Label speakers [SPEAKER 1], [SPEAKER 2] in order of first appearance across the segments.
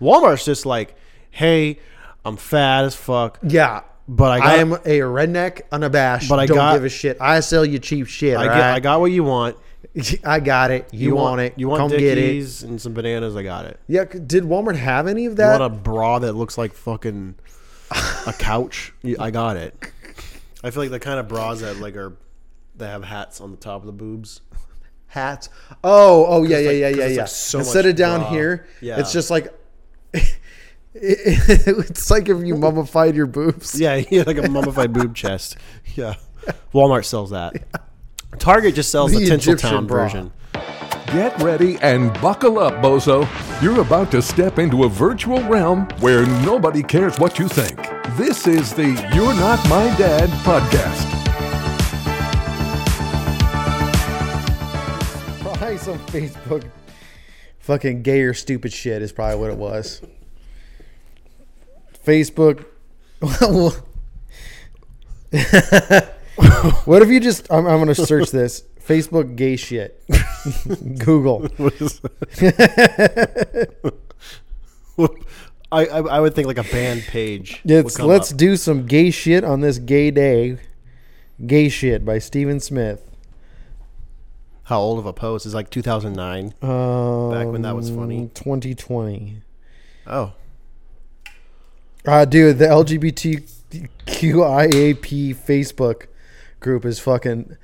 [SPEAKER 1] Walmart's just like, hey, I'm fat as fuck,
[SPEAKER 2] Yeah.
[SPEAKER 1] but I got,
[SPEAKER 2] I am a redneck unabashed.
[SPEAKER 1] But I
[SPEAKER 2] don't
[SPEAKER 1] got-
[SPEAKER 2] give a shit. I sell you cheap shit.
[SPEAKER 1] I,
[SPEAKER 2] all
[SPEAKER 1] get, I
[SPEAKER 2] right?
[SPEAKER 1] got what you want.
[SPEAKER 2] I got it. You, want, it.
[SPEAKER 1] You want
[SPEAKER 2] Come get it.
[SPEAKER 1] Dickies and some bananas. I got it.
[SPEAKER 2] Yeah. c- Did Walmart have any of
[SPEAKER 1] You
[SPEAKER 2] that?
[SPEAKER 1] want a bra that looks like fucking a couch? You- I got it. I feel like the kind of bras that like are that have hats on the top of the boobs.
[SPEAKER 2] Hats. Oh. Oh. Yeah. Yeah.
[SPEAKER 1] like-
[SPEAKER 2] yeah.
[SPEAKER 1] 'cause
[SPEAKER 2] Yeah.
[SPEAKER 1] it's
[SPEAKER 2] Yeah.
[SPEAKER 1] like so
[SPEAKER 2] Instead
[SPEAKER 1] much
[SPEAKER 2] of down
[SPEAKER 1] bra.
[SPEAKER 2] here,
[SPEAKER 1] Yeah.
[SPEAKER 2] it's just like. it's like if you mummified your boobs.
[SPEAKER 1] Yeah, yeah, like a mummified boob chest. Yeah, Walmart sells that. Target just sells the,
[SPEAKER 2] The
[SPEAKER 1] Tinseltown
[SPEAKER 2] Egyptian bra.
[SPEAKER 1] version.
[SPEAKER 3] Get ready and buckle up, bozo. You're about to step into a virtual realm where nobody cares what you think. This is the You're Not My Dad podcast.
[SPEAKER 2] Probably some Facebook fucking gay or stupid shit is probably what it was. Facebook. what if you just? I'm, I'm gonna search this Facebook gay shit. Google.
[SPEAKER 1] What is I, I I would think like a band page. would
[SPEAKER 2] It's,
[SPEAKER 1] come
[SPEAKER 2] let's
[SPEAKER 1] up.
[SPEAKER 2] do some gay shit on this gay day. Gay shit by Steven Smith.
[SPEAKER 1] How old of a post is like 2009?
[SPEAKER 2] Um,
[SPEAKER 1] when that was funny.
[SPEAKER 2] 2020.
[SPEAKER 1] Oh,
[SPEAKER 2] Ah, dude, the LGBTQIAP Facebook group is fucking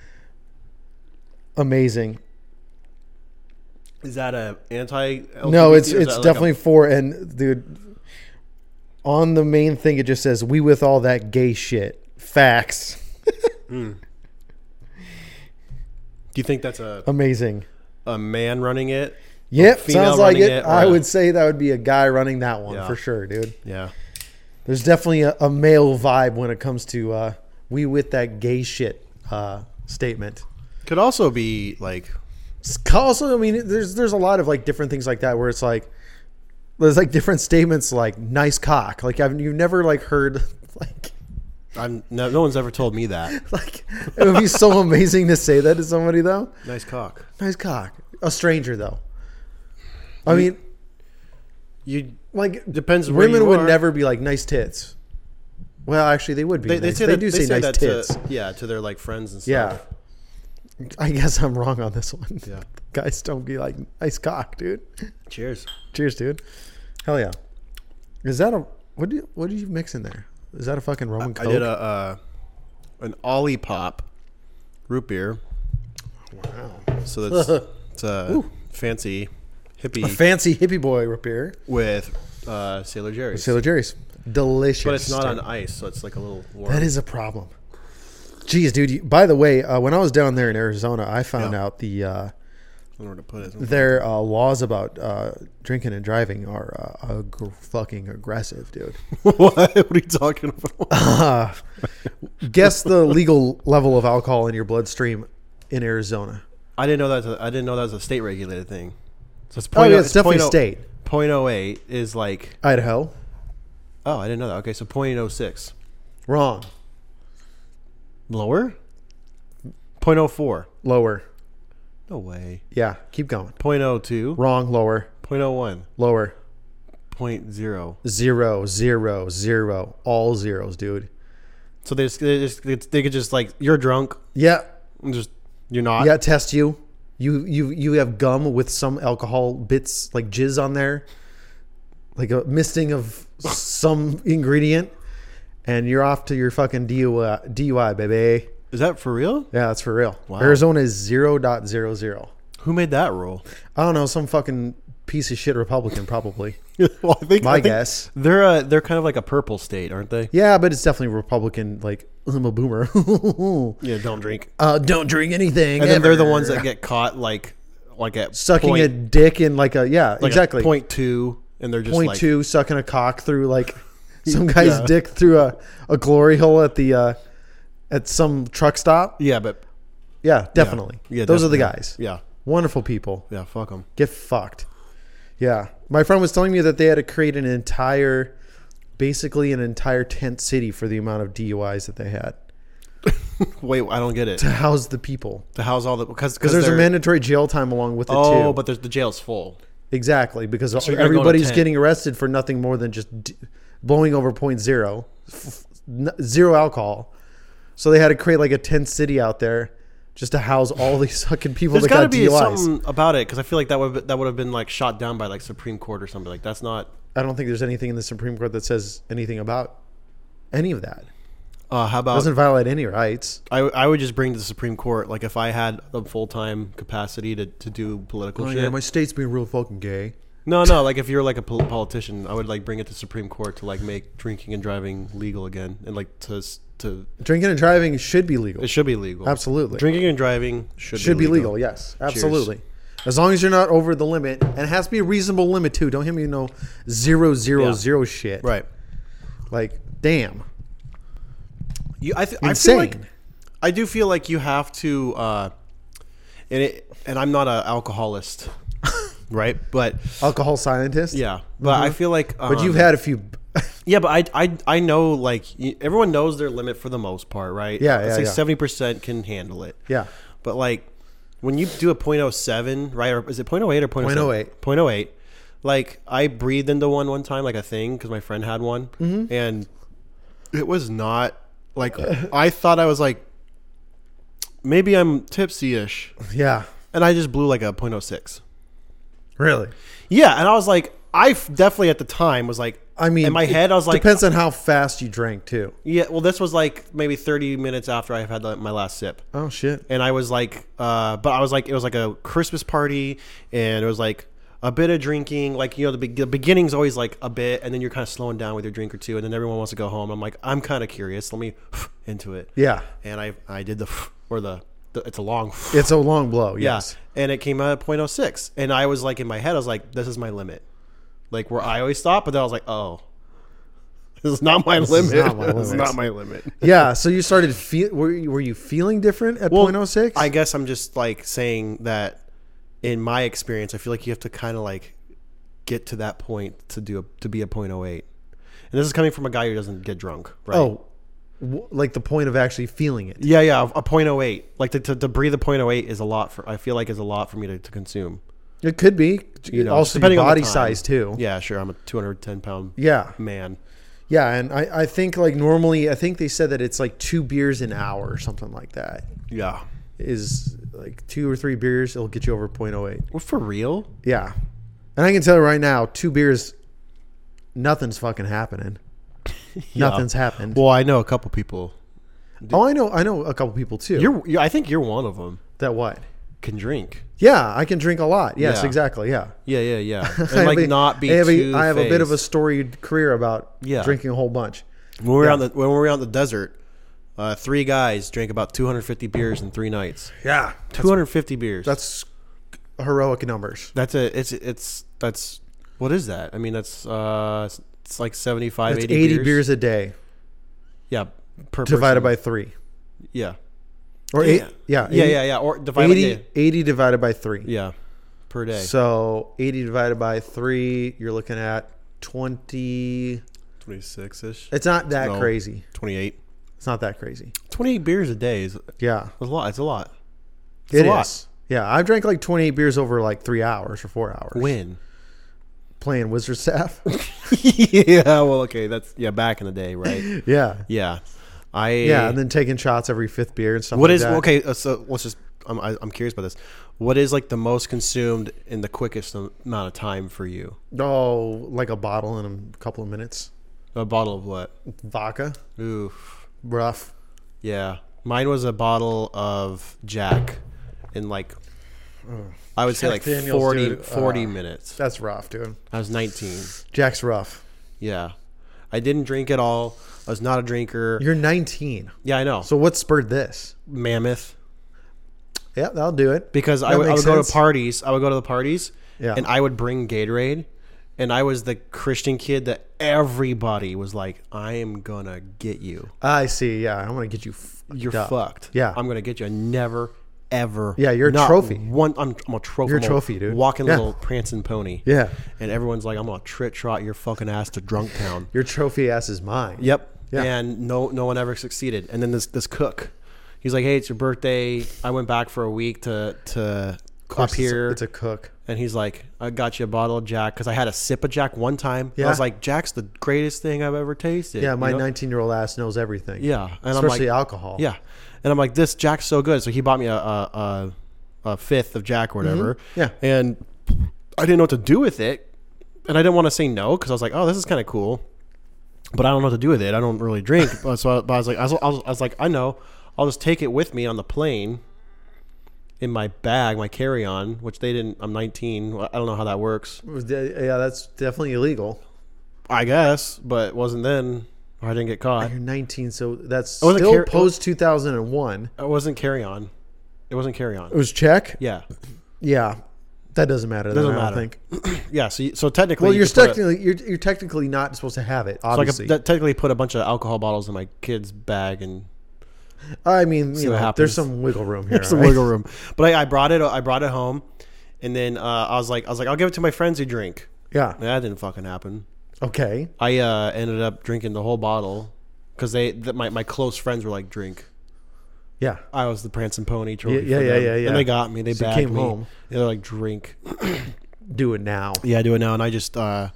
[SPEAKER 2] amazing.
[SPEAKER 1] is that a anti?
[SPEAKER 2] No, it's it's definitely for and dude. On the main thing, it just says "We with all that gay shit." Facts,
[SPEAKER 1] do you think that's a
[SPEAKER 2] amazing.
[SPEAKER 1] a man running it?
[SPEAKER 2] Yep,
[SPEAKER 1] female
[SPEAKER 2] sounds like
[SPEAKER 1] running
[SPEAKER 2] it.
[SPEAKER 1] it,
[SPEAKER 2] I
[SPEAKER 1] or-
[SPEAKER 2] would say that would be a guy running that one
[SPEAKER 1] Yeah.
[SPEAKER 2] for sure, dude.
[SPEAKER 1] Yeah.
[SPEAKER 2] There's definitely a, a male vibe when it comes to uh, "We with that gay shit" uh, statement.
[SPEAKER 1] Could also be like
[SPEAKER 2] It's also i mean there's there's a lot of like different things like that where it's like there's like different statements like nice cock like i've you've never like heard like
[SPEAKER 1] I'm no, no one's ever told me that.
[SPEAKER 2] like it would be so amazing to say that to somebody though
[SPEAKER 1] Nice cock.
[SPEAKER 2] nice cock a stranger though i mean
[SPEAKER 1] You
[SPEAKER 2] like
[SPEAKER 1] depends. where
[SPEAKER 2] women
[SPEAKER 1] you
[SPEAKER 2] would
[SPEAKER 1] are.
[SPEAKER 2] never be like nice tits well actually they would be
[SPEAKER 1] They, they
[SPEAKER 2] they, nice.
[SPEAKER 1] say
[SPEAKER 2] they
[SPEAKER 1] that,
[SPEAKER 2] do say, nice tits
[SPEAKER 1] To, yeah, to their like friends and stuff.
[SPEAKER 2] yeah i guess i'm wrong on this one
[SPEAKER 1] Yeah.
[SPEAKER 2] guys don't be like nice cock dude
[SPEAKER 1] Cheers.
[SPEAKER 2] Cheers, dude. Hell yeah. Is that a what? Do you, what did you mix in there? Is that a fucking Roman Coke?
[SPEAKER 1] I did a uh, an Ollie Pop root beer. Wow. So that's it's a fancy hippie
[SPEAKER 2] A fancy hippie boy repair.
[SPEAKER 1] with uh, Sailor Jerry's.
[SPEAKER 2] Sailor Jerry's, delicious.
[SPEAKER 1] but it's not on ice, so it's like a little warm.
[SPEAKER 2] That is a problem. Jeez, dude. You, by the way, uh, when I was down there in Arizona, I found
[SPEAKER 1] Yeah.
[SPEAKER 2] out the uh,
[SPEAKER 1] I don't know where to put it.
[SPEAKER 2] their uh, laws about uh, drinking and driving are uh, ag- fucking aggressive, dude.
[SPEAKER 1] what? what are you talking about?
[SPEAKER 2] Guess the legal level of alcohol in your bloodstream in Arizona.
[SPEAKER 1] I didn't know that. Was a, I didn't know that was a state regulated thing. So it's
[SPEAKER 2] Oh,
[SPEAKER 1] point.
[SPEAKER 2] yeah, it's definitely
[SPEAKER 1] point
[SPEAKER 2] state.
[SPEAKER 1] Point oh eight is like
[SPEAKER 2] Idaho,
[SPEAKER 1] oh I didn't know that. Okay, so point oh six
[SPEAKER 2] wrong,
[SPEAKER 1] lower. Point oh four.
[SPEAKER 2] lower.
[SPEAKER 1] No way.
[SPEAKER 2] Yeah, keep going.
[SPEAKER 1] Point oh two.
[SPEAKER 2] Wrong, lower,
[SPEAKER 1] Point oh one.
[SPEAKER 2] lower.
[SPEAKER 1] Point zero.
[SPEAKER 2] Zero, zero, zero. All zeros, dude.
[SPEAKER 1] So they just, they just they could just like you're drunk,
[SPEAKER 2] Yeah.
[SPEAKER 1] and just you're not.
[SPEAKER 2] Yeah, test you. You you you have gum with some alcohol bits like jizz on there. Like a misting of some ingredient. And you're off to your fucking DUI, DUI baby.
[SPEAKER 1] Is that for real?
[SPEAKER 2] Yeah, that's for real. Arizona is 0.00.
[SPEAKER 1] Who made that rule?
[SPEAKER 2] I don't know, some fucking piece of shit Republican probably.
[SPEAKER 1] well, I think
[SPEAKER 2] My
[SPEAKER 1] I think
[SPEAKER 2] guess.
[SPEAKER 1] they're uh, they're kind of like a purple state, aren't they?
[SPEAKER 2] Yeah, but it's definitely Republican like I'm a boomer.
[SPEAKER 1] Yeah, don't drink.
[SPEAKER 2] uh, don't drink anything.
[SPEAKER 1] and then they're the
[SPEAKER 2] ever.
[SPEAKER 1] ones that get caught like like at
[SPEAKER 2] sucking
[SPEAKER 1] point,
[SPEAKER 2] a dick in like a yeah
[SPEAKER 1] like
[SPEAKER 2] exactly
[SPEAKER 1] at point two, and they're just
[SPEAKER 2] Point
[SPEAKER 1] like,
[SPEAKER 2] two sucking a cock through like some guy's
[SPEAKER 1] Yeah.
[SPEAKER 2] dick through a, a glory hole at the uh, at some truck stop.
[SPEAKER 1] yeah, but
[SPEAKER 2] Yeah, definitely.
[SPEAKER 1] Yeah,
[SPEAKER 2] those are the
[SPEAKER 1] definitely.
[SPEAKER 2] guys.
[SPEAKER 1] yeah,
[SPEAKER 2] wonderful people.
[SPEAKER 1] yeah, fuck them.
[SPEAKER 2] Get fucked. Yeah, my friend was telling me that they had to create an entire, basically an entire tent city for the amount of DUIs that they had
[SPEAKER 1] Wait, I don't get it.
[SPEAKER 2] to house the people
[SPEAKER 1] To house all the because
[SPEAKER 2] because there's a mandatory jail time along with it
[SPEAKER 1] Oh,
[SPEAKER 2] too. Oh
[SPEAKER 1] but there's the jail's full.
[SPEAKER 2] Exactly, because
[SPEAKER 1] you're gonna go to
[SPEAKER 2] everybody's
[SPEAKER 1] 10.
[SPEAKER 2] getting arrested for nothing more than just d- blowing over point zero, f- n- zero alcohol. So they had to create like a tent city out there just to house all these fucking people
[SPEAKER 1] There's
[SPEAKER 2] that
[SPEAKER 1] got to
[SPEAKER 2] got
[SPEAKER 1] be
[SPEAKER 2] DUIs.
[SPEAKER 1] something about it because I feel like that would that would have been like shot down by like Supreme Court or something. Like that's not.
[SPEAKER 2] I don't think there's anything in the Supreme Court that says anything about any of that.
[SPEAKER 1] Uh, how about
[SPEAKER 2] Doesn't violate any rights.
[SPEAKER 1] I, I would just bring to the Supreme Court like if I had the full time capacity to, to do
[SPEAKER 2] Oh,
[SPEAKER 1] political shit.
[SPEAKER 2] state's being real fucking gay.
[SPEAKER 1] no, no, like if you're like a pol- politician, I would like bring it to Supreme Court to like make drinking and driving legal again and like to s- to
[SPEAKER 2] Drinking and driving should be legal.
[SPEAKER 1] it should be legal.
[SPEAKER 2] Absolutely.
[SPEAKER 1] Drinking and driving should
[SPEAKER 2] should
[SPEAKER 1] be legal.
[SPEAKER 2] Yes, absolutely. As long as you're not over the limit, and it has to be a reasonable limit too. Don't hit me no zero zero zero
[SPEAKER 1] Yeah.
[SPEAKER 2] shit.
[SPEAKER 1] Right.
[SPEAKER 2] Like, damn,
[SPEAKER 1] You, I, th- I feel
[SPEAKER 2] insane.
[SPEAKER 1] like I do feel like you have to, uh, and it, and I'm not an alcoholist, right? But
[SPEAKER 2] Alcohol scientist.
[SPEAKER 1] yeah, but I feel like, um,
[SPEAKER 2] Mm-hmm. but you've had a few.
[SPEAKER 1] yeah, but I, I, I know like y- everyone knows their limit for the most part, right?
[SPEAKER 2] Yeah, yeah,
[SPEAKER 1] I'd say
[SPEAKER 2] yeah.
[SPEAKER 1] seventy percent can handle it.
[SPEAKER 2] yeah,
[SPEAKER 1] but like when you do a 0.07, right? Or is it 0.08 or 0.07?
[SPEAKER 2] 0.08.
[SPEAKER 1] 0.08. Like I breathed into one one time, like a thing, because my friend had one,
[SPEAKER 2] Mm-hmm.
[SPEAKER 1] and it was not like I thought I was like maybe I'm tipsy ish,
[SPEAKER 2] yeah.
[SPEAKER 1] and I just blew like a 0.06.
[SPEAKER 2] Really.
[SPEAKER 1] Yeah, and I was like, I f- definitely at the time was like,
[SPEAKER 2] I mean,
[SPEAKER 1] in my
[SPEAKER 2] it
[SPEAKER 1] head, I was like, uh
[SPEAKER 2] depends on how fast you drank too.
[SPEAKER 1] yeah. Well, this was like maybe 30 minutes after I had like, my last sip.
[SPEAKER 2] Oh shit.
[SPEAKER 1] and I was like, uh, but I was like, it was like a Christmas party, and it was like a bit of drinking. Like you know, the, be- the beginning's always like a bit, and then you're kind of slowing down with your drink or two, and then everyone wants to go home. I'm like, I'm kind of curious. Let me into it.
[SPEAKER 2] Yeah,
[SPEAKER 1] And I I did the or the, the it's a long
[SPEAKER 2] it's a long blow.
[SPEAKER 1] yeah,
[SPEAKER 2] Yes.
[SPEAKER 1] and it came out at 0.06, and I was like in my head, I was like, this is my limit, like where I always stop, but then I was like, oh. This is not my
[SPEAKER 2] is
[SPEAKER 1] limit.
[SPEAKER 2] not my
[SPEAKER 1] this is
[SPEAKER 2] limit.
[SPEAKER 1] not my limit.
[SPEAKER 2] Yeah. So you started feel. Were you, were you feeling different at
[SPEAKER 1] Well,
[SPEAKER 2] point oh six?
[SPEAKER 1] I guess I'm just like saying that in my experience, I feel like you have to kind of like get to that point to do a, to be a point oh eight. And this is coming from a guy who doesn't get drunk, right?
[SPEAKER 2] Oh, w- like the point of actually feeling it.
[SPEAKER 1] yeah, yeah, a point oh eight. Like to, to, to breathe a point oh eight is a lot for. I feel like is a lot for me to, to consume.
[SPEAKER 2] It could be.
[SPEAKER 1] You know,
[SPEAKER 2] also,
[SPEAKER 1] depending
[SPEAKER 2] your
[SPEAKER 1] on the
[SPEAKER 2] body
[SPEAKER 1] time.
[SPEAKER 2] size too.
[SPEAKER 1] Yeah, sure. I'm a 210 pound
[SPEAKER 2] Yeah.
[SPEAKER 1] man.
[SPEAKER 2] Yeah, and I, I think like normally I think they said that it's like two beers an hour or something like that
[SPEAKER 1] Yeah.
[SPEAKER 2] is like two or three beers it'll get you over 0.08.
[SPEAKER 1] Well, for real?
[SPEAKER 2] Yeah, and I can tell you right now, two beers, nothing's fucking happening. Nothing's happened.
[SPEAKER 1] Well, I know a couple people.
[SPEAKER 2] oh, I know, I know a couple people too.
[SPEAKER 1] You're, you I think you're one of them.
[SPEAKER 2] that what?
[SPEAKER 1] Can drink.
[SPEAKER 2] Yeah, I can drink a lot. Yes,
[SPEAKER 1] Yeah.
[SPEAKER 2] exactly. Yeah,
[SPEAKER 1] Yeah, yeah, yeah.
[SPEAKER 2] I
[SPEAKER 1] And
[SPEAKER 2] have
[SPEAKER 1] like
[SPEAKER 2] a-
[SPEAKER 1] not be.
[SPEAKER 2] I have,
[SPEAKER 1] too
[SPEAKER 2] a, I have a bit of a
[SPEAKER 1] phased.
[SPEAKER 2] storied career about
[SPEAKER 1] Yeah.
[SPEAKER 2] drinking a whole bunch.
[SPEAKER 1] When we were on the when we were on the desert, uh, three guys drank about 250 beers in three nights.
[SPEAKER 2] Yeah,
[SPEAKER 1] 250 beers. That's
[SPEAKER 2] that's heroic numbers.
[SPEAKER 1] that's a it's it's that's what is that? I mean that's uh it's- it's like 75
[SPEAKER 2] That's
[SPEAKER 1] 80,
[SPEAKER 2] 80
[SPEAKER 1] beers.
[SPEAKER 2] beers. a day
[SPEAKER 1] Yeah, per
[SPEAKER 2] divided
[SPEAKER 1] person.
[SPEAKER 2] by three.
[SPEAKER 1] yeah.
[SPEAKER 2] Or eight,
[SPEAKER 1] yeah.
[SPEAKER 2] yeah,
[SPEAKER 1] Yeah,
[SPEAKER 2] 80
[SPEAKER 1] yeah, yeah, or divided
[SPEAKER 2] 80,
[SPEAKER 1] by day.
[SPEAKER 2] 80 divided by three.
[SPEAKER 1] Yeah. Per day.
[SPEAKER 2] So 80 divided by three, you're looking at 20.
[SPEAKER 1] 26ish.
[SPEAKER 2] It's not that
[SPEAKER 1] No.
[SPEAKER 2] crazy.
[SPEAKER 1] 28.
[SPEAKER 2] It's not that crazy.
[SPEAKER 1] 28 beers a day is
[SPEAKER 2] Yeah,
[SPEAKER 1] a lot. It's a lot.
[SPEAKER 2] it's
[SPEAKER 1] a lot.
[SPEAKER 2] Yeah, I've drank like 28 beers over like three hours or four hours
[SPEAKER 1] When?
[SPEAKER 2] playing Wizard Staff.
[SPEAKER 1] yeah, well okay, that's yeah, back in the day, right?
[SPEAKER 2] yeah.
[SPEAKER 1] yeah. I
[SPEAKER 2] Yeah, and then taking shots every fifth beer and stuff
[SPEAKER 1] What
[SPEAKER 2] like
[SPEAKER 1] is
[SPEAKER 2] that.
[SPEAKER 1] okay? uh, So let's just. I'm, I- I'm curious about this. What is like the most consumed in the quickest am- amount of time for you?
[SPEAKER 2] Oh, like a bottle in a couple of minutes.
[SPEAKER 1] A bottle of what?
[SPEAKER 2] Vodka,
[SPEAKER 1] Oof.
[SPEAKER 2] rough.
[SPEAKER 1] Yeah, mine was a bottle of Jack, in like. I would say
[SPEAKER 2] Jack
[SPEAKER 1] like
[SPEAKER 2] Daniels,
[SPEAKER 1] 40,
[SPEAKER 2] dude,
[SPEAKER 1] 40
[SPEAKER 2] uh,
[SPEAKER 1] minutes.
[SPEAKER 2] That's rough, dude.
[SPEAKER 1] I was 19.
[SPEAKER 2] Jack's rough.
[SPEAKER 1] Yeah. I didn't drink at all. I was not a drinker.
[SPEAKER 2] You're 19.
[SPEAKER 1] yeah, I know.
[SPEAKER 2] So what spurred this?
[SPEAKER 1] Mammoth.
[SPEAKER 2] Yeah, that'll do it.
[SPEAKER 1] because I
[SPEAKER 2] That
[SPEAKER 1] would, I
[SPEAKER 2] makes
[SPEAKER 1] would go to
[SPEAKER 2] sense.
[SPEAKER 1] parties. I would go to the parties,
[SPEAKER 2] Yeah.
[SPEAKER 1] and I would bring Gatorade, and I was the Christian kid that everybody was like, "I am gonna get you.
[SPEAKER 2] I see. Yeah, I'm gonna get you. F-
[SPEAKER 1] You're
[SPEAKER 2] up.
[SPEAKER 1] fucked.
[SPEAKER 2] Yeah.
[SPEAKER 1] I'm gonna get you. I never, ever.
[SPEAKER 2] Yeah, you're a
[SPEAKER 1] not
[SPEAKER 2] trophy.
[SPEAKER 1] One, I'm, I'm a trophy.
[SPEAKER 2] You're a
[SPEAKER 1] I'm
[SPEAKER 2] trophy, dude.
[SPEAKER 1] Walking
[SPEAKER 2] Yeah.
[SPEAKER 1] little prancing pony.
[SPEAKER 2] Yeah.
[SPEAKER 1] and everyone's like, "I'm gonna trit trot your fucking ass to drunk town."
[SPEAKER 2] Your trophy ass is mine.
[SPEAKER 1] Yep.
[SPEAKER 2] Yeah.
[SPEAKER 1] And no no one ever succeeded. And then this this cook, he's like, "Hey, it's your birthday. I went back for a week to to
[SPEAKER 2] Of course
[SPEAKER 1] up
[SPEAKER 2] it's a-
[SPEAKER 1] here.
[SPEAKER 2] It's a, cook.
[SPEAKER 1] And he's like, I got you a bottle of Jack because I had a sip of Jack one time. And
[SPEAKER 2] Yeah.
[SPEAKER 1] I was like, Jack's the greatest thing I've ever tasted.
[SPEAKER 2] Yeah,
[SPEAKER 1] you
[SPEAKER 2] my
[SPEAKER 1] know?
[SPEAKER 2] 19 year old ass knows everything.
[SPEAKER 1] Yeah, and I'm like,
[SPEAKER 2] especially alcohol.
[SPEAKER 1] yeah, and I'm like, this Jack's so good. So he bought me a a, a, a fifth of Jack or whatever.
[SPEAKER 2] Yeah.
[SPEAKER 1] and I didn't know what to do with it, and I didn't want to say no because I was like, oh, this is kind of cool, but I don't know what to do with it. I don't really drink, But so I, but I was like, I was, I was, I was like, I know, I'll just take it with me on the plane. In my bag, my carry-on, which they didn't. I'm 19. I don't know how that works.
[SPEAKER 2] It was de- yeah, that's definitely illegal.
[SPEAKER 1] I guess, but it wasn't then. Or I didn't get caught.
[SPEAKER 2] You're 19, so that's
[SPEAKER 1] wasn't
[SPEAKER 2] still
[SPEAKER 1] care-
[SPEAKER 2] post 2001.
[SPEAKER 1] It wasn't carry-on. It wasn't carry-on.
[SPEAKER 2] It was check.
[SPEAKER 1] Yeah.
[SPEAKER 2] Yeah, that doesn't matter. Doesn't
[SPEAKER 1] Doesn't
[SPEAKER 2] I don't
[SPEAKER 1] matter.
[SPEAKER 2] think.
[SPEAKER 1] Yeah, so you, so technically,
[SPEAKER 2] Well,
[SPEAKER 1] you
[SPEAKER 2] you're
[SPEAKER 1] could put a-
[SPEAKER 2] technically you're, you're technically not supposed to have it.
[SPEAKER 1] so I
[SPEAKER 2] Obviously,
[SPEAKER 1] could de- technically put a bunch of alcohol bottles in my kid's bag and
[SPEAKER 2] I mean, you
[SPEAKER 1] what
[SPEAKER 2] know,
[SPEAKER 1] happens.
[SPEAKER 2] there's some wiggle room here.
[SPEAKER 1] some
[SPEAKER 2] right?
[SPEAKER 1] wiggle room. But I, I brought it. I brought it home, and then uh, I was like, I was like, I'll give it to my friends who drink.
[SPEAKER 2] Yeah.
[SPEAKER 1] That didn't fucking happen.
[SPEAKER 2] Okay.
[SPEAKER 1] I uh, ended up drinking the whole bottle because they th- my my close friends were like, drink.
[SPEAKER 2] Yeah.
[SPEAKER 1] I was the prancing pony trophy.
[SPEAKER 2] Yeah,
[SPEAKER 1] for
[SPEAKER 2] yeah,
[SPEAKER 1] them.
[SPEAKER 2] yeah, yeah.
[SPEAKER 1] And they got me. They
[SPEAKER 2] So you
[SPEAKER 1] bagged
[SPEAKER 2] came
[SPEAKER 1] me.
[SPEAKER 2] home.
[SPEAKER 1] And they're like, drink.
[SPEAKER 2] Do it now.
[SPEAKER 1] Yeah, I do it now, and I just uh,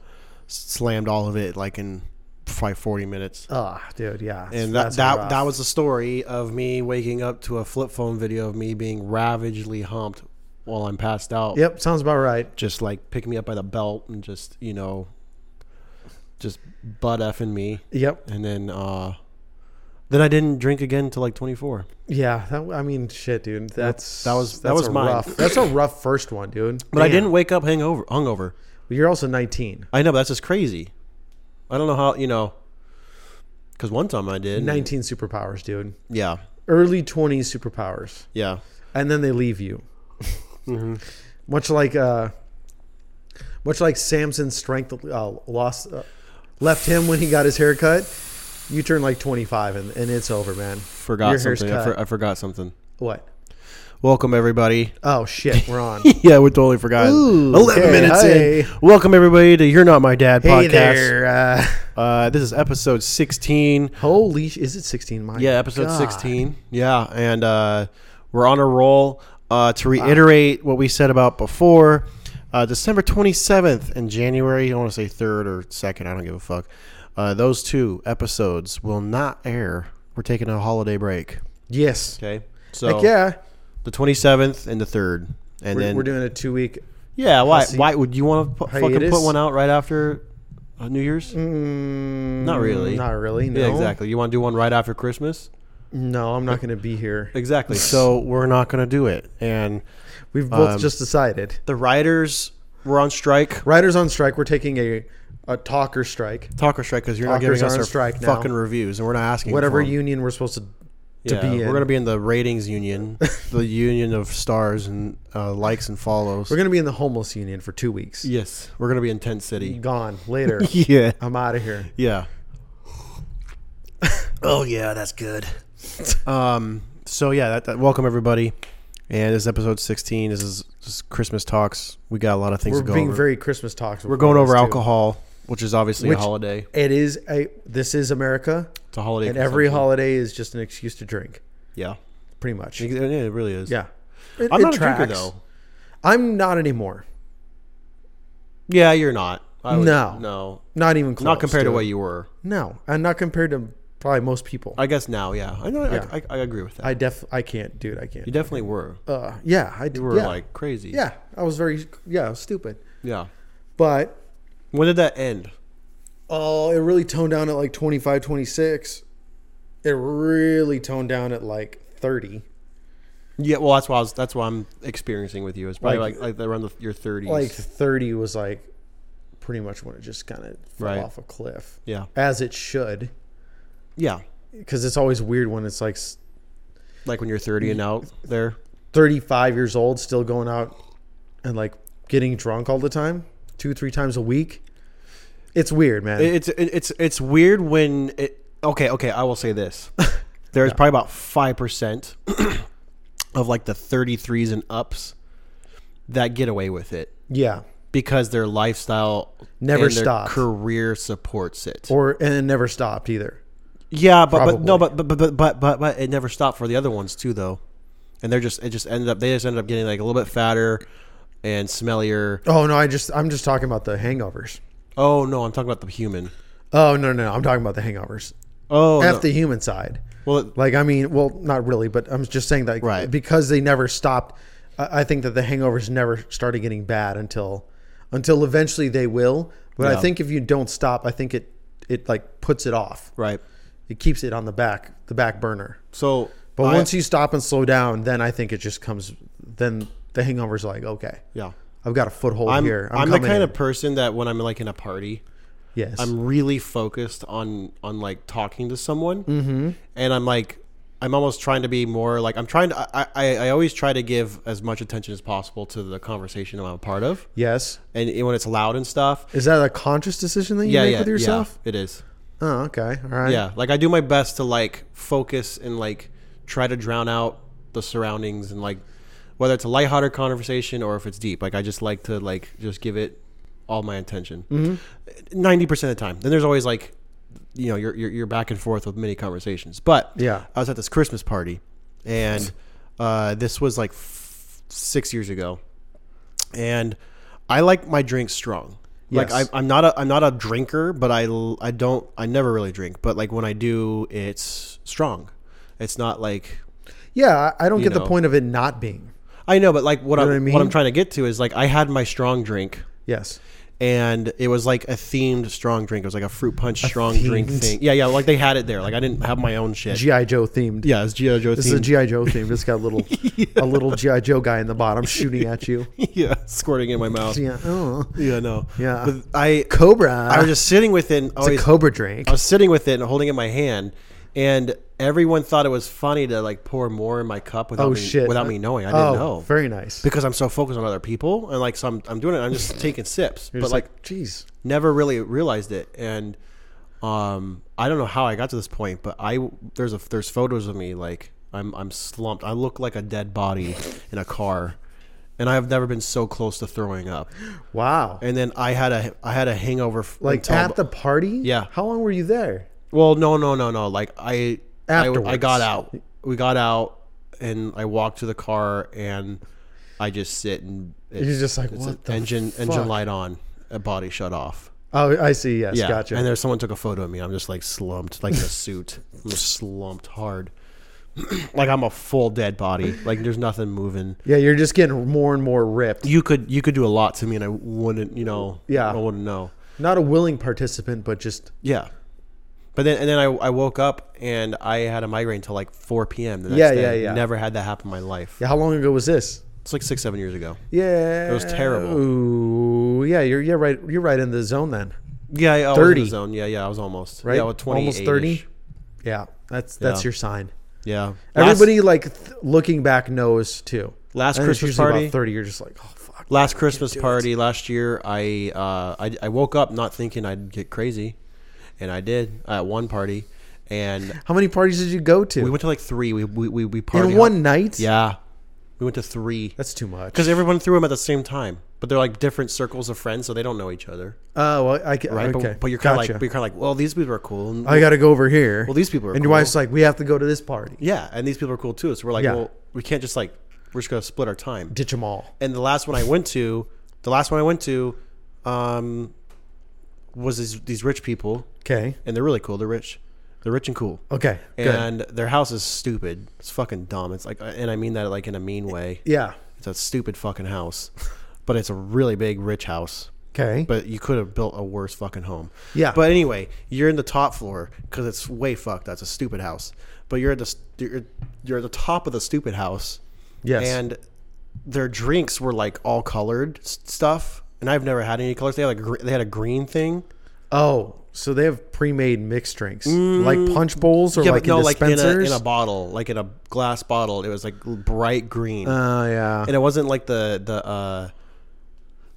[SPEAKER 1] slammed all of it like in probably forty minutes.
[SPEAKER 2] Ah, dude. Yeah.
[SPEAKER 1] and that
[SPEAKER 2] that's
[SPEAKER 1] that,
[SPEAKER 2] rough.
[SPEAKER 1] that was the story of me waking up to a flip phone video of me being ravagely humped while I'm passed out.
[SPEAKER 2] Yep. Sounds about right.
[SPEAKER 1] Just like picking me up by the belt and just, you know, just butt effing me.
[SPEAKER 2] Yep.
[SPEAKER 1] And then uh then I didn't drink again until like 24.
[SPEAKER 2] Yeah. That, I mean, shit, dude. That's
[SPEAKER 1] that was- that
[SPEAKER 2] that's
[SPEAKER 1] was
[SPEAKER 2] a
[SPEAKER 1] mine.
[SPEAKER 2] Rough, that's a rough first one, dude.
[SPEAKER 1] But I
[SPEAKER 2] Damn.
[SPEAKER 1] didn't wake up hangover hungover.
[SPEAKER 2] You're also 19.
[SPEAKER 1] I know, but that's just crazy. I don't know how, you know, cuz one time I did. and-
[SPEAKER 2] 19 superpowers, dude.
[SPEAKER 1] Yeah.
[SPEAKER 2] Early 20s superpowers,
[SPEAKER 1] Yeah.
[SPEAKER 2] and then they leave you.
[SPEAKER 1] Mm-hmm.
[SPEAKER 2] Much like uh, much like Samson's strength uh, lost uh, left him when he got his hair cut. You turn like 25, and, and it's over, man.
[SPEAKER 1] Forgot
[SPEAKER 2] Your hair's
[SPEAKER 1] something. I,
[SPEAKER 2] cut.
[SPEAKER 1] for, uh, I forgot something.
[SPEAKER 2] What?
[SPEAKER 1] Welcome everybody.
[SPEAKER 2] Oh shit, we're on.
[SPEAKER 1] Yeah, we totally forgot.
[SPEAKER 2] Ooh,
[SPEAKER 1] Eleven
[SPEAKER 2] okay,
[SPEAKER 1] minutes
[SPEAKER 2] hey.
[SPEAKER 1] in. Welcome everybody to You're Not My Dad
[SPEAKER 2] hey
[SPEAKER 1] podcast.
[SPEAKER 2] there. Uh,
[SPEAKER 1] Uh, this is episode sixteen.
[SPEAKER 2] holy, sh- is it 16? My
[SPEAKER 1] Yeah, episode
[SPEAKER 2] God.
[SPEAKER 1] sixteen. Yeah, and uh, we're on a roll. Uh, to reiterate what we said about before, uh, December twenty seventh and January. I want to say third or second. I don't give a fuck. Uh, those two episodes will not air. We're taking a holiday break.
[SPEAKER 2] Yes.
[SPEAKER 1] Okay, so
[SPEAKER 2] Heck yeah.
[SPEAKER 1] the twenty seventh and the third, and
[SPEAKER 2] We're,
[SPEAKER 1] then
[SPEAKER 2] we're doing a two week.
[SPEAKER 1] Yeah, why?
[SPEAKER 2] Hussy.
[SPEAKER 1] Why would you want to fucking
[SPEAKER 2] Hiatus?
[SPEAKER 1] put one out right after uh, New Year's? not really.
[SPEAKER 2] mm, Not really. No.
[SPEAKER 1] Yeah, exactly. You want to do one right after Christmas?
[SPEAKER 2] No, I'm not going to be here.
[SPEAKER 1] Exactly. so we're not going to do it. And
[SPEAKER 2] We've both
[SPEAKER 1] Um,
[SPEAKER 2] just decided.
[SPEAKER 1] the writers were on strike,
[SPEAKER 2] Riders on strike. We're taking a, a talker strike.
[SPEAKER 1] talker strike, because you're not
[SPEAKER 2] Talkers
[SPEAKER 1] giving us
[SPEAKER 2] are on
[SPEAKER 1] our
[SPEAKER 2] strike now.
[SPEAKER 1] fucking reviews, and we're not asking
[SPEAKER 2] Whatever
[SPEAKER 1] for 'em.
[SPEAKER 2] union we're supposed to.
[SPEAKER 1] yeah,
[SPEAKER 2] be in.
[SPEAKER 1] We're going to be in the ratings union, the union of stars and uh, likes and follows.
[SPEAKER 2] We're going to be in the homeless union for two weeks.
[SPEAKER 1] yes, we're going to be in Tent City.
[SPEAKER 2] Gone later.
[SPEAKER 1] Yeah,
[SPEAKER 2] I'm out of here.
[SPEAKER 1] yeah. oh yeah, that's good. Um. So yeah, that, that, welcome everybody, and this is episode sixteen. This is just Christmas talks. We got a lot of things
[SPEAKER 2] We're
[SPEAKER 1] to go
[SPEAKER 2] being
[SPEAKER 1] over.
[SPEAKER 2] very Christmas talks.
[SPEAKER 1] We're going over alcohol, which is obviously
[SPEAKER 2] Which-
[SPEAKER 1] a holiday.
[SPEAKER 2] It is a. This is America,
[SPEAKER 1] It's a holiday,
[SPEAKER 2] and every
[SPEAKER 1] consumption.
[SPEAKER 2] holiday is just an excuse to drink,
[SPEAKER 1] Yeah,
[SPEAKER 2] pretty much.
[SPEAKER 1] Ex- yeah, it really is.
[SPEAKER 2] Yeah. It-
[SPEAKER 1] I'm
[SPEAKER 2] it
[SPEAKER 1] not a drinker
[SPEAKER 2] tracks.
[SPEAKER 1] though.
[SPEAKER 2] I'm not anymore.
[SPEAKER 1] Yeah, you're not. I would-
[SPEAKER 2] No.
[SPEAKER 1] no,
[SPEAKER 2] Not even close.
[SPEAKER 1] not compared to
[SPEAKER 2] dude.
[SPEAKER 1] what you were.
[SPEAKER 2] No, and not compared to probably most people. I,
[SPEAKER 1] I guess now, yeah. I know. I-
[SPEAKER 2] Yeah.
[SPEAKER 1] I, I, agree with that.
[SPEAKER 2] def I can't, dude. I can't.
[SPEAKER 1] you definitely were.
[SPEAKER 2] Uh, yeah, I do.
[SPEAKER 1] You were
[SPEAKER 2] yeah.
[SPEAKER 1] like crazy.
[SPEAKER 2] yeah, I was very yeah I was stupid,
[SPEAKER 1] yeah.
[SPEAKER 2] but
[SPEAKER 1] When did that end?
[SPEAKER 2] oh, it really toned down at like 25, 26. It really toned down at like thirty.
[SPEAKER 1] Yeah, well, that's why I was, that's what I'm experiencing with you. It's probably
[SPEAKER 2] Like-
[SPEAKER 1] like like, around the, your 30s.
[SPEAKER 2] Like thirty was like pretty much when it just kind of fell
[SPEAKER 1] Right.
[SPEAKER 2] off a cliff,
[SPEAKER 1] yeah,
[SPEAKER 2] as it should,
[SPEAKER 1] yeah,
[SPEAKER 2] because it's always weird when it's like s-
[SPEAKER 1] like when you're 30
[SPEAKER 2] Mm.
[SPEAKER 1] and out there.
[SPEAKER 2] thirty-five years old still going out and like getting drunk all the time, two three times a week. It's weird, man.
[SPEAKER 1] It- It's it- it's it's weird when it. Okay, okay, I will say this. There's probably about five percent of like the 33s and ups that get away with it
[SPEAKER 2] yeah.
[SPEAKER 1] because their lifestyle
[SPEAKER 2] Never
[SPEAKER 1] and their
[SPEAKER 2] stops.
[SPEAKER 1] Career supports it.
[SPEAKER 2] or and it never stopped either.
[SPEAKER 1] Yeah, but, but no,
[SPEAKER 2] Probably.
[SPEAKER 1] but but, but but but but it never stopped for the other ones too, though. And they're just it just ended up they just ended up getting like a little bit fatter, and smellier.
[SPEAKER 2] Oh no, I just I'm just talking about the hangovers.
[SPEAKER 1] Oh no, I'm talking about the human.
[SPEAKER 2] Oh no, no, no I'm talking about the hangovers.
[SPEAKER 1] Oh,
[SPEAKER 2] F
[SPEAKER 1] no.
[SPEAKER 2] the human side.
[SPEAKER 1] well, it-
[SPEAKER 2] Like I mean, well, not really, but I'm just saying that
[SPEAKER 1] Right.
[SPEAKER 2] because they never stopped. I I think that the hangovers never started getting bad until until eventually they will. But
[SPEAKER 1] Yeah.
[SPEAKER 2] I think if you don't stop, I think it it like puts it off.
[SPEAKER 1] right.
[SPEAKER 2] It keeps it on the back the back burner.
[SPEAKER 1] So,
[SPEAKER 2] But
[SPEAKER 1] I-
[SPEAKER 2] once you stop and slow down, then I think it just comes. Then the hangover's like, okay,
[SPEAKER 1] yeah,
[SPEAKER 2] I've got a foothold
[SPEAKER 1] I'm
[SPEAKER 2] here.
[SPEAKER 1] I'm, the
[SPEAKER 2] coming
[SPEAKER 1] kind
[SPEAKER 2] in.
[SPEAKER 1] of person that when I'm like in a party,
[SPEAKER 2] yes.
[SPEAKER 1] I'm really focused on on like talking to someone, mm-hmm. and I'm like, I'm almost trying to be more like I'm trying to. I, I I always try to give as much attention as possible to the conversation I'm a part of,
[SPEAKER 2] yes.
[SPEAKER 1] and when it's loud and stuff.
[SPEAKER 2] Is that a conscious decision that you
[SPEAKER 1] Yeah,
[SPEAKER 2] make
[SPEAKER 1] yeah,
[SPEAKER 2] with yourself?
[SPEAKER 1] yeah, it is.
[SPEAKER 2] Oh, okay. All right.
[SPEAKER 1] Yeah, like I do my best to like focus and like try to drown out the surroundings and like whether it's a lighthearted conversation or if it's deep. Like I just like to like just give it all my attention.
[SPEAKER 2] Mm-hmm.
[SPEAKER 1] 90 percent of the time. Then there's always like you know you're, you're you're back and forth with many conversations. But
[SPEAKER 2] Yeah.
[SPEAKER 1] I was at this Christmas party, and uh, this was like f- six years ago, and I like my drinks strong.
[SPEAKER 2] Yes.
[SPEAKER 1] Like I, I'm not a I'm not a drinker, but I l- I don't I never really drink. But like when I do, it's strong. It's not like
[SPEAKER 2] Yeah. I I don't get
[SPEAKER 1] know.
[SPEAKER 2] the point of it not being.
[SPEAKER 1] I know, but like what,
[SPEAKER 2] what
[SPEAKER 1] I'm,
[SPEAKER 2] I
[SPEAKER 1] what I'm
[SPEAKER 2] mean?
[SPEAKER 1] trying to get to is like I had my strong drink,
[SPEAKER 2] Yes.
[SPEAKER 1] and it was like a themed strong drink. It was like a fruit punch strong drink
[SPEAKER 2] themed.
[SPEAKER 1] thing. Yeah, yeah. Like they had it there. Like I didn't have my own shit.
[SPEAKER 2] GI Joe themed.
[SPEAKER 1] yeah, it's GI Joe.
[SPEAKER 2] This is a GI Joe themed. It's got a little a little GI Joe guy in the bottom shooting at you.
[SPEAKER 1] yeah, squirting in my mouth.
[SPEAKER 2] Yeah. Oh.
[SPEAKER 1] Yeah, no.
[SPEAKER 2] Yeah.
[SPEAKER 1] But I
[SPEAKER 2] Cobra.
[SPEAKER 1] I was just sitting with it and
[SPEAKER 2] it's a
[SPEAKER 1] always,
[SPEAKER 2] cobra drink.
[SPEAKER 1] I was sitting with it and holding it in my hand and everyone thought it was funny to like pour more in my cup without
[SPEAKER 2] Oh
[SPEAKER 1] me
[SPEAKER 2] shit.
[SPEAKER 1] without me knowing. I didn't
[SPEAKER 2] oh,
[SPEAKER 1] know.
[SPEAKER 2] Very nice.
[SPEAKER 1] because I'm so focused on other people and like so I'm, I'm doing it I'm just taking sips
[SPEAKER 2] You're
[SPEAKER 1] but
[SPEAKER 2] just
[SPEAKER 1] like,
[SPEAKER 2] geez.
[SPEAKER 1] never really realized it and um I don't know how I got to this point but I there's a there's photos of me like I'm I'm slumped. I look like a dead body in a car. And I've never been so close to throwing up
[SPEAKER 2] Wow.
[SPEAKER 1] and then I had a I had a hangover f-
[SPEAKER 2] like
[SPEAKER 1] until-
[SPEAKER 2] at the party.
[SPEAKER 1] Yeah.
[SPEAKER 2] How long were you there?
[SPEAKER 1] well no no no no like I I, I
[SPEAKER 2] Afterwards.
[SPEAKER 1] got out we got out and I walked to the car and I just sit and it's,
[SPEAKER 2] You're just like,
[SPEAKER 1] it's
[SPEAKER 2] "What
[SPEAKER 1] an
[SPEAKER 2] the
[SPEAKER 1] engine
[SPEAKER 2] fuck?"
[SPEAKER 1] engine light on a body shut off
[SPEAKER 2] Oh, I see. Yes.
[SPEAKER 1] yeah
[SPEAKER 2] Gotcha.
[SPEAKER 1] and there's someone took a photo of me I'm just like slumped like in a suit I'm just slumped hard like I'm a full dead body like there's nothing moving
[SPEAKER 2] yeah. You're just getting more and more ripped.
[SPEAKER 1] you could you could do a lot to me and I wouldn't you know
[SPEAKER 2] Yeah.
[SPEAKER 1] I wouldn't know
[SPEAKER 2] Not a willing participant, but just
[SPEAKER 1] Yeah. But then, and then I, I woke up and I had a migraine till like 4 p.m. The next
[SPEAKER 2] Yeah,
[SPEAKER 1] day.
[SPEAKER 2] yeah, yeah.
[SPEAKER 1] Never had that happen in my life.
[SPEAKER 2] yeah. How long ago was this?
[SPEAKER 1] It's like six, seven years ago.
[SPEAKER 2] Yeah,
[SPEAKER 1] It was terrible.
[SPEAKER 2] Ooh, yeah, you're yeah right. You're right in the zone then,
[SPEAKER 1] Yeah, I, I was in
[SPEAKER 2] 30.
[SPEAKER 1] the zone. Yeah, yeah, I was almost.
[SPEAKER 2] right?
[SPEAKER 1] Yeah, well, 28
[SPEAKER 2] almost thirty. Yeah, that's that's
[SPEAKER 1] Yeah.
[SPEAKER 2] your sign.
[SPEAKER 1] Yeah.
[SPEAKER 2] Everybody like th- looking back knows too.
[SPEAKER 1] Last
[SPEAKER 2] I think it's
[SPEAKER 1] Christmas
[SPEAKER 2] usually
[SPEAKER 1] party?
[SPEAKER 2] about thirty. You're just like, oh fuck.
[SPEAKER 1] Last, last Christmas party last year, I, uh, I I woke up not thinking I'd get crazy, and I did at one party, and
[SPEAKER 2] How many parties did you go to
[SPEAKER 1] we went to like three. We we we, we partied
[SPEAKER 2] in one night?
[SPEAKER 1] Yeah, we went to three
[SPEAKER 2] that's too much.
[SPEAKER 1] because everyone threw them at the same time, but they're like different circles of friends, so they don't know each other.
[SPEAKER 2] oh, well, I ca-
[SPEAKER 1] right?
[SPEAKER 2] okay.
[SPEAKER 1] But, but you're kind of
[SPEAKER 2] Gotcha.
[SPEAKER 1] like, but you're kind of like, well, these people are cool. And,
[SPEAKER 2] I got to go over here.
[SPEAKER 1] well, these people are
[SPEAKER 2] and
[SPEAKER 1] cool.
[SPEAKER 2] your wife's like, we have to go to this party.
[SPEAKER 1] yeah, and these people are cool too. So we're like,
[SPEAKER 2] Yeah.
[SPEAKER 1] well, we can't just like, we're just gonna split our time.
[SPEAKER 2] Ditch them all.
[SPEAKER 1] And the last one I went to, the last one I went to, um, was these, these rich people,
[SPEAKER 2] Okay.
[SPEAKER 1] and they're really cool. They're rich, they're rich and cool.
[SPEAKER 2] Okay. Good.
[SPEAKER 1] And their house is stupid. It's fucking dumb. It's like, and I mean that like in a mean way.
[SPEAKER 2] Yeah.
[SPEAKER 1] It's a stupid fucking house, but it's a really big rich house.
[SPEAKER 2] Okay.
[SPEAKER 1] But you could have built a worse fucking home.
[SPEAKER 2] Yeah.
[SPEAKER 1] But anyway, you're in the top floor because it's way fucked. That's a stupid house. But you're at the st- you're, you're at the top of the stupid house.
[SPEAKER 2] Yes.
[SPEAKER 1] And their drinks were like all colored s- stuff, and I've never had any colors. They had like gr- they had a green thing.
[SPEAKER 2] Oh, so they have pre-made mixed drinks, like punch bowls or
[SPEAKER 1] Mm, yeah,
[SPEAKER 2] like
[SPEAKER 1] but no,
[SPEAKER 2] in
[SPEAKER 1] like in
[SPEAKER 2] dispensers.
[SPEAKER 1] a, in a bottle, like in a glass bottle. It was like l- bright green,
[SPEAKER 2] Oh yeah.
[SPEAKER 1] and it wasn't like the the uh,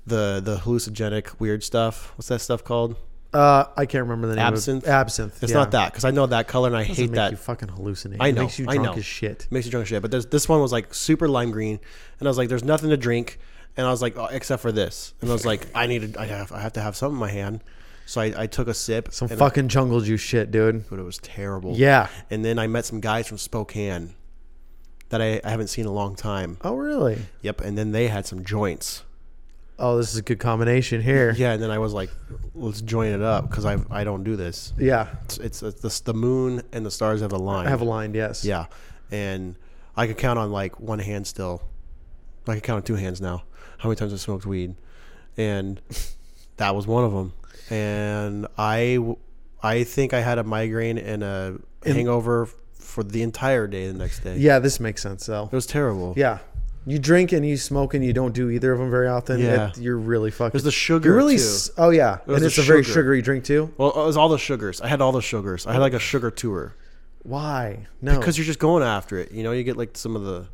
[SPEAKER 1] the the hallucinogenic weird stuff. What's that stuff called?
[SPEAKER 2] Uh, I can't remember the name.
[SPEAKER 1] Absinthe?
[SPEAKER 2] Of, absinthe.
[SPEAKER 1] It's
[SPEAKER 2] yeah.
[SPEAKER 1] not that because I know that color and I
[SPEAKER 2] Doesn't
[SPEAKER 1] hate
[SPEAKER 2] make
[SPEAKER 1] that.
[SPEAKER 2] You fucking hallucinate.
[SPEAKER 1] I know.
[SPEAKER 2] It makes you
[SPEAKER 1] I
[SPEAKER 2] drunk
[SPEAKER 1] know.
[SPEAKER 2] as shit.
[SPEAKER 1] Makes you drunk as shit. But there's, this one was like super lime green, and I was like, "There's nothing to drink," and I was like, oh, "Except for this," and I was like, "I need, to, I have, I have to have something in my hand." So I, I took a sip.
[SPEAKER 2] Some
[SPEAKER 1] and
[SPEAKER 2] fucking jungle juice shit, dude.
[SPEAKER 1] but it was terrible.
[SPEAKER 2] Yeah.
[SPEAKER 1] And then I met some guys from Spokane that I, I haven't seen in a long time.
[SPEAKER 2] Oh really?
[SPEAKER 1] Yep. And then they had some joints.
[SPEAKER 2] oh, this is a good combination here.
[SPEAKER 1] Yeah, and then I was like, let's join it up because I I don't do this.
[SPEAKER 2] Yeah.
[SPEAKER 1] It's, it's, it's the, the moon and the stars have aligned.
[SPEAKER 2] I have aligned, yes.
[SPEAKER 1] Yeah, and I could count on like one hand still. I could count on two hands now. How many times I smoked weed, and that was one of them. And I, w- I think I had a migraine and a hangover for the entire day. The next day,
[SPEAKER 2] Yeah, this makes sense though.
[SPEAKER 1] it was terrible.
[SPEAKER 2] Yeah. You drink and you smoke and you don't do either of them very often.
[SPEAKER 1] Yeah.
[SPEAKER 2] It, you're really fucking.
[SPEAKER 1] There's the sugar,
[SPEAKER 2] You're really.
[SPEAKER 1] too.
[SPEAKER 2] s- Oh yeah,
[SPEAKER 1] was
[SPEAKER 2] and
[SPEAKER 1] the
[SPEAKER 2] it's a very
[SPEAKER 1] sugar.
[SPEAKER 2] sugary drink too.
[SPEAKER 1] Well, it was all the sugars. I had all the sugars. I had like a sugar tour
[SPEAKER 2] Why? No.
[SPEAKER 1] because you're just going after it. You know, you get like some of the,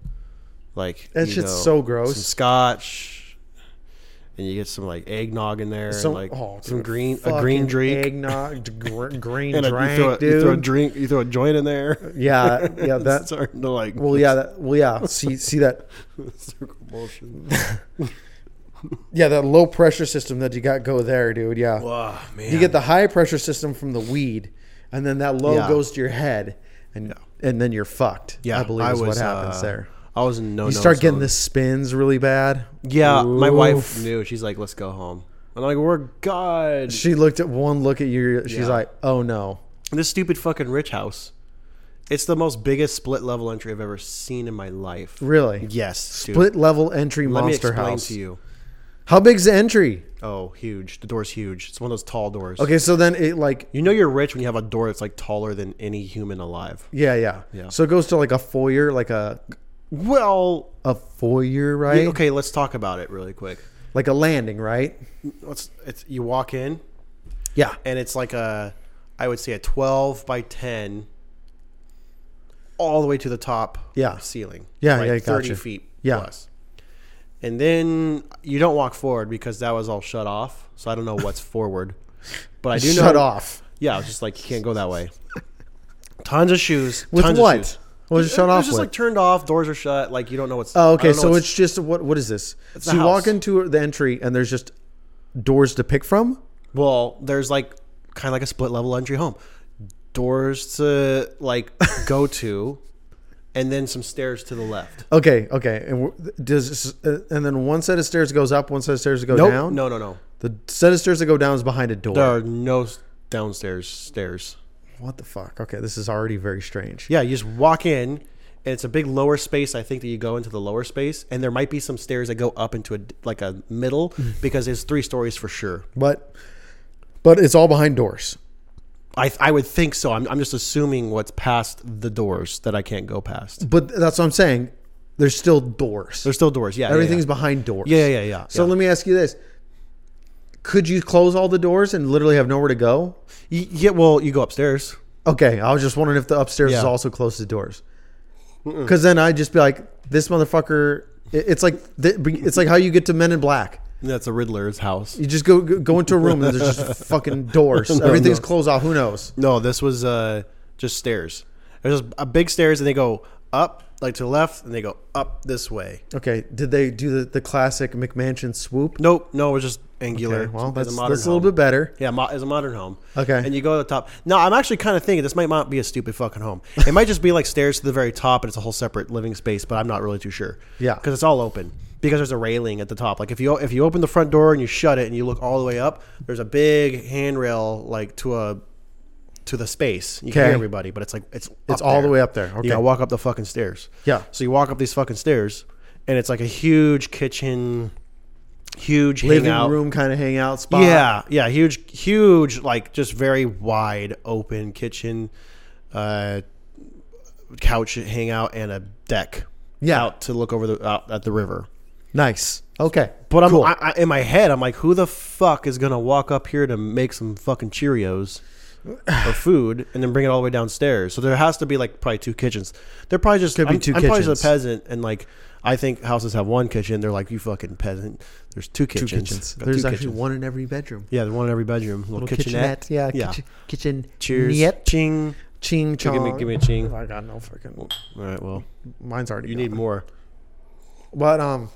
[SPEAKER 1] like
[SPEAKER 2] That
[SPEAKER 1] you
[SPEAKER 2] shit's
[SPEAKER 1] know,
[SPEAKER 2] so gross.
[SPEAKER 1] Some scotch, and you get some like eggnog in there,
[SPEAKER 2] Some-
[SPEAKER 1] and like
[SPEAKER 2] oh,
[SPEAKER 1] some
[SPEAKER 2] dude,
[SPEAKER 1] green a green
[SPEAKER 2] fucking
[SPEAKER 1] drink,
[SPEAKER 2] eggnog, d- gr- green
[SPEAKER 1] and a-
[SPEAKER 2] drink,
[SPEAKER 1] you, throw a,
[SPEAKER 2] dude. Uh,
[SPEAKER 1] you throw a drink, you throw a joint in there.
[SPEAKER 2] yeah, yeah.
[SPEAKER 1] That's
[SPEAKER 2] That.
[SPEAKER 1] starting to like
[SPEAKER 2] Well, yeah. That, well, yeah. See, see that.
[SPEAKER 1] circle motion.
[SPEAKER 2] Yeah, that low pressure system that you got go there, dude. Yeah.
[SPEAKER 1] Wow, man.
[SPEAKER 2] You get the high pressure system from the weed, and then that low
[SPEAKER 1] Yeah.
[SPEAKER 2] goes to your head, and and then you're fucked.
[SPEAKER 1] yeah,
[SPEAKER 2] I believe is what
[SPEAKER 1] was,
[SPEAKER 2] happens
[SPEAKER 1] uh,
[SPEAKER 2] there.
[SPEAKER 1] I was in no.
[SPEAKER 2] You start getting the spins really bad.
[SPEAKER 1] Yeah, my
[SPEAKER 2] Oof.
[SPEAKER 1] wife knew. She's like, "Let's go home." And I'm like, "We're God."
[SPEAKER 2] She looked at one look at you. She's
[SPEAKER 1] Yeah.
[SPEAKER 2] like, "Oh no."
[SPEAKER 1] this stupid fucking rich house. It's the most biggest split level entry I've ever seen in my life.
[SPEAKER 2] Really?
[SPEAKER 1] Yes. dude.
[SPEAKER 2] Split level entry
[SPEAKER 1] Let me
[SPEAKER 2] monster
[SPEAKER 1] explain
[SPEAKER 2] house.
[SPEAKER 1] to you.
[SPEAKER 2] How big's the entry?
[SPEAKER 1] Oh, huge. The door's huge. It's one of those tall doors.
[SPEAKER 2] Okay, so then it like
[SPEAKER 1] You know you're rich when you have a door that's like taller than any human alive.
[SPEAKER 2] yeah, yeah.
[SPEAKER 1] Yeah.
[SPEAKER 2] So it goes to like a foyer, like a
[SPEAKER 1] Well,
[SPEAKER 2] a foyer, right?
[SPEAKER 1] okay, let's talk about it really quick.
[SPEAKER 2] Like a landing, right?
[SPEAKER 1] Let's it's you walk in
[SPEAKER 2] Yeah.
[SPEAKER 1] and it's like a I would say a 12 by 10 all the way to the top
[SPEAKER 2] Yeah.
[SPEAKER 1] ceiling.
[SPEAKER 2] Yeah,
[SPEAKER 1] like
[SPEAKER 2] yeah,
[SPEAKER 1] 30
[SPEAKER 2] gotcha.
[SPEAKER 1] feet
[SPEAKER 2] Yeah.
[SPEAKER 1] plus. And then you don't walk forward because that was all shut off. So I don't know what's forward. But I do know
[SPEAKER 2] Shut off.
[SPEAKER 1] Yeah, it's just like you can't go that way. Tons of shoes.
[SPEAKER 2] With
[SPEAKER 1] tons
[SPEAKER 2] what?
[SPEAKER 1] Of shoes.
[SPEAKER 2] What was it shut
[SPEAKER 1] It
[SPEAKER 2] off
[SPEAKER 1] was just
[SPEAKER 2] with?
[SPEAKER 1] like turned off. Doors are shut. Like you don't know what's.
[SPEAKER 2] Oh,
[SPEAKER 1] I
[SPEAKER 2] okay.
[SPEAKER 1] don't know
[SPEAKER 2] So
[SPEAKER 1] what's-
[SPEAKER 2] it's just what? What is this? So
[SPEAKER 1] a
[SPEAKER 2] you walk
[SPEAKER 1] house.
[SPEAKER 2] into the entry and there's just doors to pick from.
[SPEAKER 1] well, there's like kind of like a split level entry home, doors to like go to, and then some stairs to the left.
[SPEAKER 2] Okay, okay. And w- does uh, and then one set of stairs goes up, one set of stairs go down.
[SPEAKER 1] No, no, no.
[SPEAKER 2] The set of stairs that go down is behind a door.
[SPEAKER 1] There are no s- downstairs stairs.
[SPEAKER 2] What the fuck? Okay, this is already very strange.
[SPEAKER 1] Yeah, you just walk in. And it's a big lower space. I think that you go into the lower space, and there might be some stairs that go up into a like a middle because there's three stories for sure.
[SPEAKER 2] But but it's all behind doors.
[SPEAKER 1] I, I would think so. I'm, I'm just assuming what's past the doors that I can't go past.
[SPEAKER 2] But that's what I'm saying. There's still doors.
[SPEAKER 1] There's still doors. Yeah. yeah,
[SPEAKER 2] Everything's
[SPEAKER 1] yeah.
[SPEAKER 2] behind doors.
[SPEAKER 1] Yeah, yeah, yeah.
[SPEAKER 2] So
[SPEAKER 1] yeah.
[SPEAKER 2] let me ask you this. Could you close all the doors and literally have nowhere to go?
[SPEAKER 1] Y- yeah. Well, you go upstairs.
[SPEAKER 2] Okay, I was just wondering if the upstairs
[SPEAKER 1] Yeah.
[SPEAKER 2] is also closed to doors. Because then I'd just be like, this motherfucker. it- It's like th- it's like how you get to Men in Black.
[SPEAKER 1] That's a Riddler's house.
[SPEAKER 2] You just go go go into a room and there's just fucking doors. Everything's closed off. Who knows?
[SPEAKER 1] No, this was uh, just stairs. There's a big stairs, and they go up like to the left, and they go up this way.
[SPEAKER 2] Okay, did they do the, the classic McMansion swoop?
[SPEAKER 1] Nope. No, it was just angular.
[SPEAKER 2] Okay, well,
[SPEAKER 1] It's
[SPEAKER 2] that's, that's a little
[SPEAKER 1] home.
[SPEAKER 2] bit better.
[SPEAKER 1] Yeah, mo- it's a modern home.
[SPEAKER 2] Okay.
[SPEAKER 1] And you go to the top. No, I'm actually kind of thinking this might not be a stupid fucking home. It might just be like stairs to the very top and it's a whole separate living space, but I'm not really too sure.
[SPEAKER 2] Yeah.
[SPEAKER 1] Because it's all open. Because there's a railing at the top. Like if you if you open the front door and you shut it and you look all the way up, there's a big handrail like to a to the space. You can
[SPEAKER 2] Okay.
[SPEAKER 1] hear everybody, but it's like it's
[SPEAKER 2] It's all the way up there. Okay.
[SPEAKER 1] You gotta walk up the fucking stairs.
[SPEAKER 2] Yeah.
[SPEAKER 1] So you walk up these fucking stairs and it's like a huge kitchen, huge
[SPEAKER 2] Living
[SPEAKER 1] hangout
[SPEAKER 2] room kind of hangout spot.
[SPEAKER 1] yeah, yeah, huge, huge, like just very wide open kitchen, uh, couch hangout and a deck.
[SPEAKER 2] Yeah.
[SPEAKER 1] out to look over the out at the river.
[SPEAKER 2] Nice. Okay.
[SPEAKER 1] But I'm
[SPEAKER 2] Cool.
[SPEAKER 1] I, I, in my head. I'm like, who the fuck is gonna walk up here to make some fucking Cheerios or food and then bring it all the way downstairs? So there has to be like probably two kitchens. They're probably just
[SPEAKER 2] Could be
[SPEAKER 1] I'm,
[SPEAKER 2] two
[SPEAKER 1] I'm probably just a
[SPEAKER 2] kitchens.
[SPEAKER 1] peasant and like. I think houses have one kitchen. They're like, you fucking peasant. There's two kitchens.
[SPEAKER 2] kitchens.
[SPEAKER 1] Got
[SPEAKER 2] There's
[SPEAKER 1] two
[SPEAKER 2] actually
[SPEAKER 1] kitchens.
[SPEAKER 2] one in every bedroom.
[SPEAKER 1] Yeah, the one in every bedroom. Little,
[SPEAKER 2] Little
[SPEAKER 1] kitchenette.
[SPEAKER 2] kitchenette. Yeah. Kitchen. kitchen
[SPEAKER 1] Cheers.
[SPEAKER 2] Niet.
[SPEAKER 1] Ching.
[SPEAKER 2] Ching
[SPEAKER 1] Give
[SPEAKER 2] chong.
[SPEAKER 1] me, give me a ching. All
[SPEAKER 2] I got no fucking.
[SPEAKER 1] right. Well,
[SPEAKER 2] Mine's already.
[SPEAKER 1] you
[SPEAKER 2] gone.
[SPEAKER 1] need more.
[SPEAKER 2] But um,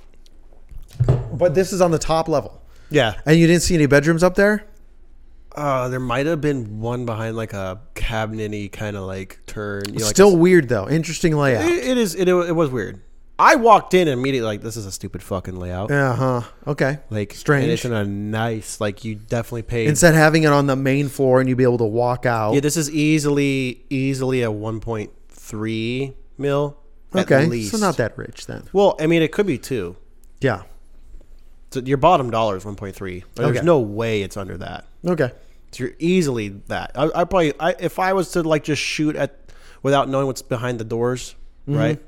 [SPEAKER 2] but this is on the top level,
[SPEAKER 1] Yeah.
[SPEAKER 2] and you didn't see any bedrooms up there.
[SPEAKER 1] Uh, there might have been one behind like a cabinety kind of like turn. You know, like
[SPEAKER 2] Still
[SPEAKER 1] a-
[SPEAKER 2] weird though. Interesting layout.
[SPEAKER 1] it, it is. It, it was weird. I walked in and immediately like this is a stupid fucking layout.
[SPEAKER 2] Uh huh. Okay.
[SPEAKER 1] Like
[SPEAKER 2] Strange.
[SPEAKER 1] And it's in a nice like you definitely paid.
[SPEAKER 2] Instead of having it on the main floor and you be able to walk out.
[SPEAKER 1] yeah, this is easily easily a one point three mil.
[SPEAKER 2] okay.
[SPEAKER 1] At least.
[SPEAKER 2] So not that rich then.
[SPEAKER 1] Well, I mean, it could be two.
[SPEAKER 2] Yeah.
[SPEAKER 1] So your bottom dollar is one point three. There's
[SPEAKER 2] Okay.
[SPEAKER 1] no way it's under that.
[SPEAKER 2] Okay.
[SPEAKER 1] So you're easily that. I, I probably I, if I was to like just shoot at without knowing what's behind the doors,
[SPEAKER 2] Mm-hmm.
[SPEAKER 1] right?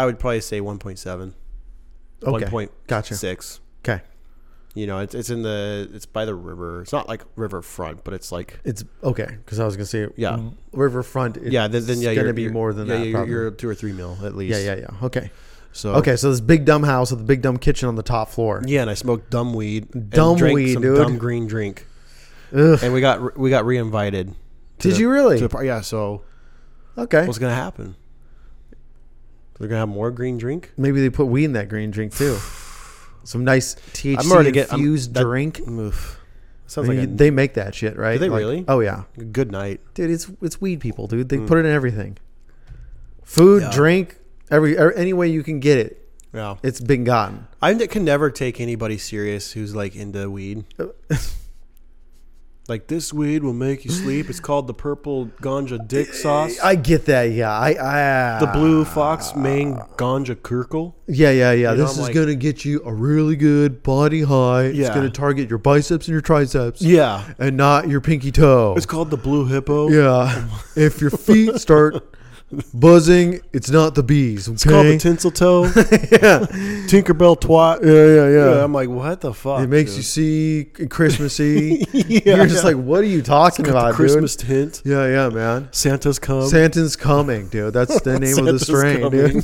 [SPEAKER 1] I would probably say 1.7,
[SPEAKER 2] Okay.
[SPEAKER 1] 1.6.
[SPEAKER 2] Gotcha. Okay.
[SPEAKER 1] You know, it's it's in the it's by the river. It's not like riverfront, but it's like
[SPEAKER 2] It's okay because I was gonna say
[SPEAKER 1] Yeah.
[SPEAKER 2] mm, riverfront. It's
[SPEAKER 1] yeah. Then, then yeah,
[SPEAKER 2] gonna
[SPEAKER 1] you're-
[SPEAKER 2] be
[SPEAKER 1] you're-
[SPEAKER 2] more than
[SPEAKER 1] yeah,
[SPEAKER 2] that.
[SPEAKER 1] You're,
[SPEAKER 2] probably.
[SPEAKER 1] you're Oh. two or three mil at least.
[SPEAKER 2] yeah, yeah, yeah. Okay,
[SPEAKER 1] So
[SPEAKER 2] okay. So this big dumb house with the big dumb kitchen on the top floor.
[SPEAKER 1] Yeah, and I smoked dumb weed. and
[SPEAKER 2] Dumb
[SPEAKER 1] drank
[SPEAKER 2] weed,
[SPEAKER 1] some
[SPEAKER 2] dude.
[SPEAKER 1] Dumb green drink.
[SPEAKER 2] Ugh.
[SPEAKER 1] And we got we got reinvited. to
[SPEAKER 2] Did
[SPEAKER 1] the-
[SPEAKER 2] you really?
[SPEAKER 1] To the par- yeah. So
[SPEAKER 2] Okay.
[SPEAKER 1] what's gonna happen? They're gonna have more green drink.
[SPEAKER 2] Maybe they put weed in that green drink too. Some nice THC
[SPEAKER 1] I'm already get- I'm-
[SPEAKER 2] infused
[SPEAKER 1] that-
[SPEAKER 2] drink.
[SPEAKER 1] Oof.
[SPEAKER 2] I
[SPEAKER 1] Sounds
[SPEAKER 2] mean,
[SPEAKER 1] like a
[SPEAKER 2] they make that shit, right?
[SPEAKER 1] they
[SPEAKER 2] Like-
[SPEAKER 1] really?
[SPEAKER 2] Oh yeah,
[SPEAKER 1] n- good night.
[SPEAKER 2] dude. It's it's weed people, dude. They
[SPEAKER 1] Mm.
[SPEAKER 2] put it in everything. Food, drink, every er, any way you can get it.
[SPEAKER 1] Yeah,
[SPEAKER 2] It's been gotten.
[SPEAKER 1] I n- can never take anybody serious who's like into weed. like this weed will make you sleep. It's called the purple ganja dick sauce. Ah.
[SPEAKER 2] I get that. Yeah. I. I
[SPEAKER 1] the blue fox main ganja kirkle.
[SPEAKER 2] Yeah, yeah, yeah.
[SPEAKER 1] know, I'm
[SPEAKER 2] this is
[SPEAKER 1] like-
[SPEAKER 2] gonna get you a really good body high. It's
[SPEAKER 1] Yeah.
[SPEAKER 2] gonna target your biceps and your triceps.
[SPEAKER 1] Yeah,
[SPEAKER 2] And not your pinky toe.
[SPEAKER 1] it's called the blue hippo.
[SPEAKER 2] yeah. if your feet start buzzing, it's not the bees. Okay?
[SPEAKER 1] It's called the Tinseltoe. Tinkerbell twat.
[SPEAKER 2] yeah, yeah, yeah.
[SPEAKER 1] Yeah, I'm like, what the fuck?
[SPEAKER 2] it makes you
[SPEAKER 1] dude?
[SPEAKER 2] see Christmassy. You're just like, what are you talking about,
[SPEAKER 1] the Christmas
[SPEAKER 2] dude?
[SPEAKER 1] tint.
[SPEAKER 2] Yeah, yeah, man.
[SPEAKER 1] Santa's come.
[SPEAKER 2] Santa's coming, dude. That's the name of the
[SPEAKER 1] Santa's
[SPEAKER 2] strain,
[SPEAKER 1] coming.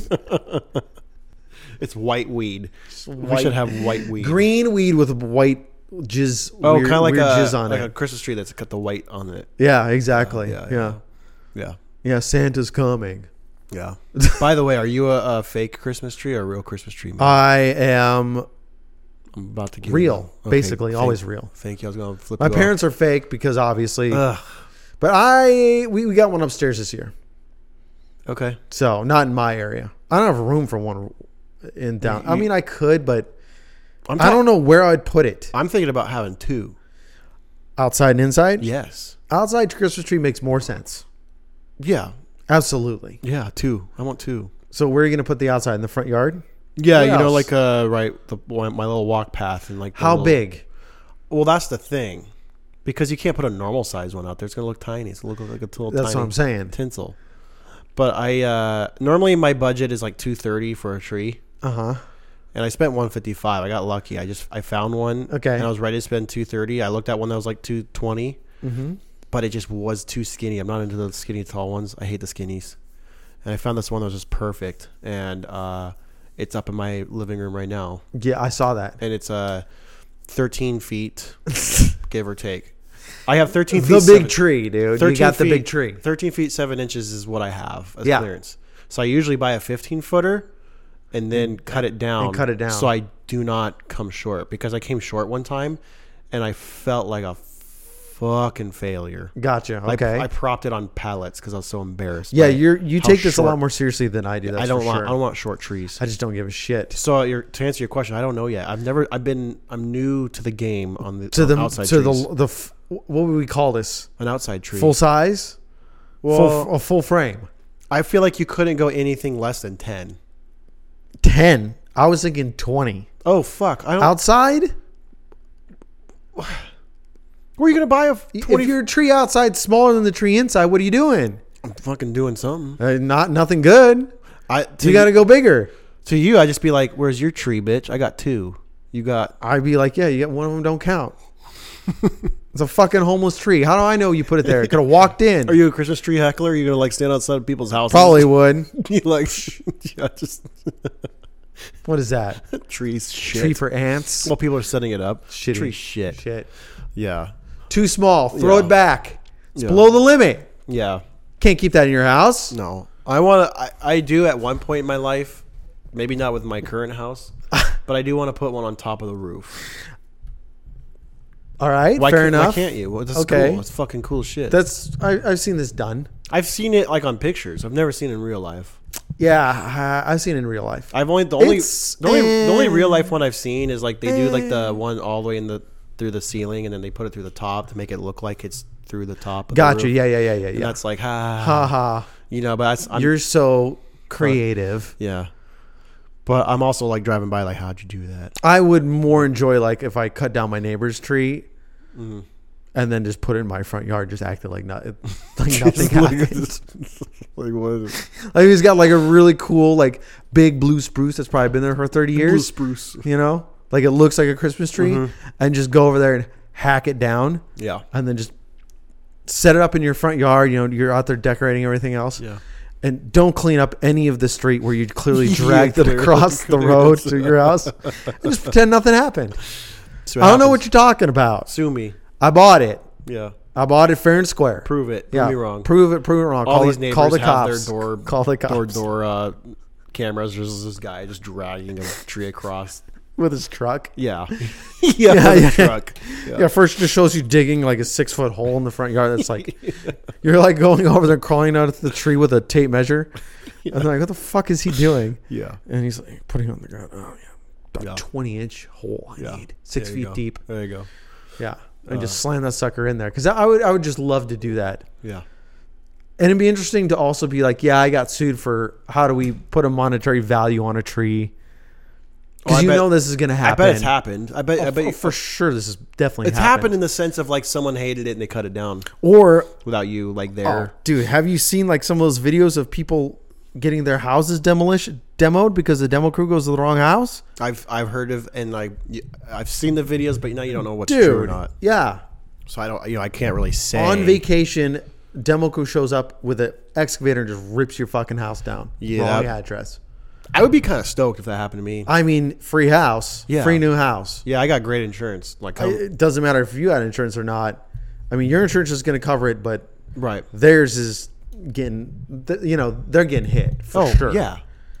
[SPEAKER 2] dude.
[SPEAKER 1] it's white weed.
[SPEAKER 2] white-
[SPEAKER 1] We should have white weed.
[SPEAKER 2] Green weed with white jizz.
[SPEAKER 1] Oh,
[SPEAKER 2] weird-
[SPEAKER 1] kind of like, a,
[SPEAKER 2] weird jizz on
[SPEAKER 1] like
[SPEAKER 2] it.
[SPEAKER 1] a Christmas tree that's got the white on it.
[SPEAKER 2] yeah, exactly.
[SPEAKER 1] Yeah,
[SPEAKER 2] yeah.
[SPEAKER 1] yeah. Yeah.
[SPEAKER 2] Yeah, Santa's coming.
[SPEAKER 1] Yeah. By the way, are you a, a fake Christmas tree or a real Christmas tree? Man?
[SPEAKER 2] I am.
[SPEAKER 1] I'm about to give
[SPEAKER 2] real,
[SPEAKER 1] you-
[SPEAKER 2] basically,
[SPEAKER 1] thank-
[SPEAKER 2] always real.
[SPEAKER 1] Thank you. I was going to flip
[SPEAKER 2] My
[SPEAKER 1] you off.
[SPEAKER 2] parents are fake because obviously,
[SPEAKER 1] Ugh.
[SPEAKER 2] but I we, we got one upstairs this year,
[SPEAKER 1] Okay.
[SPEAKER 2] so not in my area. I don't have room for one in down. I mean, I could, but
[SPEAKER 1] I'm
[SPEAKER 2] I don't know where I'd put it.
[SPEAKER 1] I'm thinking about having two.
[SPEAKER 2] Outside and inside.
[SPEAKER 1] Yes.
[SPEAKER 2] Outside Christmas tree makes more sense.
[SPEAKER 1] Yeah.
[SPEAKER 2] Absolutely.
[SPEAKER 1] Yeah, two. I want two.
[SPEAKER 2] So where are you going to put the outside in the front yard?
[SPEAKER 1] Yeah,
[SPEAKER 2] Where
[SPEAKER 1] you know,
[SPEAKER 2] else?
[SPEAKER 1] like uh, right, the my my little walk path and like the
[SPEAKER 2] How
[SPEAKER 1] little-
[SPEAKER 2] big?
[SPEAKER 1] Well, that's the thing, because you can't put a normal size one out there. It's gonna look tiny. It's gonna look like a little.
[SPEAKER 2] That's
[SPEAKER 1] tiny
[SPEAKER 2] what I'm saying.
[SPEAKER 1] Tinsel. But I uh, normally my budget is like two thirty for a tree,
[SPEAKER 2] Uh huh.
[SPEAKER 1] and I spent one fifty five. I got lucky. I just I found one.
[SPEAKER 2] Okay.
[SPEAKER 1] And I was ready to spend two thirty. I looked at one that was like two twenty. Mm-hmm. But it just was too skinny. I'm not into the skinny tall ones. I hate the skinnies. And I found this one that was just perfect, and uh, it's up in my living room right now
[SPEAKER 2] Yeah, I saw that.
[SPEAKER 1] and it's uh 13 feet give or take i have 13 feet
[SPEAKER 2] The
[SPEAKER 1] seven-
[SPEAKER 2] big tree, dude. You got the
[SPEAKER 1] feet-
[SPEAKER 2] big tree.
[SPEAKER 1] 13 feet 7 inches is what i have as
[SPEAKER 2] Yeah.
[SPEAKER 1] clearance so i usually buy a 15 footer and then cut it down
[SPEAKER 2] Mm. cut it down.
[SPEAKER 1] so i do not come short because i came short one time and i felt like a fucking failure
[SPEAKER 2] Gotcha.
[SPEAKER 1] I-
[SPEAKER 2] Okay.
[SPEAKER 1] I, propped it on pallets because i was so embarrassed
[SPEAKER 2] yeah,
[SPEAKER 1] by
[SPEAKER 2] you're you
[SPEAKER 1] how
[SPEAKER 2] take this a lot
[SPEAKER 1] short-
[SPEAKER 2] more seriously than I do. That's
[SPEAKER 1] i don't
[SPEAKER 2] for
[SPEAKER 1] want
[SPEAKER 2] sure.
[SPEAKER 1] i don't want short trees
[SPEAKER 2] I just don't give a shit.
[SPEAKER 1] so uh, your, to answer your question, I don't know yet. I've never. I've been. I'm new to the game on the
[SPEAKER 2] to
[SPEAKER 1] on
[SPEAKER 2] the
[SPEAKER 1] outside
[SPEAKER 2] to
[SPEAKER 1] trees.
[SPEAKER 2] the the f- what would we call this
[SPEAKER 1] an outside tree.
[SPEAKER 2] full size full,
[SPEAKER 1] Well-
[SPEAKER 2] a full frame
[SPEAKER 1] I feel like you couldn't go anything less than ten.
[SPEAKER 2] 10 i was thinking 20
[SPEAKER 1] Oh fuck! I don't.
[SPEAKER 2] outside
[SPEAKER 1] where are you gonna buy a f-
[SPEAKER 2] if
[SPEAKER 1] twenty?
[SPEAKER 2] your tree outside smaller than the tree inside what are you doing
[SPEAKER 1] I'm fucking doing something.
[SPEAKER 2] uh, not nothing good
[SPEAKER 1] I to
[SPEAKER 2] you gotta go bigger
[SPEAKER 1] to you. I just be like, "Where's your tree, bitch? I got two. You got
[SPEAKER 2] i'd be like yeah you got one of them don't count it's a fucking homeless tree how do i know you put it there could have walked in
[SPEAKER 1] Are you a Christmas tree heckler? Are you gonna like stand outside of people's houses?
[SPEAKER 2] probably would
[SPEAKER 1] you like, yeah, just
[SPEAKER 2] what is that
[SPEAKER 1] trees shit.
[SPEAKER 2] tree for ants
[SPEAKER 1] well, people are setting it up.
[SPEAKER 2] Shitty.
[SPEAKER 1] Tree shit.
[SPEAKER 2] shit
[SPEAKER 1] Yeah.
[SPEAKER 2] too small throw
[SPEAKER 1] Yeah.
[SPEAKER 2] it back it's
[SPEAKER 1] Yeah.
[SPEAKER 2] below the limit
[SPEAKER 1] Yeah.
[SPEAKER 2] can't keep that in your house
[SPEAKER 1] No, I want to. I, I do at one point in my life, maybe not with my current house, but I do want to put one on top of the roof.
[SPEAKER 2] all right
[SPEAKER 1] Why,
[SPEAKER 2] fair
[SPEAKER 1] can't-
[SPEAKER 2] enough
[SPEAKER 1] Why can't you? Well, that's
[SPEAKER 2] Okay.
[SPEAKER 1] cool. That's fucking cool shit.
[SPEAKER 2] That's I, I've seen this done.
[SPEAKER 1] I've seen it like on pictures. I've never seen it in real life.
[SPEAKER 2] Yeah, I, I've seen it in real life.
[SPEAKER 1] I've only the only
[SPEAKER 2] It's-
[SPEAKER 1] the only, the only
[SPEAKER 2] eh.
[SPEAKER 1] real life one I've seen is like they do like the one all the way in the through the ceiling and then they put it through the top to make it look like it's through the top. Of
[SPEAKER 2] Gotcha.
[SPEAKER 1] The roof.
[SPEAKER 2] Yeah, yeah, yeah, yeah,
[SPEAKER 1] And
[SPEAKER 2] yeah.
[SPEAKER 1] that's like ha
[SPEAKER 2] Ha ha.
[SPEAKER 1] You know, but that's I'm,
[SPEAKER 2] You're so creative.
[SPEAKER 1] yeah. But I'm also like driving by like how'd you do that?
[SPEAKER 2] I would more enjoy like if I cut down my neighbor's tree. Mm-hmm. And then just put it in my front yard, just acting like, not, like nothing happened.
[SPEAKER 1] like what is it?
[SPEAKER 2] Like he's got like a really cool like big blue spruce that's probably been there for thirty years.
[SPEAKER 1] spruce.
[SPEAKER 2] You know, like it looks like a Christmas tree, and just go over there and hack it down,
[SPEAKER 1] Yeah.
[SPEAKER 2] and then just set it up in your front yard. You know, you're out there decorating everything else.
[SPEAKER 1] Yeah.
[SPEAKER 2] And don't clean up any of the street where you clearly
[SPEAKER 1] Yeah,
[SPEAKER 2] dragged it
[SPEAKER 1] clearly-
[SPEAKER 2] across the
[SPEAKER 1] clearly
[SPEAKER 2] road
[SPEAKER 1] that's-
[SPEAKER 2] to your house. And just pretend nothing happened.
[SPEAKER 1] So
[SPEAKER 2] I don't know what you're talking about.
[SPEAKER 1] sue me.
[SPEAKER 2] I bought it.
[SPEAKER 1] Yeah.
[SPEAKER 2] I bought it fair and square.
[SPEAKER 1] Prove it. Prove
[SPEAKER 2] yeah.
[SPEAKER 1] me wrong.
[SPEAKER 2] Prove it. Prove it wrong.
[SPEAKER 1] all
[SPEAKER 2] call,
[SPEAKER 1] these
[SPEAKER 2] the,
[SPEAKER 1] neighbors
[SPEAKER 2] call the
[SPEAKER 1] have
[SPEAKER 2] cops.
[SPEAKER 1] their door
[SPEAKER 2] call the cops.
[SPEAKER 1] door door uh, cameras. There's this guy just dragging a tree across.
[SPEAKER 2] with his truck.
[SPEAKER 1] Yeah, yeah, with
[SPEAKER 2] yeah.
[SPEAKER 1] a truck.
[SPEAKER 2] Yeah. first it just shows you digging like a six foot hole in the front yard. That's like you're like going over there crawling out of the tree with a tape measure. And they're like, what the fuck is he doing?
[SPEAKER 1] Yeah.
[SPEAKER 2] And he's like putting it on the ground. Oh yeah. About
[SPEAKER 1] Yeah.
[SPEAKER 2] twenty inch hole I
[SPEAKER 1] Yeah.
[SPEAKER 2] need. Six
[SPEAKER 1] There you
[SPEAKER 2] feet
[SPEAKER 1] go. Uh.
[SPEAKER 2] deep.
[SPEAKER 1] There you go.
[SPEAKER 2] Yeah. And just slam that sucker in there. Cause I would I would just love to do that.
[SPEAKER 1] Yeah,
[SPEAKER 2] And it'd be interesting to also be like, yeah, I got sued for how do we put a monetary value on a tree?
[SPEAKER 1] Oh,
[SPEAKER 2] Because
[SPEAKER 1] I
[SPEAKER 2] you
[SPEAKER 1] bet-
[SPEAKER 2] know this is gonna
[SPEAKER 1] I
[SPEAKER 2] happen.
[SPEAKER 1] bet it's happened. I bet. I bet
[SPEAKER 2] Oh, for sure, this is definitely
[SPEAKER 1] It's happened. in the sense of like someone hated it and they cut it down
[SPEAKER 2] Or
[SPEAKER 1] without you like
[SPEAKER 2] Oh,
[SPEAKER 1] there.
[SPEAKER 2] dude, have you seen like some of those videos of people getting their houses demolish demoed because the demo crew goes to the wrong house?
[SPEAKER 1] I've I've heard of and like y- I've seen the videos, but now you don't know what's true or
[SPEAKER 2] Dude,
[SPEAKER 1] not.
[SPEAKER 2] yeah.
[SPEAKER 1] So I don't. You know, I can't really say.
[SPEAKER 2] On vacation, demo crew shows up with an excavator and just rips your fucking house down.
[SPEAKER 1] Yeah.
[SPEAKER 2] wrong address.
[SPEAKER 1] I would be kind of stoked if that happened to me.
[SPEAKER 2] I mean, free house,
[SPEAKER 1] Yeah.
[SPEAKER 2] free new house.
[SPEAKER 1] yeah, I got great insurance. Like, I'm-
[SPEAKER 2] It doesn't matter if you had insurance or not. I mean, your insurance is going to cover it, but
[SPEAKER 1] right?
[SPEAKER 2] theirs is getting, th- you know, they're getting hit for
[SPEAKER 1] oh,
[SPEAKER 2] sure.
[SPEAKER 1] Yeah,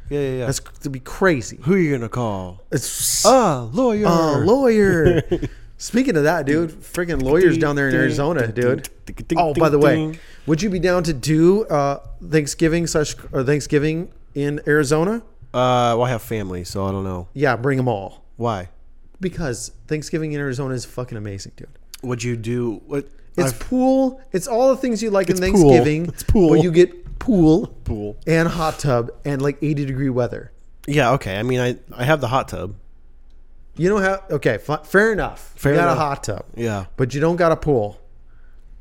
[SPEAKER 1] yeah, yeah. yeah.
[SPEAKER 2] that's to be crazy.
[SPEAKER 1] Who are you gonna call?
[SPEAKER 2] It's
[SPEAKER 1] Ah, lawyer.
[SPEAKER 2] Oh, lawyer. Speaking of that, dude, freaking lawyers down there in Arizona, dude. Oh, by the way, would you be down to do uh, Thanksgiving such or Thanksgiving in Arizona?
[SPEAKER 1] Uh, well, I have family, so I don't know
[SPEAKER 2] Yeah, bring them all
[SPEAKER 1] why.
[SPEAKER 2] because Thanksgiving in Arizona is fucking amazing, dude.
[SPEAKER 1] Would you do what?
[SPEAKER 2] It's
[SPEAKER 1] I've-
[SPEAKER 2] pool. It's all the things you like in
[SPEAKER 1] It's pool.
[SPEAKER 2] Thanksgiving.
[SPEAKER 1] It's pool.
[SPEAKER 2] Where you get pool,
[SPEAKER 1] Pool.
[SPEAKER 2] and hot tub, and like eighty degree weather.
[SPEAKER 1] yeah, okay. I mean, I I have the hot tub.
[SPEAKER 2] You don't have okay. Fi- fair enough.
[SPEAKER 1] Fair
[SPEAKER 2] you got
[SPEAKER 1] enough.
[SPEAKER 2] a hot tub,
[SPEAKER 1] Yeah,
[SPEAKER 2] but you don't got a pool.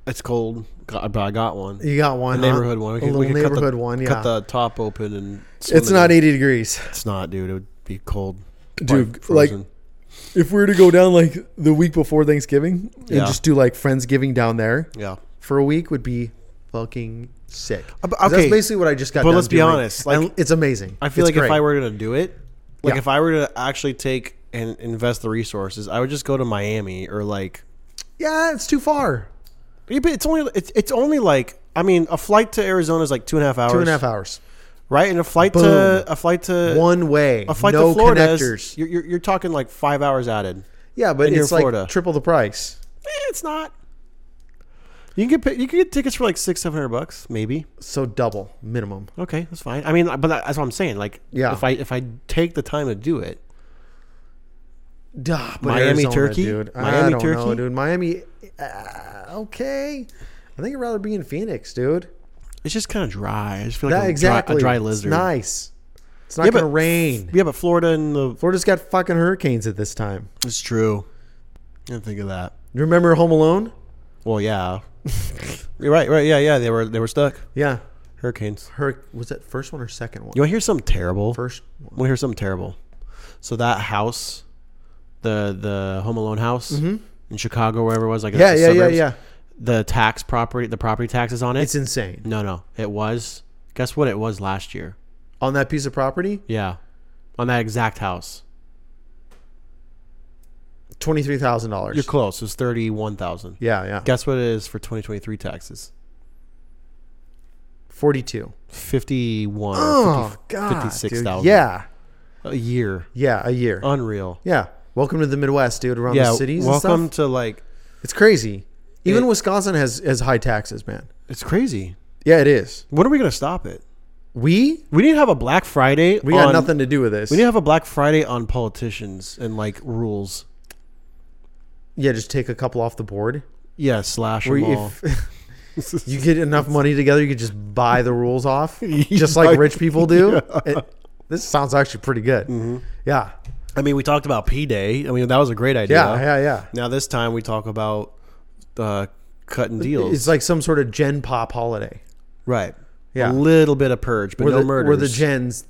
[SPEAKER 1] it's cold, got- but I got one.
[SPEAKER 2] You got
[SPEAKER 1] a
[SPEAKER 2] one huh?
[SPEAKER 1] neighborhood one. We
[SPEAKER 2] a
[SPEAKER 1] could-
[SPEAKER 2] little
[SPEAKER 1] we could cut the-
[SPEAKER 2] neighborhood one. Yeah,
[SPEAKER 1] Cut the top open and. swim
[SPEAKER 2] It's
[SPEAKER 1] in
[SPEAKER 2] not
[SPEAKER 1] it.
[SPEAKER 2] 80 degrees.
[SPEAKER 1] It's not, dude. It would be cold.
[SPEAKER 2] Dude,
[SPEAKER 1] Probably
[SPEAKER 2] like-
[SPEAKER 1] frozen.
[SPEAKER 2] If we were to go down like the week before Thanksgiving
[SPEAKER 1] Yeah.
[SPEAKER 2] and just do like Friendsgiving down there
[SPEAKER 1] yeah.
[SPEAKER 2] for a week would be fucking sick.
[SPEAKER 1] Uh, but
[SPEAKER 2] 'Cause
[SPEAKER 1] okay.
[SPEAKER 2] That's basically what I just got
[SPEAKER 1] But
[SPEAKER 2] done
[SPEAKER 1] let's be
[SPEAKER 2] doing.
[SPEAKER 1] honest, like,
[SPEAKER 2] And it's amazing.
[SPEAKER 1] I feel
[SPEAKER 2] It's
[SPEAKER 1] like if
[SPEAKER 2] great.
[SPEAKER 1] I were gonna do it, like
[SPEAKER 2] Yeah.
[SPEAKER 1] if I were to actually take and invest the resources, I would just go to Miami or like
[SPEAKER 2] Yeah, it's too far.
[SPEAKER 1] Yeah, but it's only it's, it's only like I mean a flight to Arizona is like two and a half hours,
[SPEAKER 2] Two and a half hours.
[SPEAKER 1] right? And a flight
[SPEAKER 2] Boom.
[SPEAKER 1] to a flight to
[SPEAKER 2] One way.
[SPEAKER 1] a flight
[SPEAKER 2] no
[SPEAKER 1] to Florida
[SPEAKER 2] connectors.
[SPEAKER 1] Is, you're, you're you're talking like five hours added.
[SPEAKER 2] yeah, but
[SPEAKER 1] and you're
[SPEAKER 2] it's like
[SPEAKER 1] Florida.
[SPEAKER 2] triple the price.
[SPEAKER 1] Eh, it's not. You can get pi- you can get tickets for like six seven hundred bucks maybe.
[SPEAKER 2] So double minimum.
[SPEAKER 1] Okay, that's fine. I mean, but that, that's what I'm saying. Like,
[SPEAKER 2] Yeah.
[SPEAKER 1] if I if I take the time to do it,
[SPEAKER 2] Duh, but
[SPEAKER 1] Miami, Turkey?
[SPEAKER 2] dude. I
[SPEAKER 1] Miami,
[SPEAKER 2] don't know,
[SPEAKER 1] Turkey?
[SPEAKER 2] dude. Miami. Uh, okay, I think I'd rather be in Phoenix, dude.
[SPEAKER 1] it's just kind of dry. I just feel like
[SPEAKER 2] That
[SPEAKER 1] a,
[SPEAKER 2] exactly.
[SPEAKER 1] dry, a dry
[SPEAKER 2] It's
[SPEAKER 1] lizard.
[SPEAKER 2] nice. It's not
[SPEAKER 1] Yeah, but-
[SPEAKER 2] gonna rain.
[SPEAKER 1] Yeah, but Florida and the
[SPEAKER 2] Florida's got fucking hurricanes at this time.
[SPEAKER 1] it's true. I didn't think of that.
[SPEAKER 2] You Remember Home Alone?
[SPEAKER 1] Well, yeah, you're right, right, yeah, yeah. They were they were stuck.
[SPEAKER 2] Yeah.
[SPEAKER 1] Hurricanes.
[SPEAKER 2] Hur- was that first one or second one?
[SPEAKER 1] You want to hear something terrible?
[SPEAKER 2] First one.
[SPEAKER 1] want to hear something terrible? So that house, the the Home Alone house in Chicago, wherever it was, like
[SPEAKER 2] Mm-hmm. Yeah,
[SPEAKER 1] the
[SPEAKER 2] yeah, yeah,
[SPEAKER 1] suburbs,
[SPEAKER 2] yeah.
[SPEAKER 1] The tax property, the property taxes on it.
[SPEAKER 2] It's insane.
[SPEAKER 1] no, no, it was. Guess what? It was last year.
[SPEAKER 2] On that piece of property,
[SPEAKER 1] Yeah, on that exact house.
[SPEAKER 2] twenty three thousand dollars.
[SPEAKER 1] You're close. It was thirty one thousand.
[SPEAKER 2] Yeah, yeah.
[SPEAKER 1] Guess what it is for 2023 taxes?
[SPEAKER 2] Forty two.
[SPEAKER 1] 51
[SPEAKER 2] Oh
[SPEAKER 1] or 50
[SPEAKER 2] god, dude.
[SPEAKER 1] 56,000
[SPEAKER 2] Yeah,
[SPEAKER 1] a year.
[SPEAKER 2] yeah, a year.
[SPEAKER 1] Unreal.
[SPEAKER 2] Oh. yeah. Welcome to the Midwest, dude. Around
[SPEAKER 1] Uh, Yeah,
[SPEAKER 2] the cities.
[SPEAKER 1] welcome
[SPEAKER 2] and
[SPEAKER 1] to
[SPEAKER 2] stuff.
[SPEAKER 1] like
[SPEAKER 2] It's crazy. Even
[SPEAKER 1] It-
[SPEAKER 2] Wisconsin has has high taxes, man.
[SPEAKER 1] it's crazy.
[SPEAKER 2] Yeah, it is.
[SPEAKER 1] When are we going to stop it?
[SPEAKER 2] We
[SPEAKER 1] We need to have a Black Friday.
[SPEAKER 2] we got
[SPEAKER 1] on-
[SPEAKER 2] nothing to do with this.
[SPEAKER 1] We need to have a Black Friday on politicians and like rules.
[SPEAKER 2] yeah, just take a couple off the board.
[SPEAKER 1] Yeah, slash
[SPEAKER 2] Where
[SPEAKER 1] them
[SPEAKER 2] you-
[SPEAKER 1] all.
[SPEAKER 2] if you get enough money together, you could just buy the rules off, just like
[SPEAKER 1] Like-
[SPEAKER 2] rich people do. It- this sounds actually pretty good.
[SPEAKER 1] Mm-hmm.
[SPEAKER 2] Yeah,
[SPEAKER 1] I mean, we talked about P Day. I mean, that was a great idea.
[SPEAKER 2] yeah, yeah, yeah.
[SPEAKER 1] Now this time we talk about uh, cutting deals.
[SPEAKER 2] It's like some sort of Gen Pop holiday.
[SPEAKER 1] right.
[SPEAKER 2] Yeah.
[SPEAKER 1] A little bit of purge, but
[SPEAKER 2] where
[SPEAKER 1] no
[SPEAKER 2] the,
[SPEAKER 1] murders.
[SPEAKER 2] Where the gens,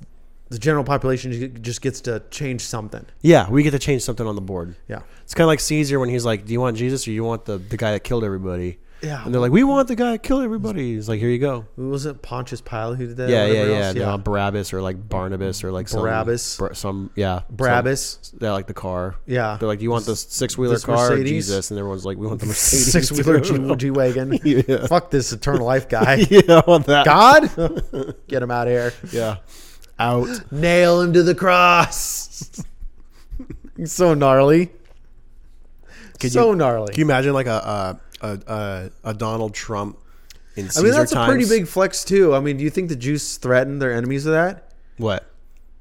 [SPEAKER 2] the general population ju- just gets to change something.
[SPEAKER 1] yeah, we get to change something on the board.
[SPEAKER 2] Yeah.
[SPEAKER 1] It's kind of like Caesar when he's like, "Do you want Jesus or you want the, the guy that killed everybody?"
[SPEAKER 2] Yeah.
[SPEAKER 1] And they're like, "We want the guy that killed everybody." He's like, "Here you go."
[SPEAKER 2] Who was it? Pontius Pilate who did that? or
[SPEAKER 1] Yeah, yeah,
[SPEAKER 2] whatever
[SPEAKER 1] yeah.
[SPEAKER 2] else?
[SPEAKER 1] No, Barabbas or like Barnabas or like some-
[SPEAKER 2] Barabbas.
[SPEAKER 1] Bra- some yeah,
[SPEAKER 2] Barabbas.
[SPEAKER 1] Some, yeah, like the car.
[SPEAKER 2] Yeah.
[SPEAKER 1] They're like, "Do you want the six wheeler
[SPEAKER 2] this
[SPEAKER 1] car or
[SPEAKER 2] Mercedes?
[SPEAKER 1] Jesus?" And everyone's like, "We want the Mercedes."
[SPEAKER 2] Six wheeler G wagon.
[SPEAKER 1] Yeah.
[SPEAKER 2] Fuck this eternal life guy.
[SPEAKER 1] yeah, I want that.
[SPEAKER 2] God, get him out of here.
[SPEAKER 1] Yeah. Out.
[SPEAKER 2] Nail him to the cross. He's so gnarly.
[SPEAKER 1] Could
[SPEAKER 2] so
[SPEAKER 1] you-
[SPEAKER 2] gnarly.
[SPEAKER 1] Can you imagine like a a a, a, a Donald Trump in
[SPEAKER 2] I
[SPEAKER 1] Caesar
[SPEAKER 2] mean, that's
[SPEAKER 1] times?
[SPEAKER 2] a pretty big flex too. I mean, do you think the Jews threatened their enemies with that?
[SPEAKER 1] What?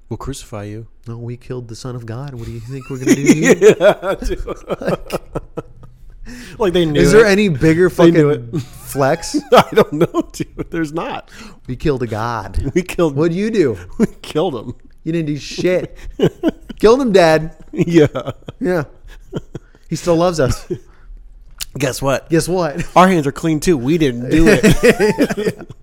[SPEAKER 1] We'll crucify you.
[SPEAKER 2] No, we killed the Son of God. What do you think we're gonna do? to you?
[SPEAKER 1] Like they knew.
[SPEAKER 2] Is there
[SPEAKER 1] it.
[SPEAKER 2] any bigger
[SPEAKER 1] knew
[SPEAKER 2] fucking flex?
[SPEAKER 1] I don't know, dude. There's not.
[SPEAKER 2] We killed a god.
[SPEAKER 1] We killed.
[SPEAKER 2] What'd you do?
[SPEAKER 1] We killed him.
[SPEAKER 2] You didn't do shit. killed him, Dad.
[SPEAKER 1] Yeah.
[SPEAKER 2] Yeah. He still loves us.
[SPEAKER 1] Guess what?
[SPEAKER 2] Guess what?
[SPEAKER 1] Our hands are clean too. We didn't do it.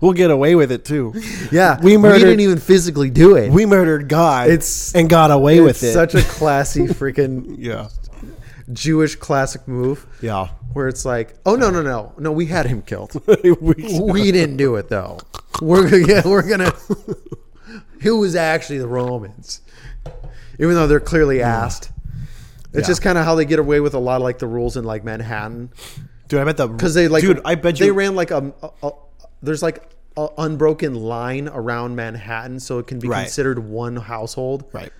[SPEAKER 1] We'll get away with it too.
[SPEAKER 2] Yeah.
[SPEAKER 1] We murdered-
[SPEAKER 2] didn't even physically do it.
[SPEAKER 1] We murdered God.
[SPEAKER 2] It's-
[SPEAKER 1] and got away
[SPEAKER 2] it's
[SPEAKER 1] with it.
[SPEAKER 2] such a classy freaking
[SPEAKER 1] yeah.
[SPEAKER 2] Jewish classic move
[SPEAKER 1] Yeah.
[SPEAKER 2] where it's like, oh no no no no, we had him killed.
[SPEAKER 1] We-
[SPEAKER 2] we didn't do it though. We're gonna yeah, we're gonna. Who was actually the Romans? Even though they're clearly asked. It's
[SPEAKER 1] Yeah.
[SPEAKER 2] just kind of how they get away with a lot of like the rules in like Manhattan
[SPEAKER 1] dude, I bet the
[SPEAKER 2] because they like
[SPEAKER 1] dude. I bet you
[SPEAKER 2] they ran like a, a- a- there's like a unbroken line around Manhattan, so it can be
[SPEAKER 1] Right.
[SPEAKER 2] considered one household.
[SPEAKER 1] right.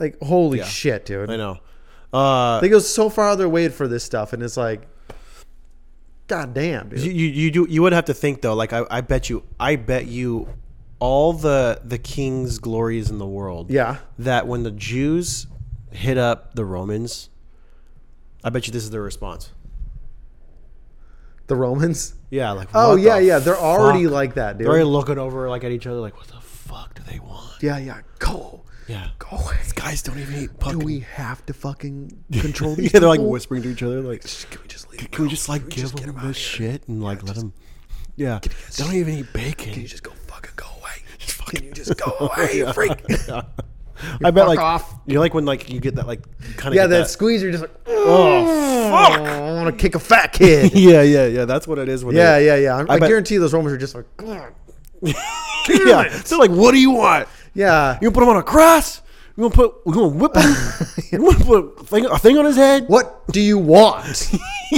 [SPEAKER 2] Like holy
[SPEAKER 1] Yeah.
[SPEAKER 2] shit, dude!
[SPEAKER 1] I know. Uh,
[SPEAKER 2] They go so far out of their way for this stuff, and it's like, god damn, dude.
[SPEAKER 1] You, you you do you would have to think though. Like I, I bet you I bet you all the the king's glories in the world.
[SPEAKER 2] Yeah.
[SPEAKER 1] That when the Jews hit up the Romans, I bet you this is their response.
[SPEAKER 2] the Romans.
[SPEAKER 1] Yeah. Like
[SPEAKER 2] Oh
[SPEAKER 1] what
[SPEAKER 2] yeah,
[SPEAKER 1] the
[SPEAKER 2] yeah. They're already
[SPEAKER 1] fuck?
[SPEAKER 2] like that, dude.
[SPEAKER 1] they're already looking over like at each other like what the fuck do they want?
[SPEAKER 2] yeah, yeah. Go,
[SPEAKER 1] Yeah.
[SPEAKER 2] go away.
[SPEAKER 1] Guys don't even eat
[SPEAKER 2] Do
[SPEAKER 1] pumpkin.
[SPEAKER 2] we have to fucking control
[SPEAKER 1] yeah,
[SPEAKER 2] these?
[SPEAKER 1] they're like
[SPEAKER 2] people?
[SPEAKER 1] whispering to each other like.
[SPEAKER 2] Can we just leave?
[SPEAKER 1] Can we just like give
[SPEAKER 2] just get
[SPEAKER 1] them
[SPEAKER 2] 'em out
[SPEAKER 1] this
[SPEAKER 2] of
[SPEAKER 1] shit and like let them? Yeah. They don't even eat bacon.
[SPEAKER 2] Can you just go fucking go away? Can you just go away, you freak?
[SPEAKER 1] I bet
[SPEAKER 2] fuck
[SPEAKER 1] like
[SPEAKER 2] off.
[SPEAKER 1] you like when like you get that like kind of
[SPEAKER 2] yeah, that squeezer just like,
[SPEAKER 1] oh
[SPEAKER 2] fuck, I want to kick a fat kid.
[SPEAKER 1] yeah yeah yeah that's what it is when
[SPEAKER 2] yeah,
[SPEAKER 1] they,
[SPEAKER 2] yeah, yeah. I,
[SPEAKER 1] I bet-
[SPEAKER 2] guarantee those Romans are just like, "Ugh."
[SPEAKER 1] yeah they're like what do you want
[SPEAKER 2] yeah.
[SPEAKER 1] you gonna put him on a cross you gonna put you gonna whip him you wanna put a thing, a thing on his head
[SPEAKER 2] What do you want?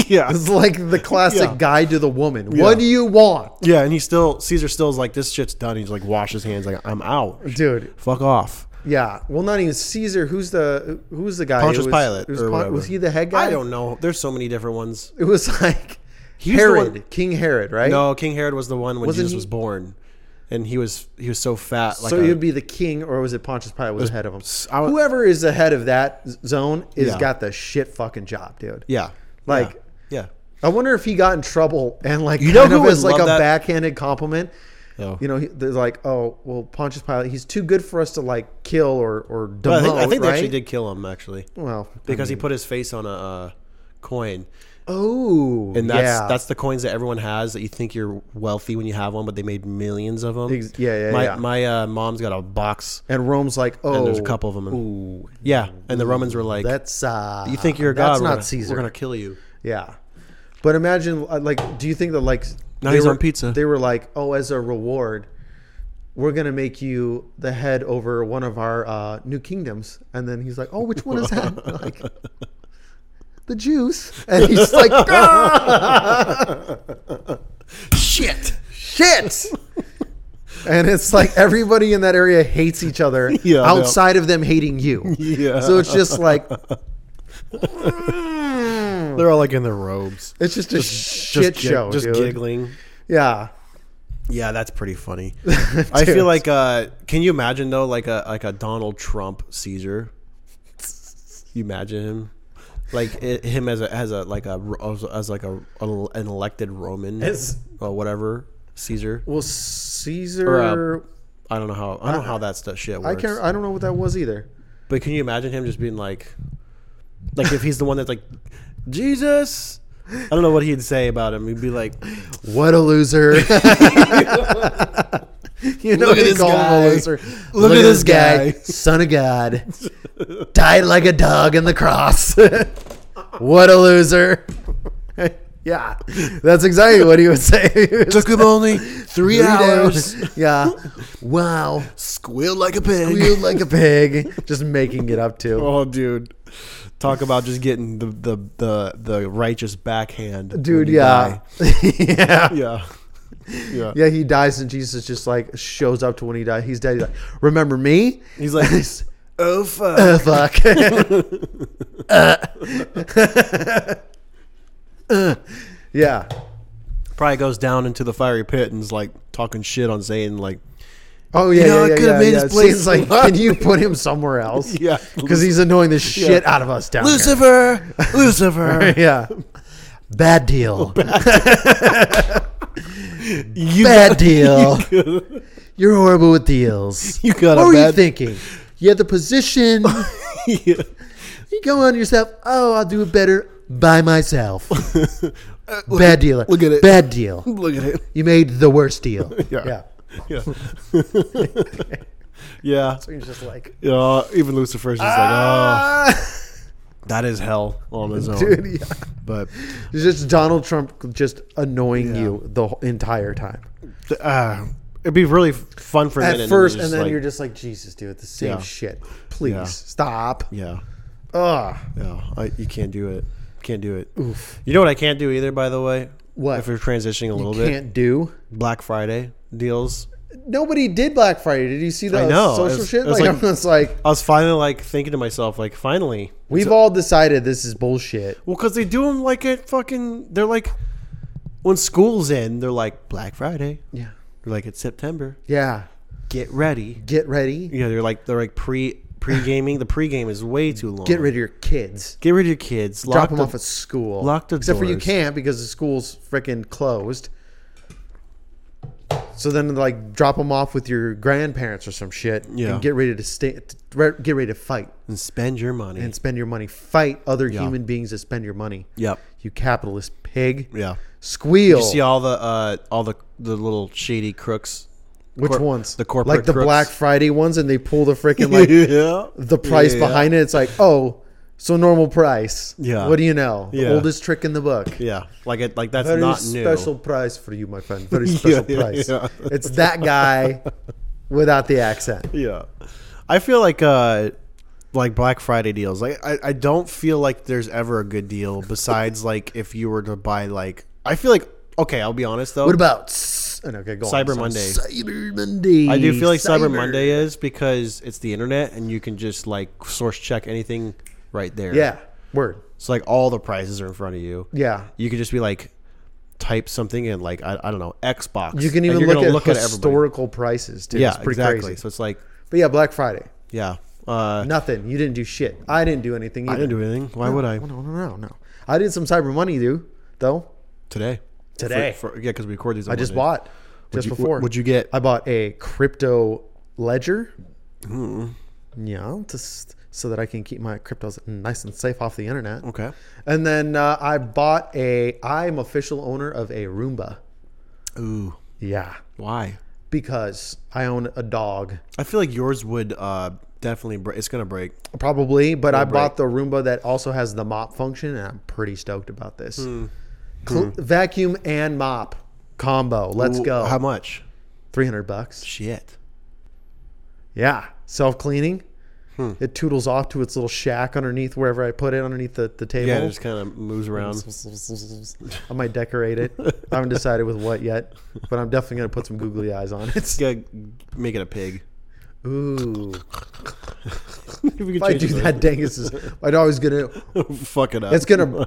[SPEAKER 1] yeah
[SPEAKER 2] It's like the classic
[SPEAKER 1] Yeah.
[SPEAKER 2] guy to the woman.
[SPEAKER 1] Yeah.
[SPEAKER 2] What do you want,
[SPEAKER 1] yeah and he still Caesar still is like this shit's done he's like wash his hands like I'm out
[SPEAKER 2] dude?
[SPEAKER 1] fuck off
[SPEAKER 2] Yeah. Well, not even Caesar. Who's the who's the guy? who
[SPEAKER 1] Pontius
[SPEAKER 2] was,
[SPEAKER 1] Pilate
[SPEAKER 2] Was,
[SPEAKER 1] or
[SPEAKER 2] Pon-
[SPEAKER 1] whatever.
[SPEAKER 2] was he the head guy?
[SPEAKER 1] I don't know there's so many different ones
[SPEAKER 2] It was like
[SPEAKER 1] was the
[SPEAKER 2] Herod,
[SPEAKER 1] one-
[SPEAKER 2] King Herod, right?
[SPEAKER 1] no King Herod was the one when
[SPEAKER 2] Wasn't
[SPEAKER 1] Jesus
[SPEAKER 2] he-
[SPEAKER 1] was born and he was he was so fat like
[SPEAKER 2] so
[SPEAKER 1] a-
[SPEAKER 2] it would be the king, or was it Pontius Pilate was ahead of him?
[SPEAKER 1] I would-
[SPEAKER 2] Whoever is ahead of that z- zone is
[SPEAKER 1] Yeah.
[SPEAKER 2] got the shit fucking job, dude.
[SPEAKER 1] yeah
[SPEAKER 2] Like-
[SPEAKER 1] yeah,
[SPEAKER 2] I wonder if he got in trouble and like
[SPEAKER 1] You
[SPEAKER 2] you
[SPEAKER 1] know
[SPEAKER 2] know kind
[SPEAKER 1] who
[SPEAKER 2] of
[SPEAKER 1] would
[SPEAKER 2] as like
[SPEAKER 1] love
[SPEAKER 2] a
[SPEAKER 1] that?
[SPEAKER 2] backhanded compliment.
[SPEAKER 1] yeah.
[SPEAKER 2] You know, he, they're like, oh, well, Pontius Pilate, he's too good for us to like kill or or demote,
[SPEAKER 1] Well, I think, I think they
[SPEAKER 2] right? Oh,
[SPEAKER 1] actually did kill him actually
[SPEAKER 2] Well,
[SPEAKER 1] because he put his face on a uh, coin,
[SPEAKER 2] oh,
[SPEAKER 1] and that's
[SPEAKER 2] yeah.
[SPEAKER 1] that's the coins that everyone has that you think you're wealthy when you have one, but they made millions of them.
[SPEAKER 2] Ex- yeah, yeah,
[SPEAKER 1] My
[SPEAKER 2] yeah.
[SPEAKER 1] my uh, mom's got a box,
[SPEAKER 2] and Rome's like, oh,
[SPEAKER 1] and there's a couple of them.
[SPEAKER 2] Ooh,
[SPEAKER 1] yeah, and the Romans were like,
[SPEAKER 2] that's uh,
[SPEAKER 1] "You think you're a god?
[SPEAKER 2] That's
[SPEAKER 1] we're
[SPEAKER 2] not
[SPEAKER 1] gonna,
[SPEAKER 2] Caesar.
[SPEAKER 1] We're gonna kill you."
[SPEAKER 2] Yeah, but imagine uh, like, do you think that like
[SPEAKER 1] Now
[SPEAKER 2] they
[SPEAKER 1] he's
[SPEAKER 2] were,
[SPEAKER 1] on pizza.
[SPEAKER 2] They were like, oh, as a reward, we're gonna make you the head over one of our uh, new kingdoms, and then he's like, oh, which one is that? like the Jews, and he's like, "Ah!"
[SPEAKER 1] Shit.
[SPEAKER 2] shit. And it's like everybody in that area hates each other
[SPEAKER 1] Yeah, I know.
[SPEAKER 2] outside of them hating you.
[SPEAKER 1] Yeah.
[SPEAKER 2] So it's just like
[SPEAKER 1] They're all like in their robes,
[SPEAKER 2] it's just a shit
[SPEAKER 1] gig-
[SPEAKER 2] show,
[SPEAKER 1] just
[SPEAKER 2] dude.
[SPEAKER 1] giggling.
[SPEAKER 2] Yeah.
[SPEAKER 1] Yeah, that's pretty funny. I feel
[SPEAKER 2] Dude.
[SPEAKER 1] like uh can you imagine though like a like a Donald Trump Caesar? You imagine him? Like i him as a as a like a as, as like a, an elected Roman
[SPEAKER 2] As-
[SPEAKER 1] or whatever Caesar.
[SPEAKER 2] Well, Caesar.
[SPEAKER 1] Or, I don't know how I don't know how that stuff shit
[SPEAKER 2] I
[SPEAKER 1] works.
[SPEAKER 2] can't. I don't know what that was either.
[SPEAKER 1] But can you imagine him just being like, like if he's the one that's like, Jesus? I don't know what he'd say about him. He'd be like,
[SPEAKER 2] What a loser! you know,
[SPEAKER 1] Look
[SPEAKER 2] they
[SPEAKER 1] at this
[SPEAKER 2] call him a
[SPEAKER 1] guy.
[SPEAKER 2] loser.
[SPEAKER 1] Look at this guy.
[SPEAKER 2] son of God, died like a dog on the cross. what a loser! yeah, that's exactly what he would say.
[SPEAKER 1] took him only three,
[SPEAKER 2] Three
[SPEAKER 1] hours.
[SPEAKER 2] down. Yeah. Wow.
[SPEAKER 1] Squeal like a pig.
[SPEAKER 2] You like a pig. Just making it up too.
[SPEAKER 1] Oh, dude. Talk about just getting the the the, the righteous backhand,
[SPEAKER 2] Dude,
[SPEAKER 1] when you
[SPEAKER 2] yeah. yeah.
[SPEAKER 1] die. yeah, yeah,
[SPEAKER 2] Yeah, he dies and Jesus just like shows up to when he dies. He's dead. He's like, remember me?
[SPEAKER 1] He's like, oh fuck.
[SPEAKER 2] Uh, fuck. Uh. Uh. Yeah.
[SPEAKER 1] Probably goes down into the fiery pit and is like talking shit on Zayn. Like,
[SPEAKER 2] Oh yeah,
[SPEAKER 1] You know, I
[SPEAKER 2] yeah, yeah,
[SPEAKER 1] could've
[SPEAKER 2] yeah,
[SPEAKER 1] made
[SPEAKER 2] yeah.
[SPEAKER 1] his
[SPEAKER 2] It seems
[SPEAKER 1] place
[SPEAKER 2] like,
[SPEAKER 1] laugh.
[SPEAKER 2] can you put him somewhere else?
[SPEAKER 1] Yeah.
[SPEAKER 2] because he's annoying the shit out of us down here.
[SPEAKER 1] Lucifer, Lucifer,
[SPEAKER 2] Yeah, bad deal.
[SPEAKER 1] you
[SPEAKER 2] bad deal. You're horrible with deals.
[SPEAKER 1] You got a
[SPEAKER 2] what were you
[SPEAKER 1] bad-
[SPEAKER 2] thinking? You had the position.
[SPEAKER 1] Yeah.
[SPEAKER 2] you go on yourself. Oh, I'll do it better by myself. bad deal.
[SPEAKER 1] Uh, look at it.
[SPEAKER 2] Bad deal.
[SPEAKER 1] Look at it.
[SPEAKER 2] You made the worst deal.
[SPEAKER 1] Yeah.
[SPEAKER 2] yeah.
[SPEAKER 1] Yeah. yeah.
[SPEAKER 2] He's just like,
[SPEAKER 1] Yeah. Even Lucifer's just like,
[SPEAKER 2] ah,
[SPEAKER 1] oh, that is hell on his own.
[SPEAKER 2] dude. Yeah.
[SPEAKER 1] But
[SPEAKER 2] It's just Donald Trump just annoying you the whole- entire time.
[SPEAKER 1] uh, it'd be really fun for a
[SPEAKER 2] At
[SPEAKER 1] minute
[SPEAKER 2] first,
[SPEAKER 1] you're
[SPEAKER 2] and then
[SPEAKER 1] like-
[SPEAKER 2] you're just like, Jesus, dude, the same
[SPEAKER 1] Yeah.
[SPEAKER 2] shit. Please
[SPEAKER 1] Yeah.
[SPEAKER 2] stop.
[SPEAKER 1] yeah,
[SPEAKER 2] Ugh.
[SPEAKER 1] yeah. I, you can't do it. Can't do it. You know what I can't do either, by the way.
[SPEAKER 2] What?
[SPEAKER 1] if we're transitioning a little bit?
[SPEAKER 2] Can't do.
[SPEAKER 1] Black Friday deals.
[SPEAKER 2] Nobody did Black Friday. Did you see the
[SPEAKER 1] I know.
[SPEAKER 2] social
[SPEAKER 1] It was-
[SPEAKER 2] shit?
[SPEAKER 1] it was
[SPEAKER 2] like,
[SPEAKER 1] like-
[SPEAKER 2] everyone's like,
[SPEAKER 1] I was finally like thinking to myself, like, finally,
[SPEAKER 2] we've all decided this is bullshit.
[SPEAKER 1] Well, because they do them like at fucking. They're like, when school's in, they're like Black Friday.
[SPEAKER 2] Yeah.
[SPEAKER 1] They're like it's September.
[SPEAKER 2] Yeah.
[SPEAKER 1] Get ready.
[SPEAKER 2] Get ready.
[SPEAKER 1] You know, they're like they're like pre pre gaming. The pre game is way too long.
[SPEAKER 2] Get rid of your kids.
[SPEAKER 1] Get rid of your kids.
[SPEAKER 2] Drop
[SPEAKER 1] Lock
[SPEAKER 2] them
[SPEAKER 1] the-
[SPEAKER 2] off at school.
[SPEAKER 1] lock the
[SPEAKER 2] Except for you
[SPEAKER 1] doors.
[SPEAKER 2] can't because the school's freaking closed. So then, like, drop them off with your grandparents or some shit.
[SPEAKER 1] Yeah.
[SPEAKER 2] And get ready to stay. to- re- Get ready to fight
[SPEAKER 1] and spend your money.
[SPEAKER 2] and spend your money. Fight other human beings to spend your money.
[SPEAKER 1] Yep.
[SPEAKER 2] You capitalist pig.
[SPEAKER 1] yeah.
[SPEAKER 2] Squeal.
[SPEAKER 1] You see all the uh all the the little shady crooks.
[SPEAKER 2] Which
[SPEAKER 1] Cor-
[SPEAKER 2] ones?
[SPEAKER 1] The corporate
[SPEAKER 2] like the
[SPEAKER 1] crooks.
[SPEAKER 2] Black Friday ones, and they pull the freaking like
[SPEAKER 1] yeah.
[SPEAKER 2] the price
[SPEAKER 1] Yeah.
[SPEAKER 2] behind it. It's like, oh, so normal price.
[SPEAKER 1] Yeah.
[SPEAKER 2] What do you know? The
[SPEAKER 1] Yeah.
[SPEAKER 2] oldest trick in the book.
[SPEAKER 1] Yeah. Like it. Like that's
[SPEAKER 2] Very
[SPEAKER 1] not new.
[SPEAKER 2] special price for you, my friend. Very special
[SPEAKER 1] yeah,
[SPEAKER 2] price.
[SPEAKER 1] yeah.
[SPEAKER 2] It's that guy without the accent.
[SPEAKER 1] Yeah, I feel like uh, like Black Friday deals. Like I, I don't feel like there's ever a good deal besides like if you were to buy like I feel like okay, I'll be honest though.
[SPEAKER 2] What about? s- oh, no, okay, go on.
[SPEAKER 1] Cyber
[SPEAKER 2] Sorry.
[SPEAKER 1] Monday.
[SPEAKER 2] Cyber Monday.
[SPEAKER 1] I do feel like Cyber Monday is because it's the internet and you can just like source check anything right there.
[SPEAKER 2] Yeah. Word.
[SPEAKER 1] so like all the prices are in front of you.
[SPEAKER 2] Yeah.
[SPEAKER 1] you could just be like type something in like I, I don't know Xbox.
[SPEAKER 2] You can
[SPEAKER 1] and
[SPEAKER 2] even
[SPEAKER 1] you're
[SPEAKER 2] look
[SPEAKER 1] gonna
[SPEAKER 2] at
[SPEAKER 1] everybody.
[SPEAKER 2] historical prices, dude.
[SPEAKER 1] Yeah,
[SPEAKER 2] it's pretty
[SPEAKER 1] exactly.
[SPEAKER 2] crazy.
[SPEAKER 1] So it's like
[SPEAKER 2] But yeah, Black Friday.
[SPEAKER 1] yeah, uh,
[SPEAKER 2] Nothing. You didn't do shit. I didn't do anything either.
[SPEAKER 1] I didn't do anything. Why would I
[SPEAKER 2] No, no, no, no. I did some Cyber Money, dude, though.
[SPEAKER 1] today?
[SPEAKER 2] Today.
[SPEAKER 1] for, for, yeah, because we record these.
[SPEAKER 2] I just bought just
[SPEAKER 1] you-
[SPEAKER 2] before.
[SPEAKER 1] would you get-
[SPEAKER 2] I bought a crypto ledger.
[SPEAKER 1] Mm-hmm.
[SPEAKER 2] Yeah, just so that I can keep my cryptos nice and safe off the internet.
[SPEAKER 1] Okay.
[SPEAKER 2] And then uh, I bought a. I'm official owner of a Roomba.
[SPEAKER 1] Ooh,
[SPEAKER 2] Yeah,
[SPEAKER 1] why?
[SPEAKER 2] because I own a dog,
[SPEAKER 1] I feel like yours would uh, definitely. Bre- it's gonna break.
[SPEAKER 2] probably. But I bought the Roomba that also has the mop function, and I'm pretty stoked about this.
[SPEAKER 1] Hmm.
[SPEAKER 2] Cl- Vacuum and mop combo. Let's
[SPEAKER 1] Ooh,
[SPEAKER 2] go.
[SPEAKER 1] How much?
[SPEAKER 2] Three hundred bucks.
[SPEAKER 1] Shit.
[SPEAKER 2] Yeah, self cleaning.
[SPEAKER 1] Hmm.
[SPEAKER 2] It toodles off to its little shack underneath wherever I put it underneath the, the table.
[SPEAKER 1] Yeah, it just kind of moves around.
[SPEAKER 2] I might decorate it. I haven't decided with what yet, but I'm definitely gonna put some googly eyes on it.
[SPEAKER 1] It's gonna make it a pig.
[SPEAKER 2] Ooh,
[SPEAKER 1] if we
[SPEAKER 2] if I do that, dang, it's just, my dog is gonna.
[SPEAKER 1] fuck it up.
[SPEAKER 2] It's gonna.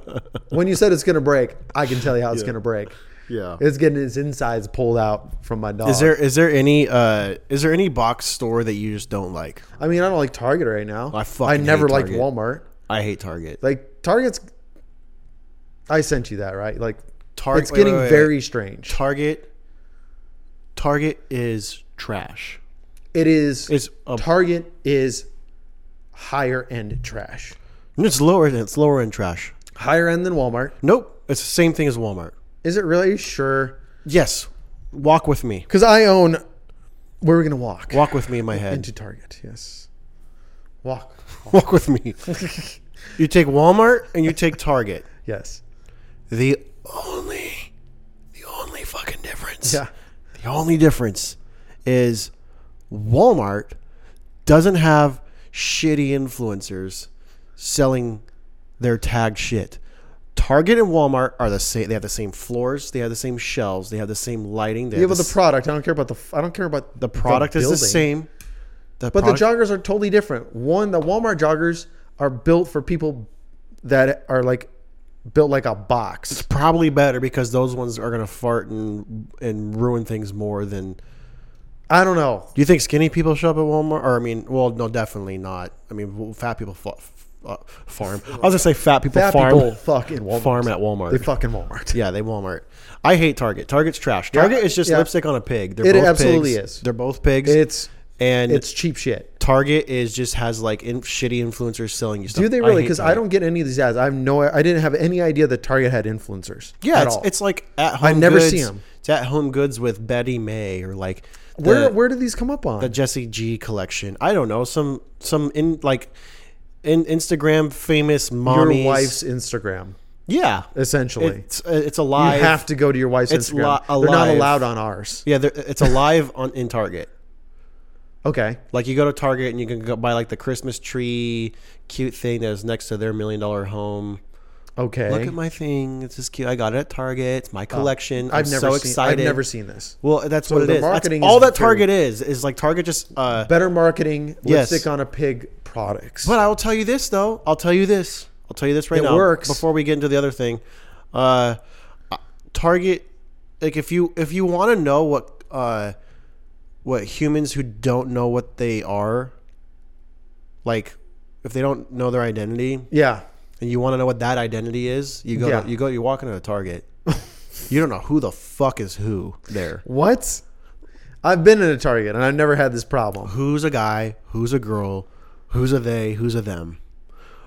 [SPEAKER 2] When you said it's gonna break, I can tell you how it's gonna break.
[SPEAKER 4] Yeah.
[SPEAKER 2] It's getting its insides pulled out from my dog.
[SPEAKER 1] Is there is there any uh is there any box store that you just don't like?
[SPEAKER 2] I mean, I don't like Target right now.
[SPEAKER 1] Oh, I fucking hate
[SPEAKER 2] never liked
[SPEAKER 1] Target.
[SPEAKER 2] Walmart.
[SPEAKER 1] I hate Target.
[SPEAKER 2] Like Target's. I sent you that right. Like
[SPEAKER 1] Target-
[SPEAKER 2] It's
[SPEAKER 1] wait,
[SPEAKER 2] getting
[SPEAKER 1] wait, wait,
[SPEAKER 2] very strange.
[SPEAKER 1] Target Target is trash.
[SPEAKER 2] It is.
[SPEAKER 1] It's a-
[SPEAKER 2] Target is higher end trash.
[SPEAKER 1] It's lower than it's lower end trash.
[SPEAKER 2] Higher end than Walmart.
[SPEAKER 1] Nope, it's the same thing as Walmart.
[SPEAKER 2] Is it really? Are you sure.
[SPEAKER 1] Yes, walk with me.
[SPEAKER 2] Because I own. Where are we gonna walk?
[SPEAKER 1] Walk with me in my head.
[SPEAKER 2] into Target. Yes. Walk.
[SPEAKER 1] Walk with me. you take Walmart and you take Target.
[SPEAKER 2] Yes.
[SPEAKER 1] The only, the only fucking difference.
[SPEAKER 2] Yeah.
[SPEAKER 1] The only difference is Walmart doesn't have shitty influencers selling their tagged shit. Target and Walmart are the same. They have the same floors. They have the same shelves. They have the same lighting. They
[SPEAKER 2] Yeah,
[SPEAKER 1] have
[SPEAKER 2] but
[SPEAKER 1] the,
[SPEAKER 2] the product. I don't care about the. f- I don't care about
[SPEAKER 1] the product is the
[SPEAKER 2] building.
[SPEAKER 1] same. The
[SPEAKER 2] But
[SPEAKER 1] product-
[SPEAKER 2] the joggers are totally different. One, the Walmart joggers are built for people that are like built like a box.
[SPEAKER 1] probably better because those ones are gonna fart and and ruin things more than.
[SPEAKER 2] I don't know.
[SPEAKER 1] Do you think skinny people shop at Walmart? Or I mean, well, no, definitely not. I mean, w- fat people fa- f- uh, farm. I was gonna say fat people
[SPEAKER 2] Fat
[SPEAKER 1] farm.
[SPEAKER 2] people fucking Walmart.
[SPEAKER 1] farm at Walmart.
[SPEAKER 2] They fucking Walmart.
[SPEAKER 1] yeah, they Walmart. I hate Target. Target's trash. Target is just
[SPEAKER 2] yeah.
[SPEAKER 1] lipstick on a pig. They're
[SPEAKER 2] It
[SPEAKER 1] both
[SPEAKER 2] absolutely
[SPEAKER 1] pigs.
[SPEAKER 2] is.
[SPEAKER 1] They're both pigs.
[SPEAKER 2] It's
[SPEAKER 1] and
[SPEAKER 2] it's cheap shit.
[SPEAKER 1] Target is just has like in, shitty influencers selling you stuff.
[SPEAKER 2] Do they really?
[SPEAKER 1] hate
[SPEAKER 2] Because I,
[SPEAKER 1] Target.
[SPEAKER 2] don't get any of these ads. I have no. I didn't have any idea that Target had influencers.
[SPEAKER 1] Yeah,
[SPEAKER 2] at
[SPEAKER 1] it's,
[SPEAKER 2] all.
[SPEAKER 1] it's like at home.
[SPEAKER 2] never
[SPEAKER 1] goods,
[SPEAKER 2] see 'em.
[SPEAKER 1] It's at home goods with Betty May or like the-
[SPEAKER 2] where where do these come up on?
[SPEAKER 1] the Jesse G collection. I don't know some some in like in Instagram famous
[SPEAKER 2] Your
[SPEAKER 1] mommies.
[SPEAKER 2] wife's Instagram,
[SPEAKER 1] yeah.
[SPEAKER 2] essentially.
[SPEAKER 1] It's it's a
[SPEAKER 2] you
[SPEAKER 1] live.
[SPEAKER 2] have to go to your wife's
[SPEAKER 1] It's
[SPEAKER 2] Instagram.
[SPEAKER 1] li-
[SPEAKER 2] They're not
[SPEAKER 1] alive.
[SPEAKER 2] allowed on ours.
[SPEAKER 1] Yeah, there- it's a live on in Target.
[SPEAKER 2] Okay.
[SPEAKER 1] Like you go to Target and you can go buy like the Christmas tree cute thing that is next to their million dollar home.
[SPEAKER 2] Okay.
[SPEAKER 1] Look at my thing. It's just cute. I got it at Target. It's my collection. I'm
[SPEAKER 2] I've never
[SPEAKER 1] so
[SPEAKER 2] seen,
[SPEAKER 1] excited.
[SPEAKER 2] I've never seen this.
[SPEAKER 1] Well, that's
[SPEAKER 2] So
[SPEAKER 1] what it
[SPEAKER 2] the
[SPEAKER 1] is. That's
[SPEAKER 2] marketing
[SPEAKER 1] all
[SPEAKER 2] is
[SPEAKER 1] that
[SPEAKER 2] very-
[SPEAKER 1] Target is is like Target just uh,
[SPEAKER 2] Better marketing,
[SPEAKER 1] Yes.
[SPEAKER 2] lipstick on a pig products.
[SPEAKER 1] But I will tell you this though. I'll tell you this. I'll tell you this right
[SPEAKER 2] It
[SPEAKER 1] now.
[SPEAKER 2] works.
[SPEAKER 1] Before we get into the other thing, uh, Target. Like if you if you want to know what uh, what humans who don't know what they are, like if they don't know their identity,
[SPEAKER 2] yeah.
[SPEAKER 1] and you want to know what that identity is, you go
[SPEAKER 2] Yeah.
[SPEAKER 1] to, you go you walk into a Target. you don't know who the fuck is who there.
[SPEAKER 2] What? I've been in a Target and I've never had this problem.
[SPEAKER 1] who's a guy, who's a girl, who's a they, who's a them,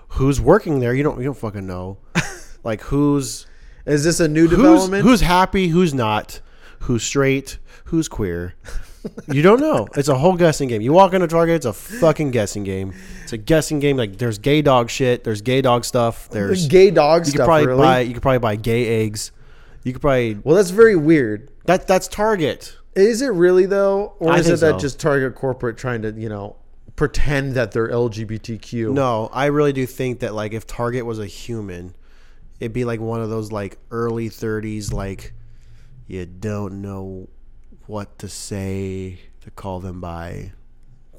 [SPEAKER 1] who's working there. You don't you don't fucking know. like who's
[SPEAKER 2] Is this a new
[SPEAKER 1] who's
[SPEAKER 2] development?
[SPEAKER 1] who's happy, who's not, who's straight, who's queer. You don't know. It's a whole guessing game. You walk into Target, it's a fucking guessing game. It's a guessing game. Like there's gay dog shit. There's gay dog stuff. There's
[SPEAKER 2] gay dog
[SPEAKER 1] You could
[SPEAKER 2] stuff?
[SPEAKER 1] probably
[SPEAKER 2] really?
[SPEAKER 1] buy. You could probably buy gay eggs. You could probably
[SPEAKER 2] well, that's very weird.
[SPEAKER 1] that. That's Target.
[SPEAKER 2] Is it really though, or
[SPEAKER 1] I
[SPEAKER 2] is
[SPEAKER 1] think
[SPEAKER 2] it that
[SPEAKER 1] so.
[SPEAKER 2] just Target corporate trying to you know pretend that they're LGBTQ?
[SPEAKER 1] No, I really do think that like if Target was a human, it'd be like one of those like early 30s like you don't know what to say to call them by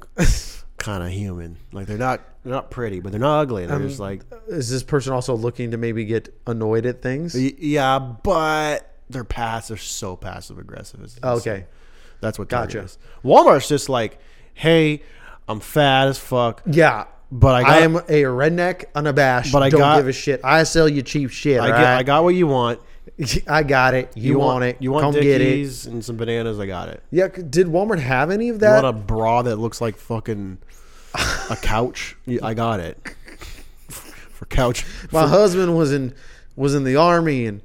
[SPEAKER 1] kind of human. Like they're not they're not pretty, but they're not ugly. They're
[SPEAKER 2] Um,
[SPEAKER 1] just like
[SPEAKER 2] Is this person also looking to maybe get annoyed at things?
[SPEAKER 1] y- yeah, but they're passive. They're so passive aggressive. It's
[SPEAKER 2] Okay.
[SPEAKER 1] that's what Target
[SPEAKER 2] Gotcha.
[SPEAKER 1] is. Walmart's just like, hey, I'm fat as fuck,
[SPEAKER 2] Yeah.
[SPEAKER 1] but I got
[SPEAKER 2] I am a redneck unabashed.
[SPEAKER 1] But I
[SPEAKER 2] don't
[SPEAKER 1] got-
[SPEAKER 2] give a shit. I sell you cheap shit.
[SPEAKER 1] I, get, I got what you want.
[SPEAKER 2] I got it. You, want, it.
[SPEAKER 1] You want
[SPEAKER 2] Come get it.
[SPEAKER 1] Dickies and some bananas. I got it.
[SPEAKER 2] Yeah. c- Did Walmart have any of
[SPEAKER 1] You
[SPEAKER 2] that?
[SPEAKER 1] want a bra that looks like fucking a couch? You- I got it for couch.
[SPEAKER 2] My husband was in was in the army and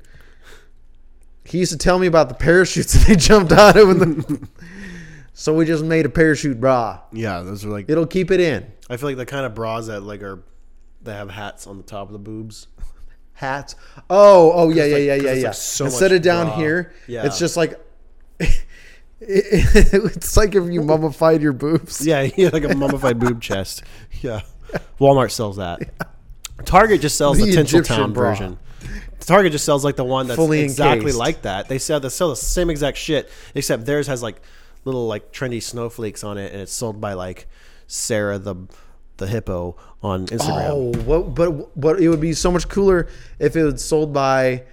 [SPEAKER 2] he used to tell me about the parachutes that they jumped out of. And the, so we just made a parachute bra.
[SPEAKER 1] Yeah, those are like.
[SPEAKER 2] It'll keep it in.
[SPEAKER 1] I feel like the kind of bras that like are that have hats on the top of the boobs.
[SPEAKER 2] Hats. Oh, oh yeah, yeah,
[SPEAKER 1] like-
[SPEAKER 2] yeah,
[SPEAKER 1] 'cause
[SPEAKER 2] yeah,
[SPEAKER 1] it's
[SPEAKER 2] yeah.
[SPEAKER 1] like so
[SPEAKER 2] Instead
[SPEAKER 1] much
[SPEAKER 2] of down
[SPEAKER 1] bra.
[SPEAKER 2] here,
[SPEAKER 1] Yeah.
[SPEAKER 2] it's just like it's like if you mummified your boobs.
[SPEAKER 1] Yeah, yeah, like a mummified boob chest. Yeah, Walmart sells that. Target just sells the,
[SPEAKER 2] The
[SPEAKER 1] Tinsel
[SPEAKER 2] Egyptian
[SPEAKER 1] Tinseltown
[SPEAKER 2] bra.
[SPEAKER 1] version. Target just sells like the one that's
[SPEAKER 2] Fully
[SPEAKER 1] exactly
[SPEAKER 2] encased.
[SPEAKER 1] like that. They sell they sell the same exact shit, except theirs has like little like trendy snowflakes on it, and it's sold by like Sarah the the hippo on Instagram.
[SPEAKER 2] Oh, what, but but it would be so much cooler if it was sold by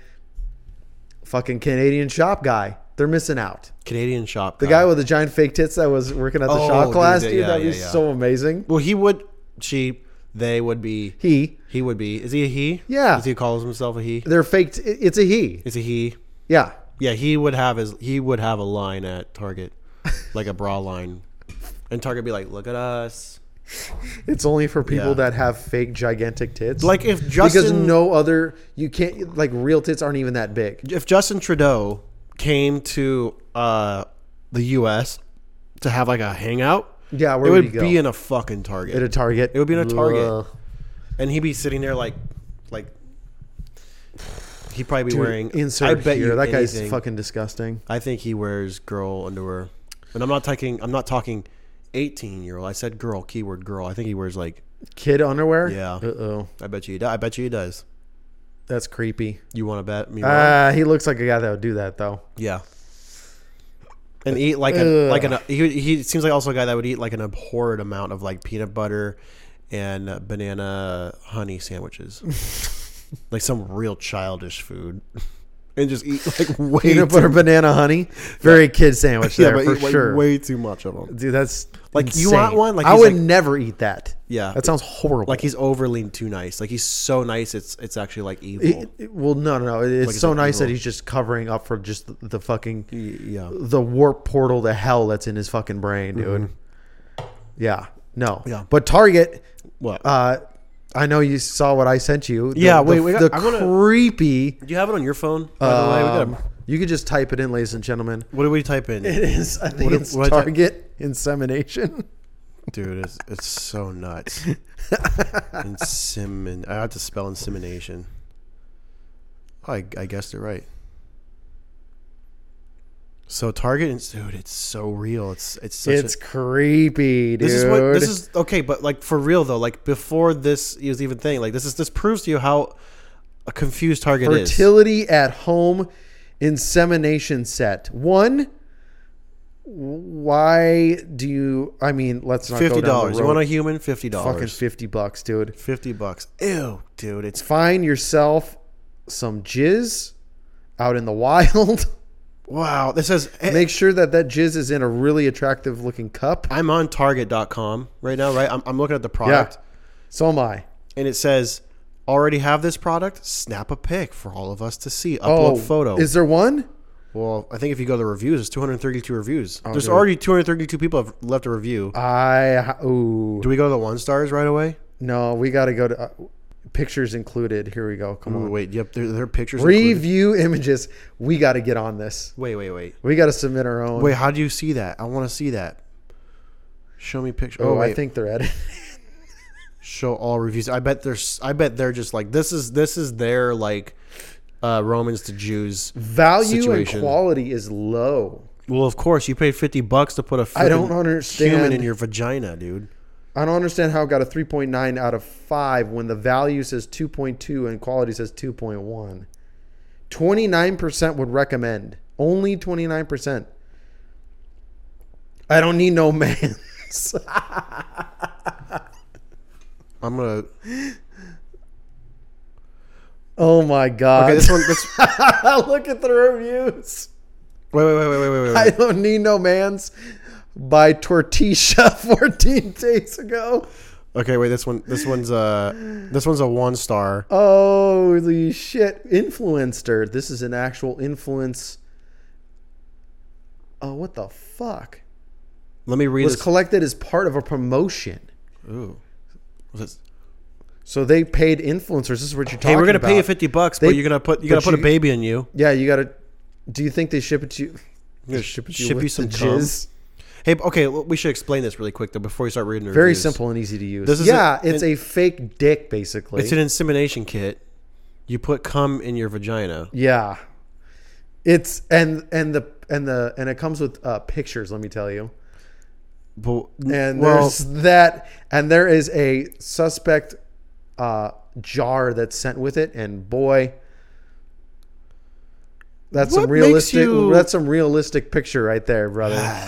[SPEAKER 2] Fucking Canadian shop guy. They're missing out.
[SPEAKER 1] Canadian shop.
[SPEAKER 2] The guy with the giant fake tits that was working at the
[SPEAKER 1] Oh,
[SPEAKER 2] shop
[SPEAKER 1] dude,
[SPEAKER 2] class,
[SPEAKER 1] that-
[SPEAKER 2] dude,
[SPEAKER 1] yeah,
[SPEAKER 2] that'd
[SPEAKER 1] yeah,
[SPEAKER 2] be
[SPEAKER 1] yeah.
[SPEAKER 2] so amazing.
[SPEAKER 1] Well, he would. She. They would be.
[SPEAKER 2] He,
[SPEAKER 1] He would be. Is he a he?
[SPEAKER 2] Yeah.
[SPEAKER 1] Does he calls himself a he?
[SPEAKER 2] they're faked. it- It's a he.
[SPEAKER 1] Is he he?
[SPEAKER 2] Yeah.
[SPEAKER 1] Yeah, he would have his. He would have a line at Target, like a bra line, and Target be like, "Look at us."
[SPEAKER 2] It's only for people
[SPEAKER 1] Yeah.
[SPEAKER 2] that have fake gigantic tits.
[SPEAKER 1] Like if Justin,
[SPEAKER 2] because no other you can't like real tits aren't even that big.
[SPEAKER 1] if Justin Trudeau came to uh, the U.S. to have like a hangout,
[SPEAKER 2] Yeah, where
[SPEAKER 1] it
[SPEAKER 2] would
[SPEAKER 1] would,
[SPEAKER 2] he go?
[SPEAKER 1] be in a fucking Target.
[SPEAKER 2] At a Target.
[SPEAKER 1] It would be in a Target.
[SPEAKER 2] Ugh.
[SPEAKER 1] and he'd be sitting there like, like he'd probably be
[SPEAKER 2] Dude,
[SPEAKER 1] wearing.
[SPEAKER 2] insert
[SPEAKER 1] I bet
[SPEAKER 2] here.
[SPEAKER 1] you
[SPEAKER 2] that guy's
[SPEAKER 1] anything,
[SPEAKER 2] fucking disgusting.
[SPEAKER 1] I think he wears girl underwear, and I'm not talking. I'm not talking. 18 year old. I said girl. Keyword girl. I think he wears like.
[SPEAKER 2] Kid underwear?
[SPEAKER 1] Yeah.
[SPEAKER 2] Uh oh.
[SPEAKER 1] I bet you. He, do- I bet you he does.
[SPEAKER 2] That's creepy.
[SPEAKER 1] You want to bet me? wrong?
[SPEAKER 2] Ah, he looks like a guy that would do that though.
[SPEAKER 1] yeah. And eat like a like an he, he seems like also a guy that would eat like an abhorrent amount of like peanut butter and uh, banana honey sandwiches, like some real childish food, and just eat like way
[SPEAKER 2] Peanut
[SPEAKER 1] too-
[SPEAKER 2] butter banana honey. Very kid sandwich
[SPEAKER 1] yeah,
[SPEAKER 2] there
[SPEAKER 1] but
[SPEAKER 2] for
[SPEAKER 1] eat, like,
[SPEAKER 2] sure.
[SPEAKER 1] way too much of them.
[SPEAKER 2] Dude, that's
[SPEAKER 1] Like, you
[SPEAKER 2] insane.
[SPEAKER 1] want one? Like,
[SPEAKER 2] I
[SPEAKER 1] he's
[SPEAKER 2] would
[SPEAKER 1] like-
[SPEAKER 2] never eat that.
[SPEAKER 1] Yeah.
[SPEAKER 2] That sounds horrible.
[SPEAKER 1] Like he's overly too nice. Like he's so nice, it's it's actually like evil.
[SPEAKER 2] It- it- well, no, no, no. It- It's
[SPEAKER 1] it's
[SPEAKER 2] so
[SPEAKER 1] like
[SPEAKER 2] nice that
[SPEAKER 1] evil.
[SPEAKER 2] he's just covering up for just the, the fucking
[SPEAKER 1] Y- yeah,
[SPEAKER 2] the warp portal to hell that's in his fucking brain, dude. Yeah, no,
[SPEAKER 1] Mm-hmm. Yeah.
[SPEAKER 2] But Target,
[SPEAKER 1] What?
[SPEAKER 2] Uh, I know you saw what I sent you. The-
[SPEAKER 1] Yeah,
[SPEAKER 2] the,
[SPEAKER 1] wait, we got-
[SPEAKER 2] the
[SPEAKER 1] I wanna-
[SPEAKER 2] creepy.
[SPEAKER 1] Do you have it on your phone? By the way, we
[SPEAKER 2] um,
[SPEAKER 1] got.
[SPEAKER 2] you could just type it in, ladies and gentlemen.
[SPEAKER 1] What do we type in?
[SPEAKER 2] It is. I think
[SPEAKER 1] What-
[SPEAKER 2] it's
[SPEAKER 1] what I type-
[SPEAKER 2] Target insemination.
[SPEAKER 1] Dude, it's it's so nuts. Insemin. I have to spell insemination. I I guessed it right. So target, ins- dude, it's so real. It's it's such
[SPEAKER 2] it's
[SPEAKER 1] a,
[SPEAKER 2] creepy, dude.
[SPEAKER 1] this is what this is okay, but like for real though, like before this is even thing, like this is this proves to you how a confused target is.
[SPEAKER 2] fertility at home insemination set one why do you i mean let's not
[SPEAKER 1] Fifty
[SPEAKER 2] go down
[SPEAKER 1] dollars.
[SPEAKER 2] the
[SPEAKER 1] You want a
[SPEAKER 2] road.
[SPEAKER 1] human? Fifty
[SPEAKER 2] fucking
[SPEAKER 1] dollars.
[SPEAKER 2] 50 bucks dude
[SPEAKER 1] Fifty bucks. Ew, dude. It's
[SPEAKER 2] find yourself some jizz out in the wild
[SPEAKER 1] wow. This says
[SPEAKER 2] make sure that that jizz is in a really attractive looking cup
[SPEAKER 1] I'm on Target.com right now. Right, I'm, I'm looking at the product.
[SPEAKER 2] so am i
[SPEAKER 1] and it says already have this product snap a pic for all of us to see upload
[SPEAKER 2] oh
[SPEAKER 1] photo
[SPEAKER 2] is there one
[SPEAKER 1] well i think if you go to the reviews it's 232 reviews there's
[SPEAKER 2] Oh, dude.
[SPEAKER 1] already 232 people have left a review
[SPEAKER 2] i ooh
[SPEAKER 1] do we go to the one stars right away
[SPEAKER 2] no we gotta go to uh, pictures included here we go come
[SPEAKER 1] Ooh,
[SPEAKER 2] on
[SPEAKER 1] wait yep there, there are pictures included.
[SPEAKER 2] review images we gotta get on this
[SPEAKER 1] wait wait wait
[SPEAKER 2] We got to submit our own.
[SPEAKER 1] wait how do you see that i want to see that show me picture
[SPEAKER 2] oh,
[SPEAKER 1] oh, wait.
[SPEAKER 2] I think they're at it.
[SPEAKER 1] show all reviews i bet there's i bet they're just like this is this is their like uh romans to jews
[SPEAKER 2] Value
[SPEAKER 1] Situation.
[SPEAKER 2] and quality is low.
[SPEAKER 1] well of course you paid 50 bucks to put a
[SPEAKER 2] I don't
[SPEAKER 1] freaking
[SPEAKER 2] understand.
[SPEAKER 1] human in your vagina dude
[SPEAKER 2] I don't understand how it got a 3.9 out of 5 when the value says 2.2 and quality says 2.1. 29% would recommend. Only 29%. I don't need no man.
[SPEAKER 1] i'm gonna
[SPEAKER 2] oh my
[SPEAKER 1] Okay,
[SPEAKER 2] god.
[SPEAKER 1] this one. This, wait,
[SPEAKER 2] Look at the reviews.
[SPEAKER 1] wait, wait, wait, wait, wait, wait.
[SPEAKER 2] I
[SPEAKER 1] wait.
[SPEAKER 2] don't need no man's by Tortisha 14 days ago.
[SPEAKER 1] Okay, wait. This one. This one's uh This one's a one star.
[SPEAKER 2] Holy shit. Influencer. This is an actual influence. Oh, what the fuck?
[SPEAKER 1] Let me read
[SPEAKER 2] Was
[SPEAKER 1] this.
[SPEAKER 2] collected as part of a promotion.
[SPEAKER 1] Ooh. Was it-
[SPEAKER 2] So they paid influencers. This is what you're talking
[SPEAKER 1] Hey,
[SPEAKER 2] about.
[SPEAKER 1] we're gonna pay you fifty bucks,
[SPEAKER 2] They-
[SPEAKER 1] but you're gonna put you
[SPEAKER 2] but
[SPEAKER 1] gotta put
[SPEAKER 2] you-
[SPEAKER 1] a baby in you.
[SPEAKER 2] Yeah, you gotta. Do you think they ship it to you?
[SPEAKER 1] I'm gonna ship,
[SPEAKER 2] you
[SPEAKER 1] ship you
[SPEAKER 2] with
[SPEAKER 1] some
[SPEAKER 2] the
[SPEAKER 1] jizz. Hey, b- okay. well, We should explain this really quick though before we start reading the
[SPEAKER 2] Very
[SPEAKER 1] reviews.
[SPEAKER 2] simple and easy to use.
[SPEAKER 1] This is
[SPEAKER 2] yeah,
[SPEAKER 1] a-
[SPEAKER 2] it's a fake dick, basically.
[SPEAKER 1] It's an insemination kit. You put cum in your vagina.
[SPEAKER 2] yeah, it's and and the and the and it comes with uh, pictures. Let me tell you.
[SPEAKER 1] But,
[SPEAKER 2] and
[SPEAKER 1] well,
[SPEAKER 2] there's that and there is a suspect uh, jar that's sent with it and boy that's
[SPEAKER 1] What
[SPEAKER 2] some
[SPEAKER 1] makes
[SPEAKER 2] realistic
[SPEAKER 1] you-
[SPEAKER 2] that's some realistic picture right there brother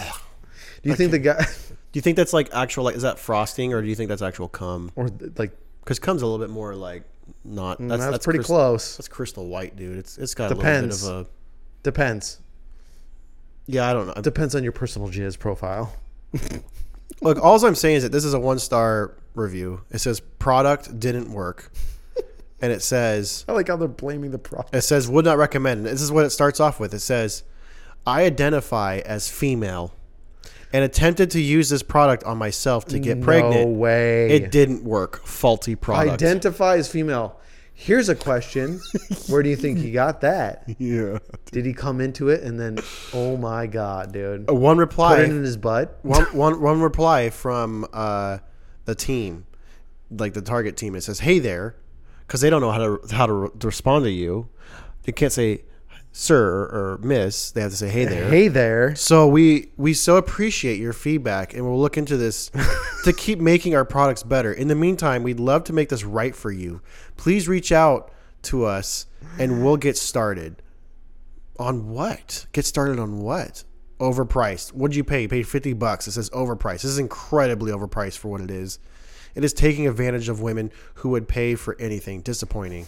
[SPEAKER 2] do you think the guy
[SPEAKER 1] do you think that's like actual? Like, is that frosting, or do you think that's actual cum?
[SPEAKER 2] or like
[SPEAKER 1] Because cum's a little bit more like not. That's,
[SPEAKER 2] that's,
[SPEAKER 1] Mm, that's
[SPEAKER 2] pretty
[SPEAKER 1] crystal-
[SPEAKER 2] close
[SPEAKER 1] That's crystal white, dude. It's it's got
[SPEAKER 2] Depends.
[SPEAKER 1] a little bit of
[SPEAKER 2] Depends.
[SPEAKER 1] Yeah, I don't know.
[SPEAKER 2] Depends on your personal jizz profile.
[SPEAKER 1] Look, all I'm saying is that this is a one star review. It says product didn't work, and it says
[SPEAKER 2] I like how they're blaming the product.
[SPEAKER 1] it says would not recommend. This is what it starts off with. It says, I identify as female, and attempted to use this product on myself to get
[SPEAKER 2] No
[SPEAKER 1] pregnant.
[SPEAKER 2] way.
[SPEAKER 1] It didn't work. Faulty product.
[SPEAKER 2] Identify as female. Here's a question. Where do you think he got that?
[SPEAKER 1] yeah.
[SPEAKER 2] Did he come into it and then, oh my God, dude.
[SPEAKER 1] One reply.
[SPEAKER 2] Put it in his butt?
[SPEAKER 1] one, one, one reply from uh, the team, like the target team. It says, "Hey there," because they don't know how to how to, re- to respond to you. They can't say "sir" or "miss." They have to say "Hey there."
[SPEAKER 2] Hey there.
[SPEAKER 1] So we we so appreciate your feedback, and we'll look into this to keep making our products better. In the meantime, we'd love to make this right for you. Please reach out to us, and we'll get started. On what? Get started on what? Overpriced. What'd you pay? You paid fifty bucks. It says overpriced. This is incredibly overpriced for what it is. It is taking advantage of women who would pay for anything. Disappointing.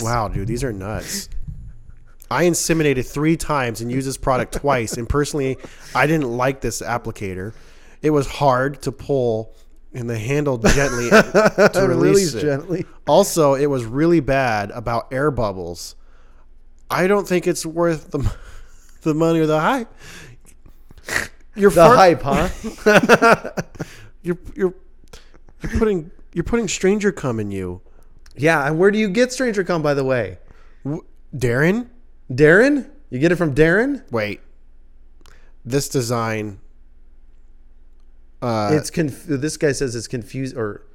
[SPEAKER 1] Wow, dude, these are nuts. I inseminated three times and used this product twice, and personally, I didn't like this applicator. It was hard to pull and the handle gently to release
[SPEAKER 2] Release
[SPEAKER 1] it.
[SPEAKER 2] gently.
[SPEAKER 1] Also, it was really bad about air bubbles. I don't think it's worth the m- the money or the hype. You're
[SPEAKER 2] The hype, huh?
[SPEAKER 1] You're you're you're putting you're putting stranger cum in you,
[SPEAKER 2] yeah. And where do you get Stranger Come, by the way?
[SPEAKER 1] W- Darren.
[SPEAKER 2] Darren? You get it from Darren?
[SPEAKER 1] Wait, this design. Uh,
[SPEAKER 2] it's conf- This guy says it's confused or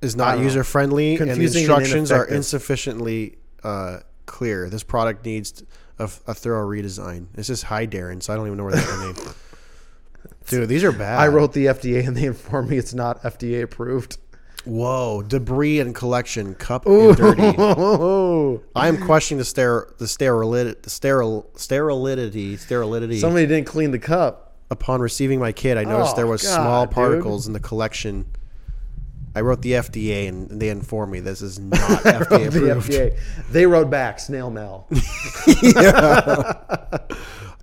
[SPEAKER 1] is not user friendly and the
[SPEAKER 2] Confusing and
[SPEAKER 1] instructions are
[SPEAKER 2] ineffective.
[SPEAKER 1] insufficiently uh, clear. This product needs t- a, a thorough redesign. This is Hi Darren, so I don't even know where that's name. Dude, these are bad.
[SPEAKER 2] I wrote the FDA and they informed me it's not FDA approved.
[SPEAKER 1] Whoa, debris and collection cup and dirty.
[SPEAKER 2] Oh,
[SPEAKER 1] I am questioning the steri- the sterility the sterile sterility sterility.
[SPEAKER 2] somebody didn't clean the cup.
[SPEAKER 1] Upon receiving my kid, I noticed
[SPEAKER 2] Oh,
[SPEAKER 1] there was
[SPEAKER 2] God,
[SPEAKER 1] small
[SPEAKER 2] dude.
[SPEAKER 1] particles in the collection. I wrote the FDA and they informed me this is not FDA
[SPEAKER 2] The
[SPEAKER 1] approved.
[SPEAKER 2] FDA. They wrote back snail mail.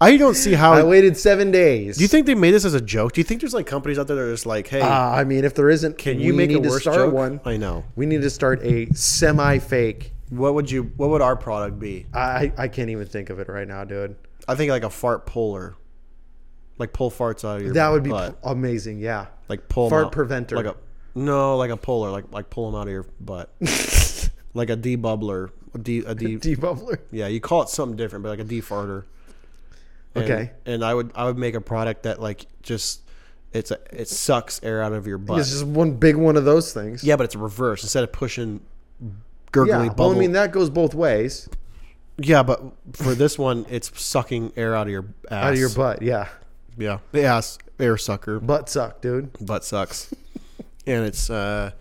[SPEAKER 1] I don't see how
[SPEAKER 2] I waited seven days.
[SPEAKER 1] Do you think they made this as a joke? Do you think there's like companies out there that are just like, hey,
[SPEAKER 2] Uh, I mean, if there isn't,
[SPEAKER 1] can you
[SPEAKER 2] we
[SPEAKER 1] make
[SPEAKER 2] need
[SPEAKER 1] a
[SPEAKER 2] to
[SPEAKER 1] worse
[SPEAKER 2] start
[SPEAKER 1] joke?
[SPEAKER 2] one?
[SPEAKER 1] I know.
[SPEAKER 2] We need to start a semi-fake.
[SPEAKER 1] What would you? What would our product be?
[SPEAKER 2] I I can't even think of it right now, dude.
[SPEAKER 1] I think like a fart puller, like pull farts out of your.
[SPEAKER 2] That would be
[SPEAKER 1] butt.
[SPEAKER 2] p- amazing. Yeah.
[SPEAKER 1] like pull 'em
[SPEAKER 2] fart
[SPEAKER 1] out.
[SPEAKER 2] preventer.
[SPEAKER 1] Like a no, like a puller, like like pull them out of your butt, like a debubbler, a de a de,
[SPEAKER 2] Debubbler.
[SPEAKER 1] yeah. You call it something different, but like a defarter. And,
[SPEAKER 2] Okay.
[SPEAKER 1] And I would I would make a product that like just it's a it sucks air out of your butt.
[SPEAKER 2] It's just one big one of those things.
[SPEAKER 1] yeah, but it's reverse instead of pushing. Gurgly
[SPEAKER 2] Yeah.
[SPEAKER 1] bubble.
[SPEAKER 2] Well, I mean, that goes both ways.
[SPEAKER 1] Yeah, but for this one, it's sucking air out of your ass.
[SPEAKER 2] Out of your butt. Yeah.
[SPEAKER 1] Yeah, the ass air sucker
[SPEAKER 2] Butt suck, dude.
[SPEAKER 1] butt sucks, and it's uh,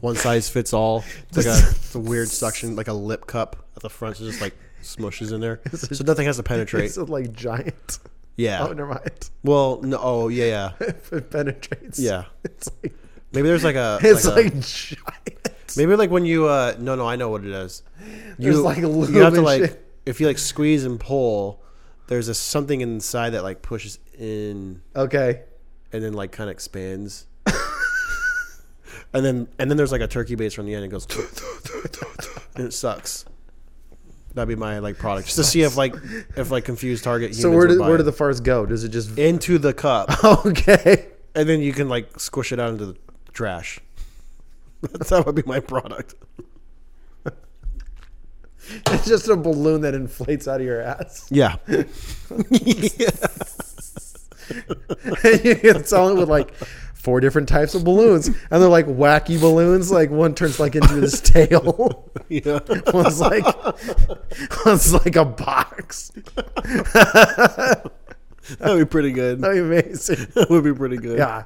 [SPEAKER 1] one size fits all. It's like a, it's a weird suction, like a lip cup at the front, so it just like smushes in there, so nothing has to penetrate.
[SPEAKER 2] It's like giant.
[SPEAKER 1] Yeah.
[SPEAKER 2] Oh, never mind.
[SPEAKER 1] Well, no. Oh, yeah, yeah,
[SPEAKER 2] If it penetrates.
[SPEAKER 1] yeah.
[SPEAKER 2] It's like
[SPEAKER 1] Maybe there's like a.
[SPEAKER 2] it's
[SPEAKER 1] like a-
[SPEAKER 2] like, giant.
[SPEAKER 1] Maybe like when you uh no no I know what it is. You
[SPEAKER 2] There's, like, a lube
[SPEAKER 1] you have to
[SPEAKER 2] and
[SPEAKER 1] like
[SPEAKER 2] shit.
[SPEAKER 1] if you like squeeze and pull, there's a something inside that like pushes in
[SPEAKER 2] Okay.
[SPEAKER 1] and then like kind of expands. and then and then there's like a turkey baster on the end and it goes and it sucks. That'd be my like product just to see if like if like confused target
[SPEAKER 2] So where
[SPEAKER 1] do
[SPEAKER 2] do where do the farts go? Does it just
[SPEAKER 1] into the cup
[SPEAKER 2] okay?
[SPEAKER 1] and then you can like squish it out into the trash. That's that would be my product.
[SPEAKER 2] It's just a balloon that inflates out of your ass.
[SPEAKER 1] Yeah.
[SPEAKER 2] it's all with like four different types of balloons, and they're like wacky balloons. Like one turns like into this tail.
[SPEAKER 1] yeah.
[SPEAKER 2] one's like one's like a box.
[SPEAKER 1] That'd be pretty good.
[SPEAKER 2] That'd be amazing.
[SPEAKER 1] That would be pretty good.
[SPEAKER 2] Yeah,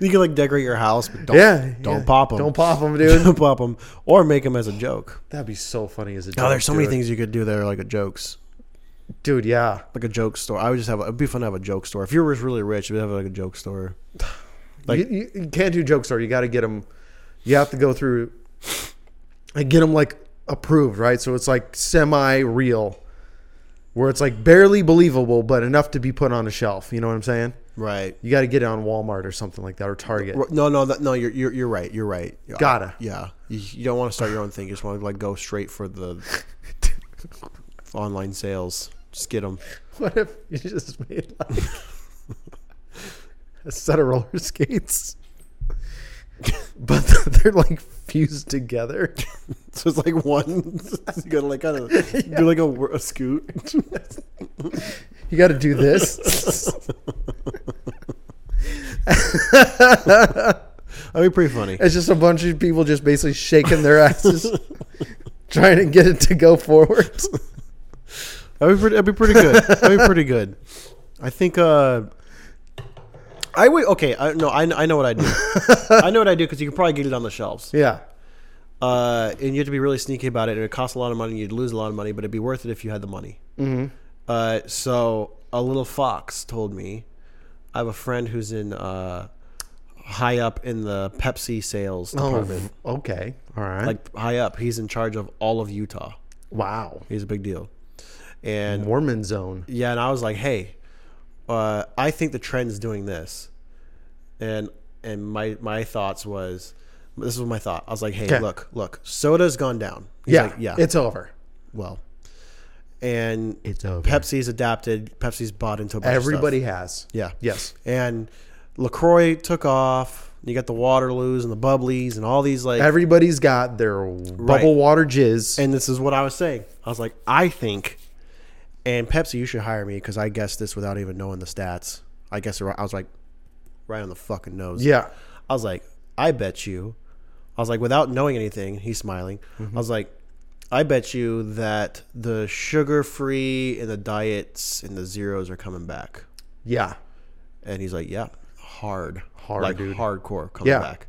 [SPEAKER 1] You can like decorate your house, but don't
[SPEAKER 2] yeah.
[SPEAKER 1] don't
[SPEAKER 2] yeah.
[SPEAKER 1] pop them.
[SPEAKER 2] Don't pop them, dude.
[SPEAKER 1] Don't pop 'em. or make them as a joke.
[SPEAKER 2] That'd be so funny as a joke.
[SPEAKER 1] Oh, there's so many
[SPEAKER 2] dude.
[SPEAKER 1] things you could do that are like a jokes,
[SPEAKER 2] dude. Yeah,
[SPEAKER 1] like a joke store. I would just have. A, it'd be fun to have a joke store. If you were really rich, you'd have like a joke store. Like-
[SPEAKER 2] you, you- you can't do joke store. You got to get them. You have to go through and get them like approved, right? So it's like semi real, where it's like barely believable, but enough to be put on a shelf. You know what I'm saying?
[SPEAKER 1] Right.
[SPEAKER 2] You got to get it on Walmart or something like that or Target.
[SPEAKER 1] R- No, no, that, no. You're, you're you're right. You're right. Yeah.
[SPEAKER 2] Gotta.
[SPEAKER 1] Yeah. You, you don't want to start your own thing. You just want to like go straight for the online sales. Just get them.
[SPEAKER 2] What if you just made like a set of roller skates, but they're like fused together?
[SPEAKER 1] So it's like one. You gotta like kind of do like a, wor- a scoot.
[SPEAKER 2] You got to do this.
[SPEAKER 1] That'd be pretty funny.
[SPEAKER 2] It's just a bunch of people just basically shaking their asses, trying to get it to go forward.
[SPEAKER 1] That'd be pretty, that'd be pretty good. That'd be pretty good. I think. uh I would okay. I no. I, I know what I do. I know what I do because you can probably get it on the shelves.
[SPEAKER 2] Yeah.
[SPEAKER 1] uh, and you have to be really sneaky about it, and it costs a lot of money. You'd lose a lot of money, but it'd be worth it if you had the money. Mm-hmm. Uh, so a little fox told me, I have a friend who's in uh, high up in the Pepsi sales department,
[SPEAKER 2] okay. All right.
[SPEAKER 1] like high up. He's in charge of all of Utah.
[SPEAKER 2] wow.
[SPEAKER 1] He's a big deal, and
[SPEAKER 2] Mormon zone.
[SPEAKER 1] yeah, and I was like, hey, uh, I think the trend's doing this, and and my my thoughts was. This was my thought. I was like, "Hey,
[SPEAKER 2] Okay.
[SPEAKER 1] look, look, soda's gone down." He's
[SPEAKER 2] Yeah.
[SPEAKER 1] like, yeah,
[SPEAKER 2] It's over.
[SPEAKER 1] well. And
[SPEAKER 2] It's over.
[SPEAKER 1] Pepsi's adapted. Pepsi's bought into a bunch of stuff.
[SPEAKER 2] Everybody has.
[SPEAKER 1] Yeah.
[SPEAKER 2] Yes.
[SPEAKER 1] And Lacroix took off. You got the Waterloos and the Bubblies and all these like.
[SPEAKER 2] Everybody's got their bubble water jizz.
[SPEAKER 1] and this is what I was saying. I was like, I think, and Pepsi, you should hire me because I guessed this without even knowing the stats. I guess I was like, right on the fucking nose.
[SPEAKER 2] yeah.
[SPEAKER 1] I was like, I bet you. I was like, without knowing anything, he's smiling. I was like, I bet you that the sugar free and the diets and the zeros are coming back.
[SPEAKER 2] Yeah.
[SPEAKER 1] And he's like, yeah, hard.
[SPEAKER 2] Hard,
[SPEAKER 1] Like
[SPEAKER 2] dude.
[SPEAKER 1] hardcore coming
[SPEAKER 2] Yeah.
[SPEAKER 1] back.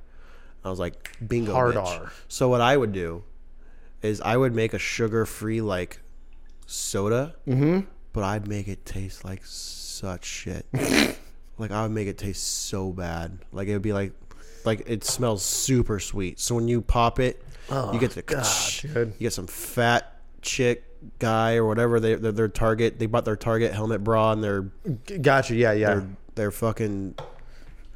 [SPEAKER 1] I was like, bingo.
[SPEAKER 2] Hard
[SPEAKER 1] bitch.
[SPEAKER 2] R.
[SPEAKER 1] So what I would do is I would make a sugar free like soda, mm-hmm. but I'd make it taste like such shit. like I would make it taste so bad. Like it would be like like it smells super sweet. So when you pop it, you get the
[SPEAKER 2] Oh, dude.
[SPEAKER 1] you get some fat chick guy or whatever they their, their target they bought their target helmet bra and their
[SPEAKER 2] G- Gotcha. Yeah. Yeah.
[SPEAKER 1] their, their fucking.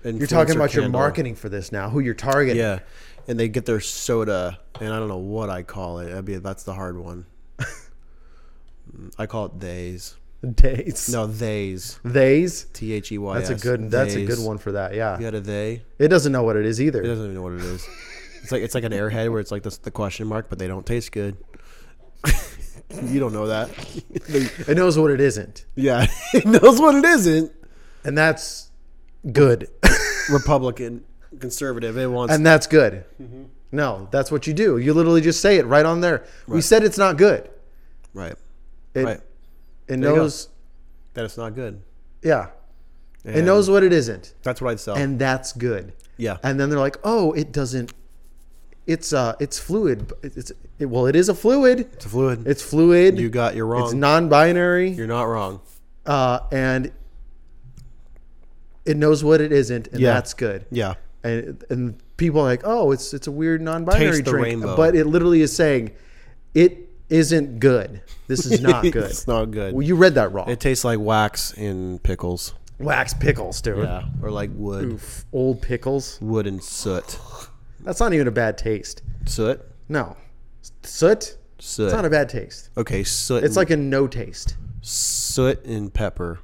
[SPEAKER 2] You're talking about your marketing for this now, who you're targeting.
[SPEAKER 1] yeah. And they get their soda, and I don't know what I call it. I mean, that's the hard one. I call it theys.
[SPEAKER 2] Days.
[SPEAKER 1] No, theys.
[SPEAKER 2] Theys.
[SPEAKER 1] T h e y.
[SPEAKER 2] That's a good that's a good one for that. Yeah.
[SPEAKER 1] You had a they.
[SPEAKER 2] It doesn't know what it is either.
[SPEAKER 1] It doesn't even know what it is. It's like it's like an airhead where it's like this, the question mark, but they don't taste good. you don't know that. They-
[SPEAKER 2] It knows what it isn't.
[SPEAKER 1] yeah, it knows what it isn't.
[SPEAKER 2] And that's good.
[SPEAKER 1] Republican, conservative. It wants.
[SPEAKER 2] and that's good.
[SPEAKER 1] Mm-hmm.
[SPEAKER 2] No, that's what you do. You literally just say it right on there. We said it's not good.
[SPEAKER 1] right.
[SPEAKER 2] It,
[SPEAKER 1] Right.
[SPEAKER 2] it
[SPEAKER 1] you go.
[SPEAKER 2] knows.
[SPEAKER 1] That it's not good.
[SPEAKER 2] Yeah. It
[SPEAKER 1] And
[SPEAKER 2] knows what it isn't.
[SPEAKER 1] That's what I'd sell.
[SPEAKER 2] And that's good.
[SPEAKER 1] yeah.
[SPEAKER 2] And then they're like, oh, it doesn't. It's uh, it's fluid. but It's it, well, it is a fluid.
[SPEAKER 1] It's a fluid.
[SPEAKER 2] It's fluid.
[SPEAKER 1] you got. You're wrong.
[SPEAKER 2] It's non-binary.
[SPEAKER 1] you're not wrong.
[SPEAKER 2] Uh, and it knows what it isn't, and
[SPEAKER 1] Yeah.
[SPEAKER 2] that's good.
[SPEAKER 1] Yeah.
[SPEAKER 2] and and people are like, oh, it's it's a weird non-binary
[SPEAKER 1] Taste the
[SPEAKER 2] drink,
[SPEAKER 1] rainbow.
[SPEAKER 2] but it literally is saying it isn't good. This is not good.
[SPEAKER 1] it's not good.
[SPEAKER 2] Well, you read that wrong.
[SPEAKER 1] it tastes like wax in pickles.
[SPEAKER 2] Wax pickles, dude.
[SPEAKER 1] Yeah. Or like wood.
[SPEAKER 2] Oof, old pickles.
[SPEAKER 1] Wood and soot.
[SPEAKER 2] That's not even a bad taste.
[SPEAKER 1] Soot.
[SPEAKER 2] No, soot.
[SPEAKER 1] Soot. Mm.
[SPEAKER 2] It's not a bad taste.
[SPEAKER 1] okay. Soot.
[SPEAKER 2] It's
[SPEAKER 1] and-
[SPEAKER 2] like a no taste.
[SPEAKER 1] soot and pepper.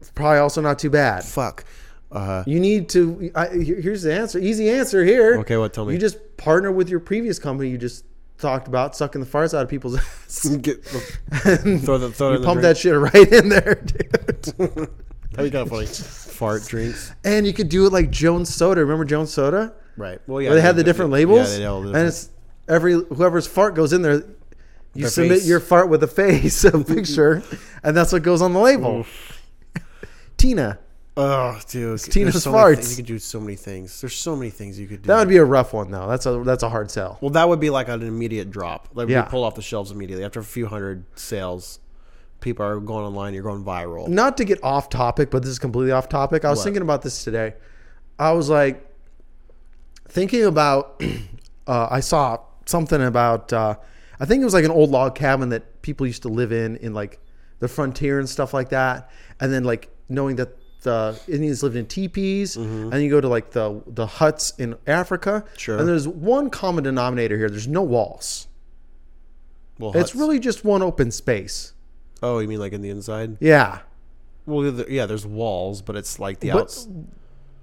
[SPEAKER 2] It's probably also not too bad.
[SPEAKER 1] Fuck. Uh,
[SPEAKER 2] You need to. I, here- here's the answer. Easy answer here.
[SPEAKER 1] Okay, what? Tell me.
[SPEAKER 2] You just partner with your previous company. You just talked about sucking the farts out of people's ass.
[SPEAKER 1] get the, throw the throw it in the
[SPEAKER 2] Pump
[SPEAKER 1] drink.
[SPEAKER 2] that shit right in there, dude.
[SPEAKER 1] That'd be kind of funny. Fart drinks.
[SPEAKER 2] And you could do it like Jones Soda. Remember Jones Soda?
[SPEAKER 1] Right. Well, yeah.
[SPEAKER 2] Where they had the different labels.
[SPEAKER 1] Yeah, they had all the
[SPEAKER 2] And
[SPEAKER 1] different-
[SPEAKER 2] it's every whoever's fart goes in there. You
[SPEAKER 1] Their
[SPEAKER 2] submit
[SPEAKER 1] face.
[SPEAKER 2] your fart with a face, a picture, and that's what goes on the label. Tina.
[SPEAKER 1] Oh, dude,
[SPEAKER 2] Tina's
[SPEAKER 1] there's so many
[SPEAKER 2] farts.
[SPEAKER 1] things- You could do so many things. There's so many things you could do.
[SPEAKER 2] That would be a rough one though. That's a that's a hard sell.
[SPEAKER 1] well, that would be like an immediate drop. Like
[SPEAKER 2] Yeah.
[SPEAKER 1] we pull off the shelves immediately after a few hundred sales. People are going online. You're going viral.
[SPEAKER 2] Not to get off topic, but this is completely off topic. I was
[SPEAKER 1] What?
[SPEAKER 2] thinking about this today. I was like thinking about uh, I saw something about uh, I think it was like an old log cabin that people used to live in in like the frontier and stuff like that. And then like knowing that the Indians lived in teepees, and you go to like the the huts in Africa.
[SPEAKER 1] Mm-hmm. Sure.
[SPEAKER 2] And there's one common denominator here. There's no walls.
[SPEAKER 1] Well,
[SPEAKER 2] It's
[SPEAKER 1] huts.
[SPEAKER 2] really just one open space.
[SPEAKER 1] Oh, you mean like in the inside?
[SPEAKER 2] Yeah.
[SPEAKER 1] Well, there- yeah. There's walls, but it's like the
[SPEAKER 2] But-
[SPEAKER 1] outs.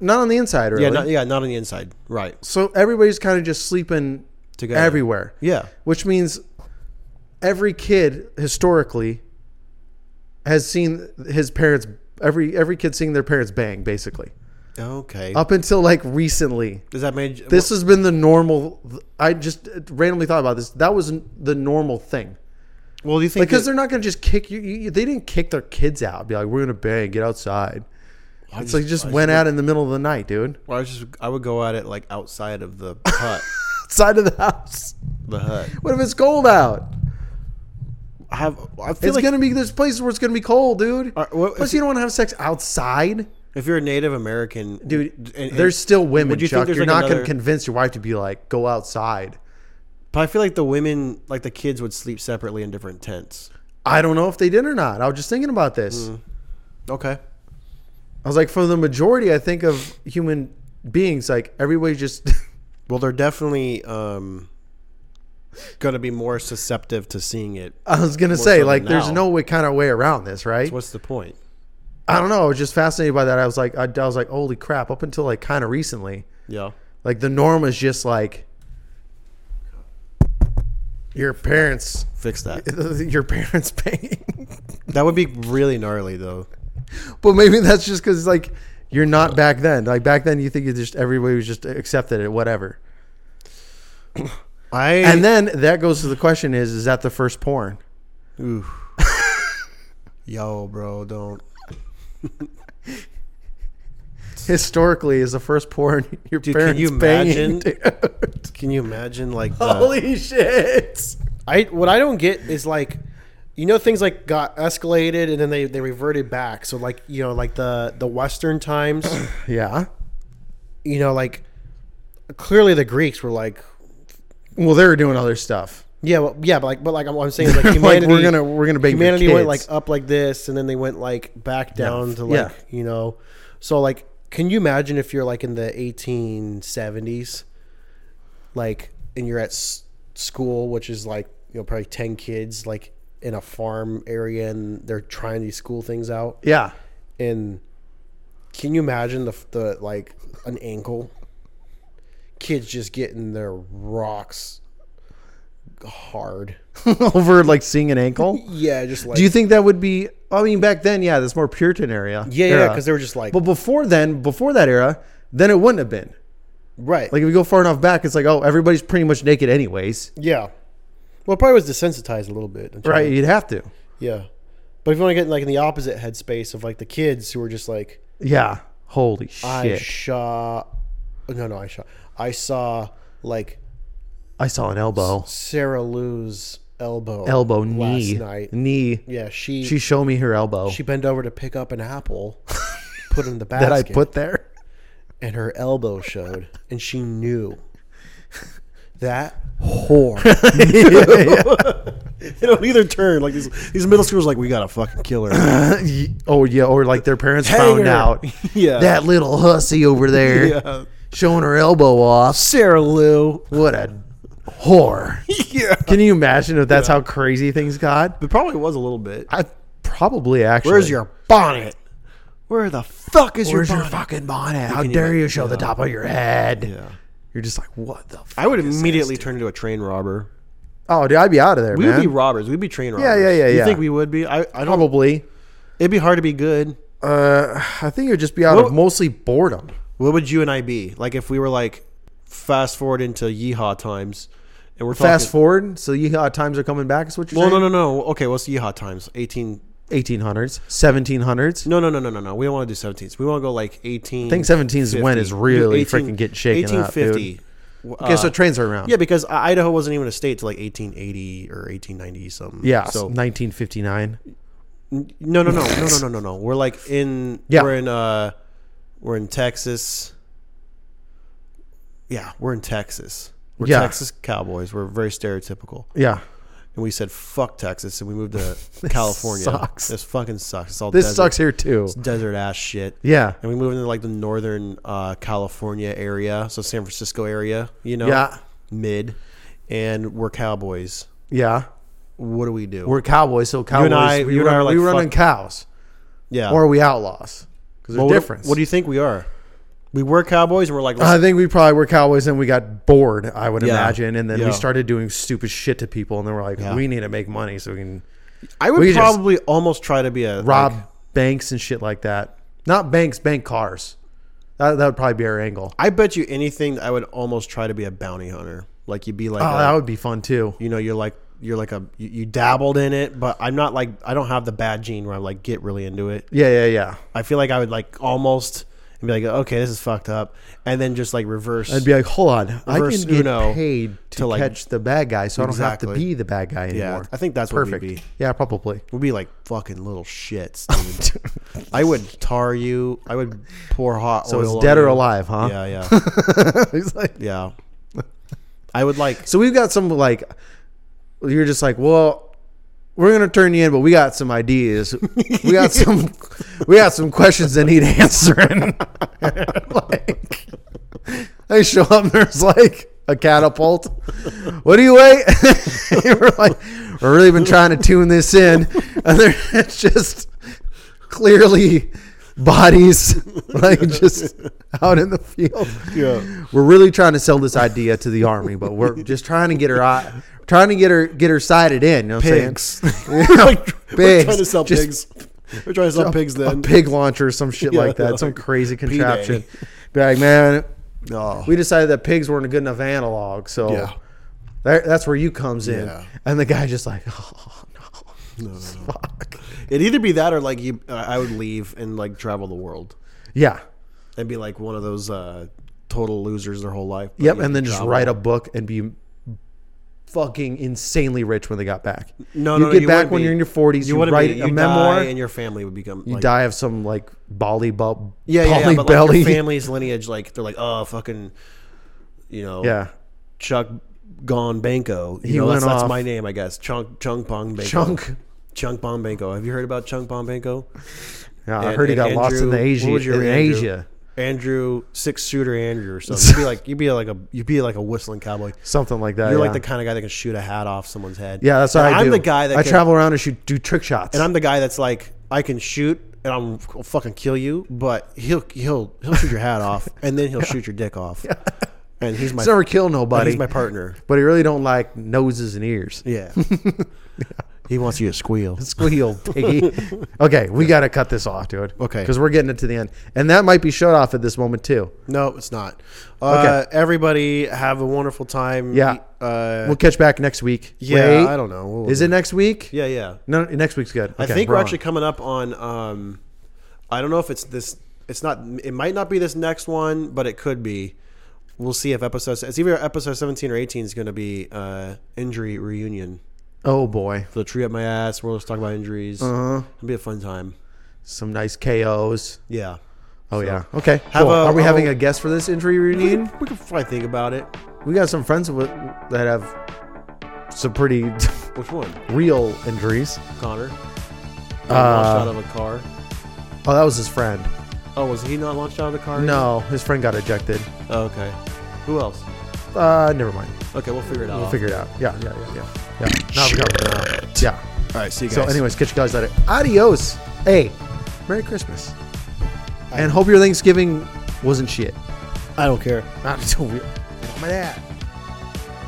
[SPEAKER 2] Not on the inside, really.
[SPEAKER 1] Yeah, not, yeah, not on the inside. Right.
[SPEAKER 2] so everybody's kind of just sleeping
[SPEAKER 1] Together.
[SPEAKER 2] everywhere.
[SPEAKER 1] Yeah.
[SPEAKER 2] which means every kid historically has seen his parents every every kid seeing their parents bang basically
[SPEAKER 1] Okay.
[SPEAKER 2] up until like recently
[SPEAKER 1] Does that make
[SPEAKER 2] this has been the normal i just randomly thought about this that was the normal thing
[SPEAKER 1] Well, do you think
[SPEAKER 2] because
[SPEAKER 1] that-
[SPEAKER 2] they're not going to just kick you, you they didn't kick their kids out be like we're going to bang get outside it's like just went out in the middle of the night dude
[SPEAKER 1] Well, I was just I would go at it like outside of the hut,
[SPEAKER 2] outside of the house
[SPEAKER 1] the hut.
[SPEAKER 2] what if it's cold out
[SPEAKER 1] I have I feel
[SPEAKER 2] It's
[SPEAKER 1] like
[SPEAKER 2] gonna be there's places where it's gonna be cold, dude.
[SPEAKER 1] Uh, well,
[SPEAKER 2] Plus,
[SPEAKER 1] if-
[SPEAKER 2] you don't want to have sex outside,
[SPEAKER 1] if you're a Native American,
[SPEAKER 2] dude.
[SPEAKER 1] and- and-
[SPEAKER 2] there's still women,
[SPEAKER 1] Would you think
[SPEAKER 2] Chuck.
[SPEAKER 1] there's,
[SPEAKER 2] You're
[SPEAKER 1] like,
[SPEAKER 2] not
[SPEAKER 1] another-
[SPEAKER 2] gonna convince your wife to be like, go outside.
[SPEAKER 1] but I feel like the women, like the kids, would sleep separately in different tents.
[SPEAKER 2] I don't know if they did or not. I was just thinking about this.
[SPEAKER 1] Hmm. Okay.
[SPEAKER 2] I was like, for the majority, I think of human beings, like everybody just
[SPEAKER 1] Well, they're definitely um, going to be more susceptible to seeing it.
[SPEAKER 2] I was gonna say,
[SPEAKER 1] so
[SPEAKER 2] like, there's
[SPEAKER 1] now.
[SPEAKER 2] no way kind of way around this, right?
[SPEAKER 1] What's the point?
[SPEAKER 2] I don't know. I was just fascinated by that. I was like, I, I was like, holy crap! Up until like kind of recently,
[SPEAKER 1] Yeah.
[SPEAKER 2] like the norm is just like your parents
[SPEAKER 1] Fix that.
[SPEAKER 2] your parents paying.
[SPEAKER 1] That would be really gnarly, though.
[SPEAKER 2] but maybe that's just because like you're
[SPEAKER 1] Uh,
[SPEAKER 2] not back then. Like back then, you think you just everybody was just accepted it, whatever.
[SPEAKER 1] I
[SPEAKER 2] And then that goes to the question: Is is that the first porn?
[SPEAKER 1] Oof. Yo, bro, don't.
[SPEAKER 2] Historically, is the first porn your
[SPEAKER 1] Dude, can
[SPEAKER 2] parents
[SPEAKER 1] you
[SPEAKER 2] banging,
[SPEAKER 1] imagine?
[SPEAKER 2] dude?
[SPEAKER 1] Can you imagine, like, the,
[SPEAKER 2] Holy shit!
[SPEAKER 1] I what I don't get is like you know things like got escalated and then they, they reverted back. So like you know like the the Western times,
[SPEAKER 2] Yeah.
[SPEAKER 1] you know like clearly the Greeks were like
[SPEAKER 2] Well, they were doing other stuff.
[SPEAKER 1] yeah well, yeah but like but like what I'm saying is like
[SPEAKER 2] Like, we're
[SPEAKER 1] humanity
[SPEAKER 2] gonna- we're gonna bang your
[SPEAKER 1] humanity went like
[SPEAKER 2] kids.
[SPEAKER 1] up like this and then they went like back down to like
[SPEAKER 2] Yeah.
[SPEAKER 1] you know so like can you imagine if you're like in the 1870s like and you're at s- school which is like you know probably 10 kids like in a farm area and they're trying these school things out
[SPEAKER 2] Yeah.
[SPEAKER 1] and can you imagine the f- the like an ankle kids just getting their rocks hard
[SPEAKER 2] Over like seeing an ankle.
[SPEAKER 1] yeah just like
[SPEAKER 2] Do you think that would be? I mean, back then, yeah, that's more Puritan area.
[SPEAKER 1] yeah yeah
[SPEAKER 2] era.
[SPEAKER 1] because they were just like
[SPEAKER 2] But before then, before that era, then it wouldn't have been.
[SPEAKER 1] right
[SPEAKER 2] Like if you go far enough back, it's like, oh, everybody's pretty much naked anyways.
[SPEAKER 1] Yeah. Well, it probably was desensitized a little bit. don't you
[SPEAKER 2] Right.
[SPEAKER 1] think?
[SPEAKER 2] You'd have to.
[SPEAKER 1] Yeah. But if you want to get like in the opposite headspace of like the kids who are just like,
[SPEAKER 2] Yeah. Holy shit.
[SPEAKER 1] I
[SPEAKER 2] I,
[SPEAKER 1] saw, no, no, I saw, I saw like
[SPEAKER 2] saw an elbow.
[SPEAKER 1] Sarah Lou's elbow,
[SPEAKER 2] Elbow,
[SPEAKER 1] last
[SPEAKER 2] knee.
[SPEAKER 1] night.
[SPEAKER 2] Knee.
[SPEAKER 1] Yeah, she
[SPEAKER 2] She
[SPEAKER 1] she
[SPEAKER 2] showed me her elbow
[SPEAKER 1] bent over to pick up an apple, put it in the basket,
[SPEAKER 2] that I put there.
[SPEAKER 1] and her elbow showed, and she knew that whore. It'll either turn like these these middle schoolers like we gotta fucking kill her.
[SPEAKER 2] oh yeah, or like their parents
[SPEAKER 1] Hang
[SPEAKER 2] found
[SPEAKER 1] her.
[SPEAKER 2] out.
[SPEAKER 1] Yeah.
[SPEAKER 2] That little hussy over there
[SPEAKER 1] Yeah.
[SPEAKER 2] showing her elbow off.
[SPEAKER 1] Sarah Lou.
[SPEAKER 2] What a whore.
[SPEAKER 1] Yeah.
[SPEAKER 2] Can you imagine if that's how crazy things got?
[SPEAKER 1] It probably was a little bit.
[SPEAKER 2] I probably actually
[SPEAKER 1] Where's your bonnet? Where the fuck is
[SPEAKER 2] Where's
[SPEAKER 1] your
[SPEAKER 2] your,
[SPEAKER 1] bonnet?
[SPEAKER 2] fucking bonnet? How
[SPEAKER 1] can you
[SPEAKER 2] dare
[SPEAKER 1] make-
[SPEAKER 2] you show the top of your head?
[SPEAKER 1] yeah.
[SPEAKER 2] You're just like, what the? Fuck
[SPEAKER 1] I would
[SPEAKER 2] is
[SPEAKER 1] immediately
[SPEAKER 2] this,
[SPEAKER 1] turn into a train robber.
[SPEAKER 2] dude? Oh, dude, I'd be out of there,
[SPEAKER 1] We
[SPEAKER 2] man.
[SPEAKER 1] would be robbers. We'd be train robbers.
[SPEAKER 2] yeah, yeah,
[SPEAKER 1] You
[SPEAKER 2] yeah.
[SPEAKER 1] think we would be? I, I don't.
[SPEAKER 2] Probably.
[SPEAKER 1] It'd be hard to be good.
[SPEAKER 2] Uh, I think it'd just be out
[SPEAKER 1] Well-
[SPEAKER 2] of mostly boredom.
[SPEAKER 1] What would you and I be like if we were like fast forward into yeehaw times, and we're
[SPEAKER 2] Fast
[SPEAKER 1] talking,
[SPEAKER 2] forward, so you got times are coming back. Is what you're
[SPEAKER 1] Well, no,
[SPEAKER 2] saying?
[SPEAKER 1] no, no. Okay, what's yeehaw times? Eighteen.
[SPEAKER 2] 1800s, 1700s.
[SPEAKER 1] No, no, no, no, no, no. We don't want to do seventeens. We want to go like eighteen. I
[SPEAKER 2] think 17 is when it's really freaking getting shaken
[SPEAKER 1] Eighteen
[SPEAKER 2] up, dude.
[SPEAKER 1] fifty. Uh,
[SPEAKER 2] Okay, so trains are around.
[SPEAKER 1] Yeah, because I- Idaho wasn't even a state till like 1880 or 1890 something.
[SPEAKER 2] yeah. So
[SPEAKER 1] So
[SPEAKER 2] 1959.
[SPEAKER 1] no, no, no, no, no, no, no, no. We're like in.
[SPEAKER 2] Yeah.
[SPEAKER 1] We're in. Uh, we're in Texas. Yeah, we're in Texas. We're
[SPEAKER 2] Yeah.
[SPEAKER 1] Texas cowboys. We're very stereotypical.
[SPEAKER 2] Yeah.
[SPEAKER 1] And we said fuck Texas, and we moved to California.
[SPEAKER 2] sucks.
[SPEAKER 1] This fucking sucks. It's all
[SPEAKER 2] This
[SPEAKER 1] desert,
[SPEAKER 2] sucks here too.
[SPEAKER 1] It's desert ass shit.
[SPEAKER 2] Yeah.
[SPEAKER 1] And we moved into like the northern uh, California area, so San Francisco area. You know,
[SPEAKER 2] Yeah.
[SPEAKER 1] mid, and we're cowboys.
[SPEAKER 2] Yeah.
[SPEAKER 1] What do we do?
[SPEAKER 2] We're cowboys, so cowboys.
[SPEAKER 1] and I-
[SPEAKER 2] we
[SPEAKER 1] you and
[SPEAKER 2] run,
[SPEAKER 1] I are like,
[SPEAKER 2] we run on
[SPEAKER 1] fuck-
[SPEAKER 2] cows,
[SPEAKER 1] yeah.
[SPEAKER 2] or are we outlaws? Because
[SPEAKER 1] Well, what,
[SPEAKER 2] there's a
[SPEAKER 1] do-
[SPEAKER 2] difference.
[SPEAKER 1] What do you think we are? We were cowboys, and we're like,
[SPEAKER 2] I think we probably were cowboys, and we got bored. I would
[SPEAKER 1] Yeah.
[SPEAKER 2] imagine, and then
[SPEAKER 1] Yeah.
[SPEAKER 2] we started doing stupid shit to people, and then we're like,
[SPEAKER 1] Yeah.
[SPEAKER 2] we need to make money, so we can
[SPEAKER 1] I would
[SPEAKER 2] we just-
[SPEAKER 1] probably almost try to be a
[SPEAKER 2] rob
[SPEAKER 1] like-
[SPEAKER 2] banks and shit like that. Not banks, bank cars. That, that would probably be our angle.
[SPEAKER 1] I bet you anything. I would almost try to be a bounty hunter. Like you'd be like,
[SPEAKER 2] Oh,
[SPEAKER 1] a-
[SPEAKER 2] that would be fun too.
[SPEAKER 1] you know, you're like, you're like a, you, you dabbled in it, but I'm not like, I don't have the bad gene where I like get really into it.
[SPEAKER 2] Yeah, yeah, yeah.
[SPEAKER 1] I feel like I would like almost and be like, okay, this is fucked up, and then just like reverse.
[SPEAKER 2] I'd be like, hold on, I can
[SPEAKER 1] Reverse
[SPEAKER 2] get
[SPEAKER 1] Uno
[SPEAKER 2] paid to,
[SPEAKER 1] to, like-
[SPEAKER 2] catch the bad guy, so I don't have to
[SPEAKER 1] Exactly.
[SPEAKER 2] be the bad guy anymore.
[SPEAKER 1] yeah, I think that's what
[SPEAKER 2] perfect.
[SPEAKER 1] we'd be.
[SPEAKER 2] Yeah, probably.
[SPEAKER 1] We'd be like fucking little shits. Dude. I would tar you. I would pour hot
[SPEAKER 2] So
[SPEAKER 1] oil.
[SPEAKER 2] it's
[SPEAKER 1] on
[SPEAKER 2] dead or
[SPEAKER 1] you.
[SPEAKER 2] alive, huh?
[SPEAKER 1] Yeah, yeah,
[SPEAKER 2] He's like-
[SPEAKER 1] yeah. I would like.
[SPEAKER 2] So we've got some like you're just like, well, we're gonna turn you in, but we got some ideas. We got some we got some questions that need answering. like they show up and there's like a catapult. What do you wait? we're like, we've really been trying to tune this in. And there it's just clearly bodies like just out in the field.
[SPEAKER 1] Yeah.
[SPEAKER 2] We're really trying to sell this idea to the army, but we're just trying to get her eye, trying to get her get her sighted in. You know what
[SPEAKER 1] Pigs.
[SPEAKER 2] I'm saying?
[SPEAKER 1] We're
[SPEAKER 2] Yeah,
[SPEAKER 1] like- We're trying to
[SPEAKER 2] pigs.
[SPEAKER 1] sell
[SPEAKER 2] Just
[SPEAKER 1] pigs. We're trying to sell pigs
[SPEAKER 2] A
[SPEAKER 1] then.
[SPEAKER 2] pig launcher, or some shit
[SPEAKER 1] Yeah,
[SPEAKER 2] like that, some
[SPEAKER 1] like
[SPEAKER 2] crazy
[SPEAKER 1] P-Day.
[SPEAKER 2] contraption. Be like, man,
[SPEAKER 1] Oh.
[SPEAKER 2] we decided that pigs weren't a good enough analog, so
[SPEAKER 1] Yeah.
[SPEAKER 2] there, that's where you comes in.
[SPEAKER 1] Yeah.
[SPEAKER 2] And the guy just like, oh no, fuck,
[SPEAKER 1] It'd either be that or like you. uh, I would leave and like travel the world
[SPEAKER 2] yeah,
[SPEAKER 1] and be like one of those uh, total losers their whole life. but
[SPEAKER 2] yep.
[SPEAKER 1] you
[SPEAKER 2] And then
[SPEAKER 1] can
[SPEAKER 2] just
[SPEAKER 1] travel.
[SPEAKER 2] write a book and be fucking insanely rich when they got back.
[SPEAKER 1] No,
[SPEAKER 2] you
[SPEAKER 1] no, no,
[SPEAKER 2] get
[SPEAKER 1] you
[SPEAKER 2] back
[SPEAKER 1] wouldn't
[SPEAKER 2] when
[SPEAKER 1] be.
[SPEAKER 2] you're in your 40s. You,
[SPEAKER 1] wouldn't
[SPEAKER 2] write
[SPEAKER 1] be.
[SPEAKER 2] a
[SPEAKER 1] You
[SPEAKER 2] memoir.
[SPEAKER 1] die and your family would become.
[SPEAKER 2] you
[SPEAKER 1] like,
[SPEAKER 2] die of some like bally bub,
[SPEAKER 1] Yeah, yeah, yeah
[SPEAKER 2] bally
[SPEAKER 1] but
[SPEAKER 2] belly.
[SPEAKER 1] like your family's lineage, like they're like, oh, fucking, you know,
[SPEAKER 2] yeah,
[SPEAKER 1] Chuck Gone Banco. You
[SPEAKER 2] He
[SPEAKER 1] know, that's,
[SPEAKER 2] went
[SPEAKER 1] that's
[SPEAKER 2] off.
[SPEAKER 1] my name, I guess. Chunk Chunk Bong Banco.
[SPEAKER 2] Chunk.
[SPEAKER 1] Chunk Bong Banco. Have you heard about Chunk Bong Banco?
[SPEAKER 2] yeah. I
[SPEAKER 1] And-
[SPEAKER 2] heard he
[SPEAKER 1] and
[SPEAKER 2] got lost in
[SPEAKER 1] Andrew-
[SPEAKER 2] the Asia.
[SPEAKER 1] what was your
[SPEAKER 2] in
[SPEAKER 1] Andrew?
[SPEAKER 2] Asia,
[SPEAKER 1] Andrew six shooter Andrew or something. You'd be like you'd be like a you'd be like a whistling cowboy.
[SPEAKER 2] something like that.
[SPEAKER 1] You're
[SPEAKER 2] yeah.
[SPEAKER 1] like the kind of guy that can shoot a hat off someone's head.
[SPEAKER 2] yeah, that's what
[SPEAKER 1] And
[SPEAKER 2] I
[SPEAKER 1] I'm
[SPEAKER 2] do.
[SPEAKER 1] the guy that
[SPEAKER 2] I
[SPEAKER 1] can,
[SPEAKER 2] travel around and shoot, do trick shots.
[SPEAKER 1] and I'm the guy that's like I can shoot and I'm I'll fucking kill you, but he'll he'll he'll shoot your hat off and then he'll shoot your dick off. And he's my
[SPEAKER 2] He's never killed
[SPEAKER 1] and
[SPEAKER 2] nobody,
[SPEAKER 1] he's my partner.
[SPEAKER 2] but he really don't like noses and ears.
[SPEAKER 1] Yeah. He wants you to squeal.
[SPEAKER 2] Squeal, piggy. okay, we got to cut this off, dude.
[SPEAKER 1] Okay.
[SPEAKER 2] because we're getting it to the end, and that might be shut off at this moment too.
[SPEAKER 1] No, it's not. Uh, Everybody have a wonderful time.
[SPEAKER 2] Yeah.
[SPEAKER 1] Uh,
[SPEAKER 2] we'll catch back next week.
[SPEAKER 1] yeah,
[SPEAKER 2] Wait,
[SPEAKER 1] I don't know. We'll-
[SPEAKER 2] Is it next week?
[SPEAKER 1] Yeah, yeah.
[SPEAKER 2] No, next week's good.
[SPEAKER 1] I
[SPEAKER 2] Okay,
[SPEAKER 1] think we're
[SPEAKER 2] on.
[SPEAKER 1] actually coming up on. Um, I don't know if it's this. It's not. It might not be this next one, but it could be. We'll see if episode. It's either episode seventeen or eighteen is going to be uh, injury reunion.
[SPEAKER 2] Oh boy,
[SPEAKER 1] So the tree up my ass. We'll just talk about injuries.
[SPEAKER 2] Uh-huh.
[SPEAKER 1] It'll be a fun time.
[SPEAKER 2] some nice KOs.
[SPEAKER 1] Yeah.
[SPEAKER 2] Oh yeah. Okay.
[SPEAKER 1] Have
[SPEAKER 2] cool.
[SPEAKER 1] a-
[SPEAKER 2] Are we
[SPEAKER 1] have
[SPEAKER 2] having
[SPEAKER 1] a-
[SPEAKER 2] a guest for this injury
[SPEAKER 1] We can,
[SPEAKER 2] reunion?
[SPEAKER 1] we can probably think about it.
[SPEAKER 2] We got some friends with, that have some pretty
[SPEAKER 1] Which one,
[SPEAKER 2] real injuries.
[SPEAKER 1] Connor? Launched
[SPEAKER 2] Uh,
[SPEAKER 1] out of a car.
[SPEAKER 2] Oh, that was his friend.
[SPEAKER 1] Oh, was he not launched out of the car?
[SPEAKER 2] No, his friend got ejected.
[SPEAKER 1] Oh, okay. Who else?
[SPEAKER 2] Uh, never mind.
[SPEAKER 1] Okay, we'll figure it out.
[SPEAKER 2] We'll figure it out. Yeah, yeah, yeah, yeah. Yeah. Not recovered. Yeah.
[SPEAKER 1] All right. See you guys.
[SPEAKER 2] So, anyways, catch you guys later. Adios. Hey, Merry Christmas, and hope your Thanksgiving wasn't shit.
[SPEAKER 1] I don't care.
[SPEAKER 2] Not so weird. My dad.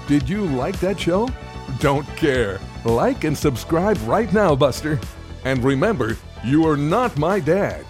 [SPEAKER 3] Did you like that show? Don't care. Like and subscribe right now, Buster. And remember, you are not my dad.